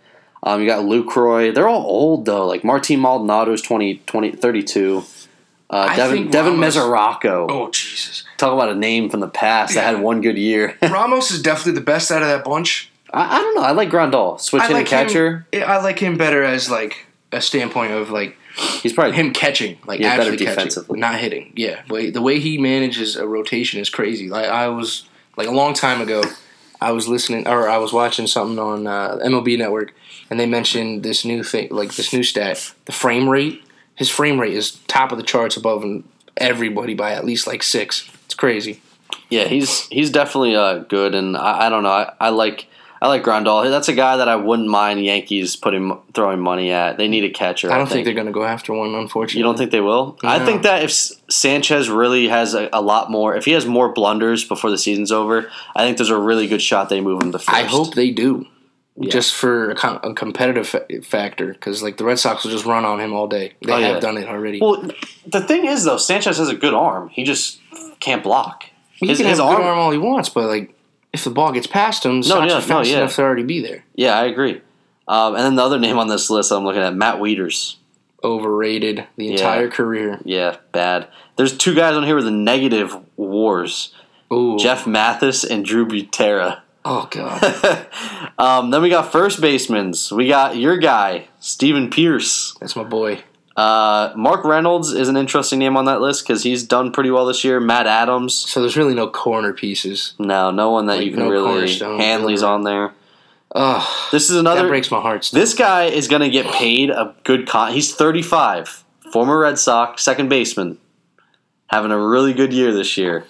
[SPEAKER 1] Um, you got Lucroy. They're all old though. Like Martin Maldonado's 20, 20 32. Uh,
[SPEAKER 2] I
[SPEAKER 1] Devin
[SPEAKER 2] think
[SPEAKER 1] Devin
[SPEAKER 2] Ramos-
[SPEAKER 1] Mesoraco.
[SPEAKER 2] Oh Jesus!
[SPEAKER 1] Talk about a name from the past that had one good year. I,
[SPEAKER 2] Ramos is definitely the best out of that bunch.
[SPEAKER 1] I don't know. I like Grandal. Switch
[SPEAKER 2] I
[SPEAKER 1] in
[SPEAKER 2] like
[SPEAKER 1] catcher.
[SPEAKER 2] Him, I like him better as like a standpoint of like
[SPEAKER 1] He's probably
[SPEAKER 2] him catching, like
[SPEAKER 1] Yeah, better
[SPEAKER 2] actually catching,
[SPEAKER 1] defensively.
[SPEAKER 2] not hitting. Yeah, but the way he manages a rotation is crazy. Like I was like a long time ago, I was listening or I was watching something on uh, MLB Network, and they mentioned this new thing, like this new stat, the frame rate. His frame rate is top of the charts above everybody by at least like six. It's crazy.
[SPEAKER 1] Yeah, he's he's definitely uh, good, and I, I don't know. I, I like I like Grandal. That's a guy that I wouldn't mind Yankees putting throwing money at. They need a catcher.
[SPEAKER 2] I don't think, they're gonna go after one. Unfortunately,
[SPEAKER 1] you don't think they will. I
[SPEAKER 2] No.
[SPEAKER 1] think that if S- Sanchez really has a, a lot more, if he has more blunders before the season's over, I think there's a really good shot they move him to first.
[SPEAKER 2] I hope they do, just for a, com- a competitive fa- factor, because like the Red Sox will just run on him all day. They
[SPEAKER 1] Oh,
[SPEAKER 2] have
[SPEAKER 1] yeah.
[SPEAKER 2] done it already.
[SPEAKER 1] Well, the thing is though, Sanchez has a good arm. He just can't block.
[SPEAKER 2] he
[SPEAKER 1] his-
[SPEAKER 2] can
[SPEAKER 1] his
[SPEAKER 2] have a good
[SPEAKER 1] arm-
[SPEAKER 2] arm all he wants, but like if the ball gets past him, the Sox
[SPEAKER 1] yeah,
[SPEAKER 2] are
[SPEAKER 1] no,
[SPEAKER 2] fast
[SPEAKER 1] yeah.
[SPEAKER 2] enough to already be there.
[SPEAKER 1] Yeah, I agree. Um, and then the other name on this list I'm looking at, Matt Wieters.
[SPEAKER 2] Overrated the entire career.
[SPEAKER 1] Yeah, bad. There's two guys on here with a negative wars.
[SPEAKER 2] Ooh,
[SPEAKER 1] Jeff Mathis and Drew Butera.
[SPEAKER 2] Oh god,
[SPEAKER 1] Um, then we got first basemans. We got your guy, Steven Pierce.
[SPEAKER 2] that's my boy.
[SPEAKER 1] Uh, Mark Reynolds is an interesting name on that list because he's done pretty well this year. Matt Adams.
[SPEAKER 2] So there's really no corner pieces.
[SPEAKER 1] No, no one that you
[SPEAKER 2] Like,
[SPEAKER 1] can
[SPEAKER 2] no
[SPEAKER 1] really.
[SPEAKER 2] cornerstone.
[SPEAKER 1] Hanley's on there.
[SPEAKER 2] Ugh,
[SPEAKER 1] This is
[SPEAKER 2] that
[SPEAKER 1] another.
[SPEAKER 2] breaks my heart. Still.
[SPEAKER 1] This guy is going to get paid a good con. He's 35, former Red Sox, second baseman, having a really good year this year.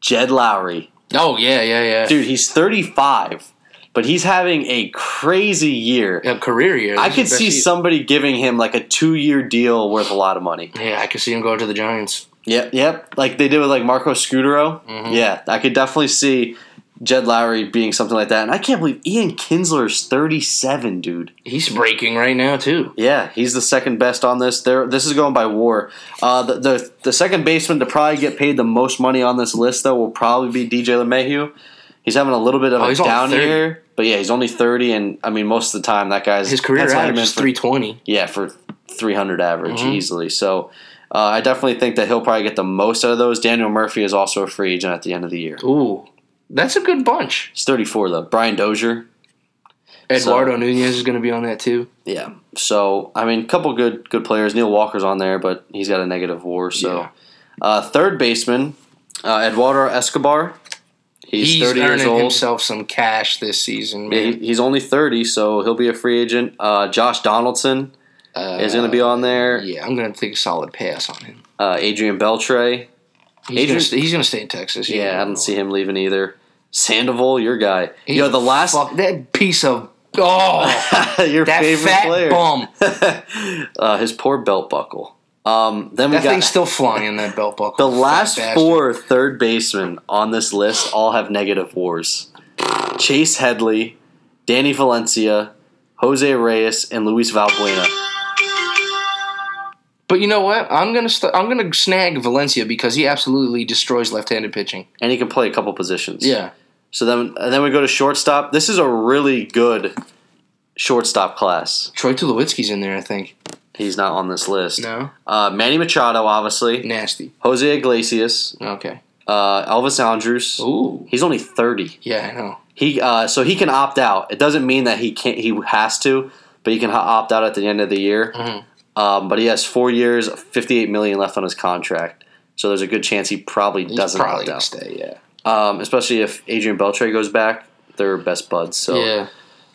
[SPEAKER 1] Jed Lowry.
[SPEAKER 2] oh yeah, yeah, yeah.
[SPEAKER 1] Dude, he's 35. but he's having a crazy year.
[SPEAKER 2] A career year.
[SPEAKER 1] I
[SPEAKER 2] This is
[SPEAKER 1] could
[SPEAKER 2] his best
[SPEAKER 1] see
[SPEAKER 2] season.
[SPEAKER 1] somebody giving him like a two year deal worth a lot of money.
[SPEAKER 2] Yeah, I could see him going to the Giants.
[SPEAKER 1] Yep, yep. Like they did with like Marco Scudero.
[SPEAKER 2] Mhm.
[SPEAKER 1] Yeah, I could definitely see Jed Lowry being something like that. And I can't believe Ian Kinsler's 37, dude.
[SPEAKER 2] He's breaking right now too.
[SPEAKER 1] Yeah, he's the second best on this. There, this is going by war. Uh, the, the the second baseman to probably get paid the most money on this list though will probably be DJ LeMahieu. He's having a little bit of
[SPEAKER 2] Oh,
[SPEAKER 1] a
[SPEAKER 2] he's only
[SPEAKER 1] down
[SPEAKER 2] 30.
[SPEAKER 1] year, but yeah, he's only 30, and I mean most of the time that guy's
[SPEAKER 2] His career
[SPEAKER 1] that's had him
[SPEAKER 2] average
[SPEAKER 1] in
[SPEAKER 2] is
[SPEAKER 1] for-
[SPEAKER 2] three twenty.
[SPEAKER 1] yeah, for 300 average
[SPEAKER 2] Mm-hmm.
[SPEAKER 1] easily. So uh, I definitely think that he'll probably get the most out of those. Daniel Murphy is also a free agent at the end of the year.
[SPEAKER 2] Ooh, that's a good bunch.
[SPEAKER 1] He's 34 though. Brian Dozier,
[SPEAKER 2] Eduardo Nunez is going to be on that too.
[SPEAKER 1] yeah. So I mean, couple good good players. Neil Walker's on there, but he's got a negative WAR. So
[SPEAKER 2] Yeah.
[SPEAKER 1] uh, third baseman uh, Eduardo Escobar. He's,
[SPEAKER 2] He's,
[SPEAKER 1] 30
[SPEAKER 2] earning
[SPEAKER 1] years old.
[SPEAKER 2] himself some cash this season,
[SPEAKER 1] Yeah,
[SPEAKER 2] man.
[SPEAKER 1] he- he's only 30, so he'll be a free agent. Uh, Josh Donaldson
[SPEAKER 2] Uh,
[SPEAKER 1] is going to be on there.
[SPEAKER 2] Yeah, I'm going to take a solid pass on him.
[SPEAKER 1] Uh, Adrian Beltre.
[SPEAKER 2] He's going
[SPEAKER 1] Adrian-
[SPEAKER 2] to st- he's gonna stay in Texas. He ain't
[SPEAKER 1] Yeah, I
[SPEAKER 2] going
[SPEAKER 1] don't see him leaving either. Sandoval, your guy.
[SPEAKER 2] He-
[SPEAKER 1] Yo, the last
[SPEAKER 2] Fuck that piece of oh
[SPEAKER 1] your
[SPEAKER 2] that
[SPEAKER 1] favorite
[SPEAKER 2] fat
[SPEAKER 1] player.
[SPEAKER 2] bum.
[SPEAKER 1] uh, his poor belt buckle. Um, then we
[SPEAKER 2] That
[SPEAKER 1] got
[SPEAKER 2] thing's still flying. That belt buckle.
[SPEAKER 1] the
[SPEAKER 2] fat
[SPEAKER 1] last
[SPEAKER 2] bastard.
[SPEAKER 1] four third basemen on this list all have negative wars. Chase Headley, Danny Valencia, Jose Reyes, and Luis Valbuena.
[SPEAKER 2] But you know what? I'm gonna st- I'm gonna snag Valencia because he absolutely destroys left-handed pitching.
[SPEAKER 1] And he can play a couple positions.
[SPEAKER 2] Yeah,
[SPEAKER 1] So then, and then we go to shortstop. This is a really good shortstop class.
[SPEAKER 2] Troy Tulowitzki's in there. I think.
[SPEAKER 1] He's not on this list.
[SPEAKER 2] No,
[SPEAKER 1] Uh, Manny Machado, obviously.
[SPEAKER 2] nasty.
[SPEAKER 1] Jose Iglesias,
[SPEAKER 2] Okay.
[SPEAKER 1] uh, Elvis Andrews.
[SPEAKER 2] Ooh.
[SPEAKER 1] He's only thirty.
[SPEAKER 2] Yeah, I know.
[SPEAKER 1] He uh, so he can opt out. It doesn't mean that he can't. He has to, but he can ho- opt out at the end of the year.
[SPEAKER 2] Mhm.
[SPEAKER 1] Um, but he has four years, fifty-eight million left on his contract. So there's a good chance he probably
[SPEAKER 2] He's
[SPEAKER 1] doesn't
[SPEAKER 2] probably
[SPEAKER 1] opt
[SPEAKER 2] gonna
[SPEAKER 1] out.
[SPEAKER 2] stay. Yeah.
[SPEAKER 1] Um, especially if Adrian Beltre goes back, they're best buds. So
[SPEAKER 2] Yeah.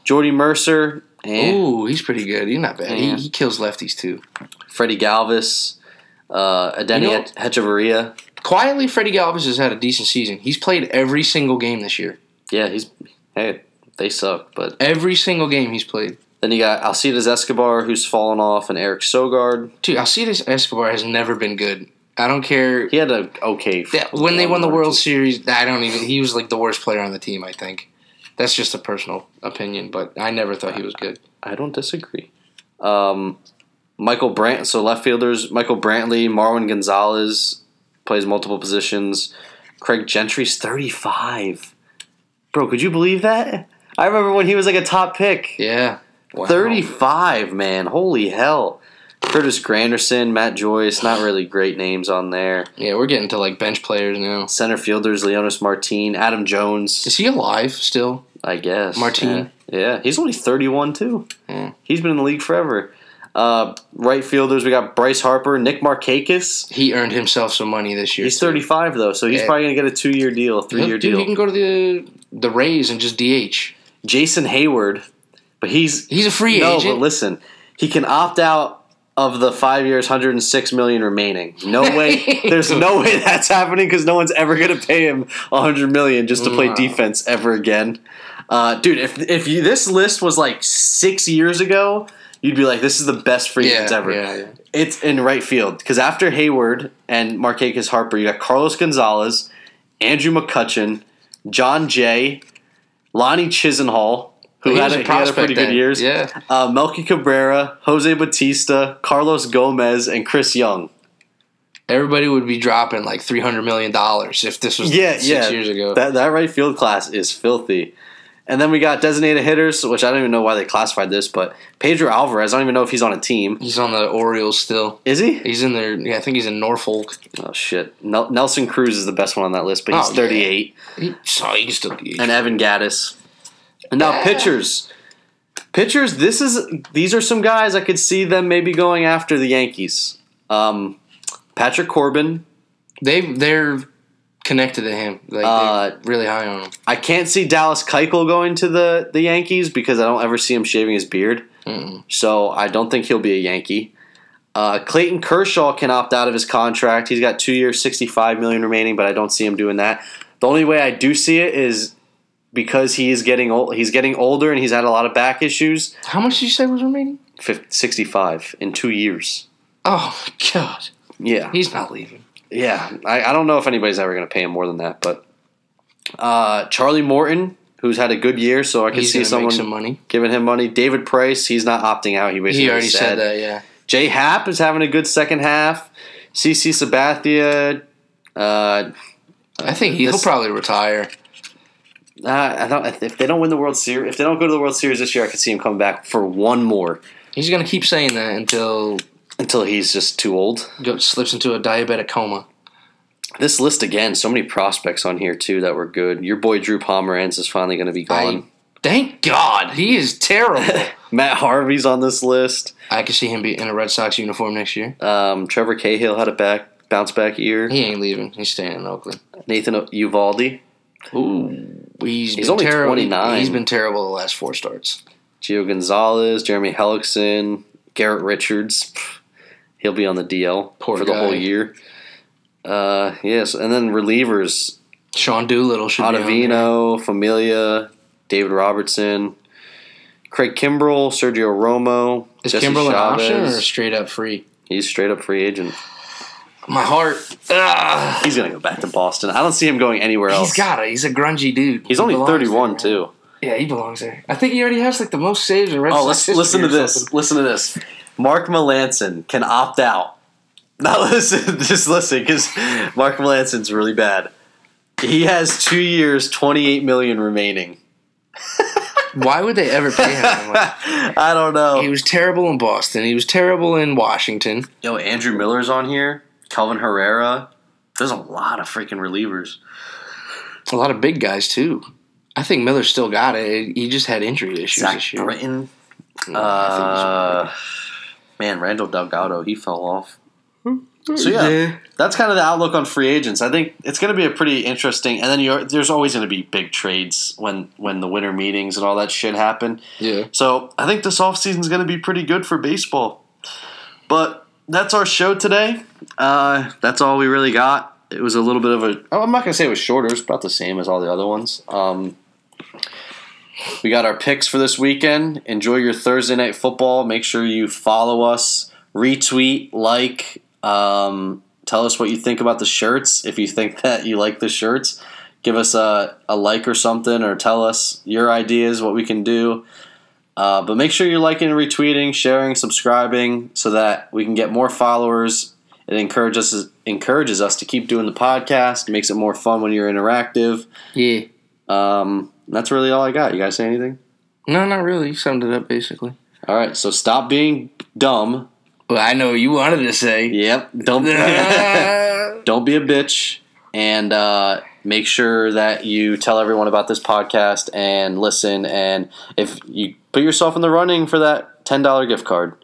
[SPEAKER 1] Jordy Mercer and
[SPEAKER 2] Ooh, he's pretty good. He's not bad.
[SPEAKER 1] Yeah.
[SPEAKER 2] He, he kills lefties too.
[SPEAKER 1] Freddie Galvis, uh, Adeni
[SPEAKER 2] You know-
[SPEAKER 1] Hecheverria.
[SPEAKER 2] Quietly, Freddie Galvis has had a decent season. He's played every single game this year.
[SPEAKER 1] Yeah, he's hey, they suck, but
[SPEAKER 2] Every single game he's played.
[SPEAKER 1] then you got Alcides Escobar, who's fallen off, and Eric Sogard.
[SPEAKER 2] Dude, Alcides Escobar has never been good. I don't care.
[SPEAKER 1] He had a okay.
[SPEAKER 2] Yeah, when they
[SPEAKER 1] one
[SPEAKER 2] won the
[SPEAKER 1] or
[SPEAKER 2] World
[SPEAKER 1] two.
[SPEAKER 2] Series, I don't even. He was like the worst player on the team. I think that's just a personal opinion, but I never thought he was good.
[SPEAKER 1] I don't disagree. Um, Michael Brant, so left fielders Michael Brantley, Marwin Gonzalez plays multiple positions. Craig Gentry's thirty five. Bro, could you believe that? I remember when he was like a top pick.
[SPEAKER 2] Yeah, Wow.
[SPEAKER 1] Thirty five, man. Holy hell. Curtis Granderson, Matt Joyce, not really great names on there.
[SPEAKER 2] Yeah, we're getting to like bench players now.
[SPEAKER 1] Center fielders Leonis Martin, Adam Jones,
[SPEAKER 2] Is he alive still?
[SPEAKER 1] I guess.
[SPEAKER 2] Martin.
[SPEAKER 1] Yeah, yeah. he's only thirty one too.
[SPEAKER 2] Yeah.
[SPEAKER 1] He's been in the league forever. Uh, right fielders, we got Bryce Harper, Nick Markakis.
[SPEAKER 2] He earned himself some money this year.
[SPEAKER 1] He's 35 though, so he's
[SPEAKER 2] Yeah.
[SPEAKER 1] probably gonna get a two-year deal,
[SPEAKER 2] Look,
[SPEAKER 1] three-year
[SPEAKER 2] dude,
[SPEAKER 1] deal.
[SPEAKER 2] he can go to the the Rays and just DH.
[SPEAKER 1] Jason Hayward, but he's
[SPEAKER 2] He's a free
[SPEAKER 1] no.
[SPEAKER 2] agent.
[SPEAKER 1] But listen, he can opt out of the five years, 106 million remaining. No way. there's no way that's happening because no one's ever gonna pay him 100 million just to play
[SPEAKER 2] Wow.
[SPEAKER 1] defense ever again. Uh, dude, if if you this list was like six years ago, you'd be like, this is the best free
[SPEAKER 2] yeah,
[SPEAKER 1] agents ever.
[SPEAKER 2] yeah, yeah.
[SPEAKER 1] It's in right field because after Hayward and Marquez Harper, you got Carlos Gonzalez, Andrew McCutcheon, John Jay, Lonnie Chisenhall, who
[SPEAKER 2] He
[SPEAKER 1] had
[SPEAKER 2] was
[SPEAKER 1] a, he had a
[SPEAKER 2] a
[SPEAKER 1] pretty
[SPEAKER 2] prospect
[SPEAKER 1] good
[SPEAKER 2] then.
[SPEAKER 1] years,
[SPEAKER 2] Yeah.
[SPEAKER 1] uh, Melky Cabrera, Jose Batista, Carlos Gomez, and Chris Young.
[SPEAKER 2] Everybody would be dropping like three hundred million dollars if this was
[SPEAKER 1] Yeah,
[SPEAKER 2] six
[SPEAKER 1] yeah,
[SPEAKER 2] years ago.
[SPEAKER 1] that that right field class is filthy. And then we got designated hitters, which I don't even know why they classified this, but Pedro Alvarez. I don't even know if he's on a team.
[SPEAKER 2] he's on the Orioles still.
[SPEAKER 1] Is he?
[SPEAKER 2] He's in there. Yeah, I think he's in Norfolk.
[SPEAKER 1] Oh shit! Nel- Nelson Cruz is the best one on that list, but he's
[SPEAKER 2] Oh, yeah.
[SPEAKER 1] 38.
[SPEAKER 2] He, so he can still DH.
[SPEAKER 1] and Evan Gaddis. And now
[SPEAKER 2] Yeah.
[SPEAKER 1] pitchers. Pitchers, this is these are some guys I could see them maybe going after the Yankees. Um, Patrick Corbin.
[SPEAKER 2] They they're connected to him. Like
[SPEAKER 1] Uh,
[SPEAKER 2] they're really high on him.
[SPEAKER 1] I can't see Dallas Keuchel going to the, the Yankees because I don't ever see him shaving his beard.
[SPEAKER 2] Mm-mm.
[SPEAKER 1] So I don't think he'll be a Yankee. Uh, Clayton Kershaw can opt out of his contract. He's got two years, sixty-five million remaining, but I don't see him doing that. The only way I do see it is because he is getting old. He's getting older, and he's had a lot of back issues.
[SPEAKER 2] How much did you say was remaining?
[SPEAKER 1] 50, 65 in two years.
[SPEAKER 2] Oh God,
[SPEAKER 1] Yeah,
[SPEAKER 2] he's not leaving.
[SPEAKER 1] yeah. I, I don't know if anybody's ever going to pay him more than that, but uh, Charlie Morton, who's had a good year, so I can
[SPEAKER 2] He's
[SPEAKER 1] see
[SPEAKER 2] gonna
[SPEAKER 1] someone
[SPEAKER 2] make some money.
[SPEAKER 1] giving him money. David Price, he's not opting out. He basically
[SPEAKER 2] He already
[SPEAKER 1] said
[SPEAKER 2] said that. Yeah,
[SPEAKER 1] J Hap is having a good second half. CC Sabathia. Uh,
[SPEAKER 2] I think he'll
[SPEAKER 1] This-
[SPEAKER 2] probably retire.
[SPEAKER 1] uh, I don't. If they don't win the World Series, if they don't go to the World Series this year, I could see him coming back for one more
[SPEAKER 2] He's gonna keep saying that until
[SPEAKER 1] until he's just too old.
[SPEAKER 2] go, slips into a diabetic coma.
[SPEAKER 1] This list again, so many prospects on here too that were good. Your boy Drew Pomeranz is finally going to be gone.
[SPEAKER 2] I thank God he is terrible.
[SPEAKER 1] Matt Harvey's on this list.
[SPEAKER 2] I could see him be in a Red Sox uniform next year.
[SPEAKER 1] Um, Trevor Cahill had a back bounce back year.
[SPEAKER 2] He ain't leaving. He's staying in Oakland.
[SPEAKER 1] Nathan Uvaldi,
[SPEAKER 2] Ooh,
[SPEAKER 1] He's
[SPEAKER 2] been
[SPEAKER 1] only
[SPEAKER 2] terrible.
[SPEAKER 1] 29.
[SPEAKER 2] He's been terrible the last four starts.
[SPEAKER 1] Gio Gonzalez, Jeremy Hellickson, Garrett Richards. Pff, He'll be on the DL
[SPEAKER 2] Poor
[SPEAKER 1] for the whole
[SPEAKER 2] guy.
[SPEAKER 1] year. Uh, yes, and then relievers:
[SPEAKER 2] Sean Doolittle should be on there.
[SPEAKER 1] Ottavino, Familia, David Robertson, Craig Kimbrell, Sergio Romo.
[SPEAKER 2] Is
[SPEAKER 1] Jesse
[SPEAKER 2] Kimbrel an option or
[SPEAKER 1] Chavez.
[SPEAKER 2] straight up free?
[SPEAKER 1] He's straight up free agent.
[SPEAKER 2] My heart. ah,
[SPEAKER 1] He's gonna go back to Boston. I don't see him going anywhere else.
[SPEAKER 2] he's got it. He's a grungy dude.
[SPEAKER 1] He's
[SPEAKER 2] He
[SPEAKER 1] only
[SPEAKER 2] belongs
[SPEAKER 1] thirty-one
[SPEAKER 2] there, man.
[SPEAKER 1] too.
[SPEAKER 2] Yeah, he belongs there. I think he already has like the most saves in Red
[SPEAKER 1] Oh,
[SPEAKER 2] Sox
[SPEAKER 1] let's listen to
[SPEAKER 2] history or
[SPEAKER 1] this.
[SPEAKER 2] something.
[SPEAKER 1] Listen to this. Mark Melanson can opt out. Now listen, just listen, because Mark Melanson's really bad. He has two years, twenty-eight million remaining.
[SPEAKER 2] Why would they ever pay him? that much?
[SPEAKER 1] I don't
[SPEAKER 2] He
[SPEAKER 1] know.
[SPEAKER 2] was terrible in Boston. He was terrible in Washington.
[SPEAKER 1] Yo, Andrew Miller's on here. Kelvin Herrera. There's a lot of freaking relievers.
[SPEAKER 2] A lot of big guys too. I think Miller still got it. He just had injury issues
[SPEAKER 1] Zach
[SPEAKER 2] this year.
[SPEAKER 1] Britton.
[SPEAKER 2] Yeah, I
[SPEAKER 1] Uh, man, Randall Delgado. He fell off.
[SPEAKER 2] think he's-
[SPEAKER 1] so, yeah. that's kind of the outlook on free agents. I think it's going to be a pretty interesting, and then you're, there's always going to be big trades when when the winter meetings and all that shit happen.
[SPEAKER 2] yeah.
[SPEAKER 1] So I think this offseason is going to be pretty good for baseball. But that's our show today. Uh, that's all we really got. It was a little bit of a. oh, I'm not going to say it was shorter. It's about the same as all the other ones. Um, we got our picks for this weekend. Enjoy your Thursday night football. Make sure you follow us, retweet, like. Um, tell us what you think about the shirts. If you think that you like the shirts, give us a, a like or something, or tell us your ideas, what we can do. Uh, but make sure you're liking, retweeting, sharing, subscribing, so that we can get more followers. It encourages encourages us to keep doing the podcast. Makes it more fun when you're interactive.
[SPEAKER 2] Yeah.
[SPEAKER 1] Um, that's really all I got. You guys say anything?
[SPEAKER 2] No, not really. You summed it up basically.
[SPEAKER 1] All right. So stop being dumb.
[SPEAKER 2] Well, I know what you wanted to say.
[SPEAKER 1] Yep. Don't don't be a bitch. And uh, make sure that you tell everyone about this podcast and listen. And if you put yourself in the running for that ten dollar gift card.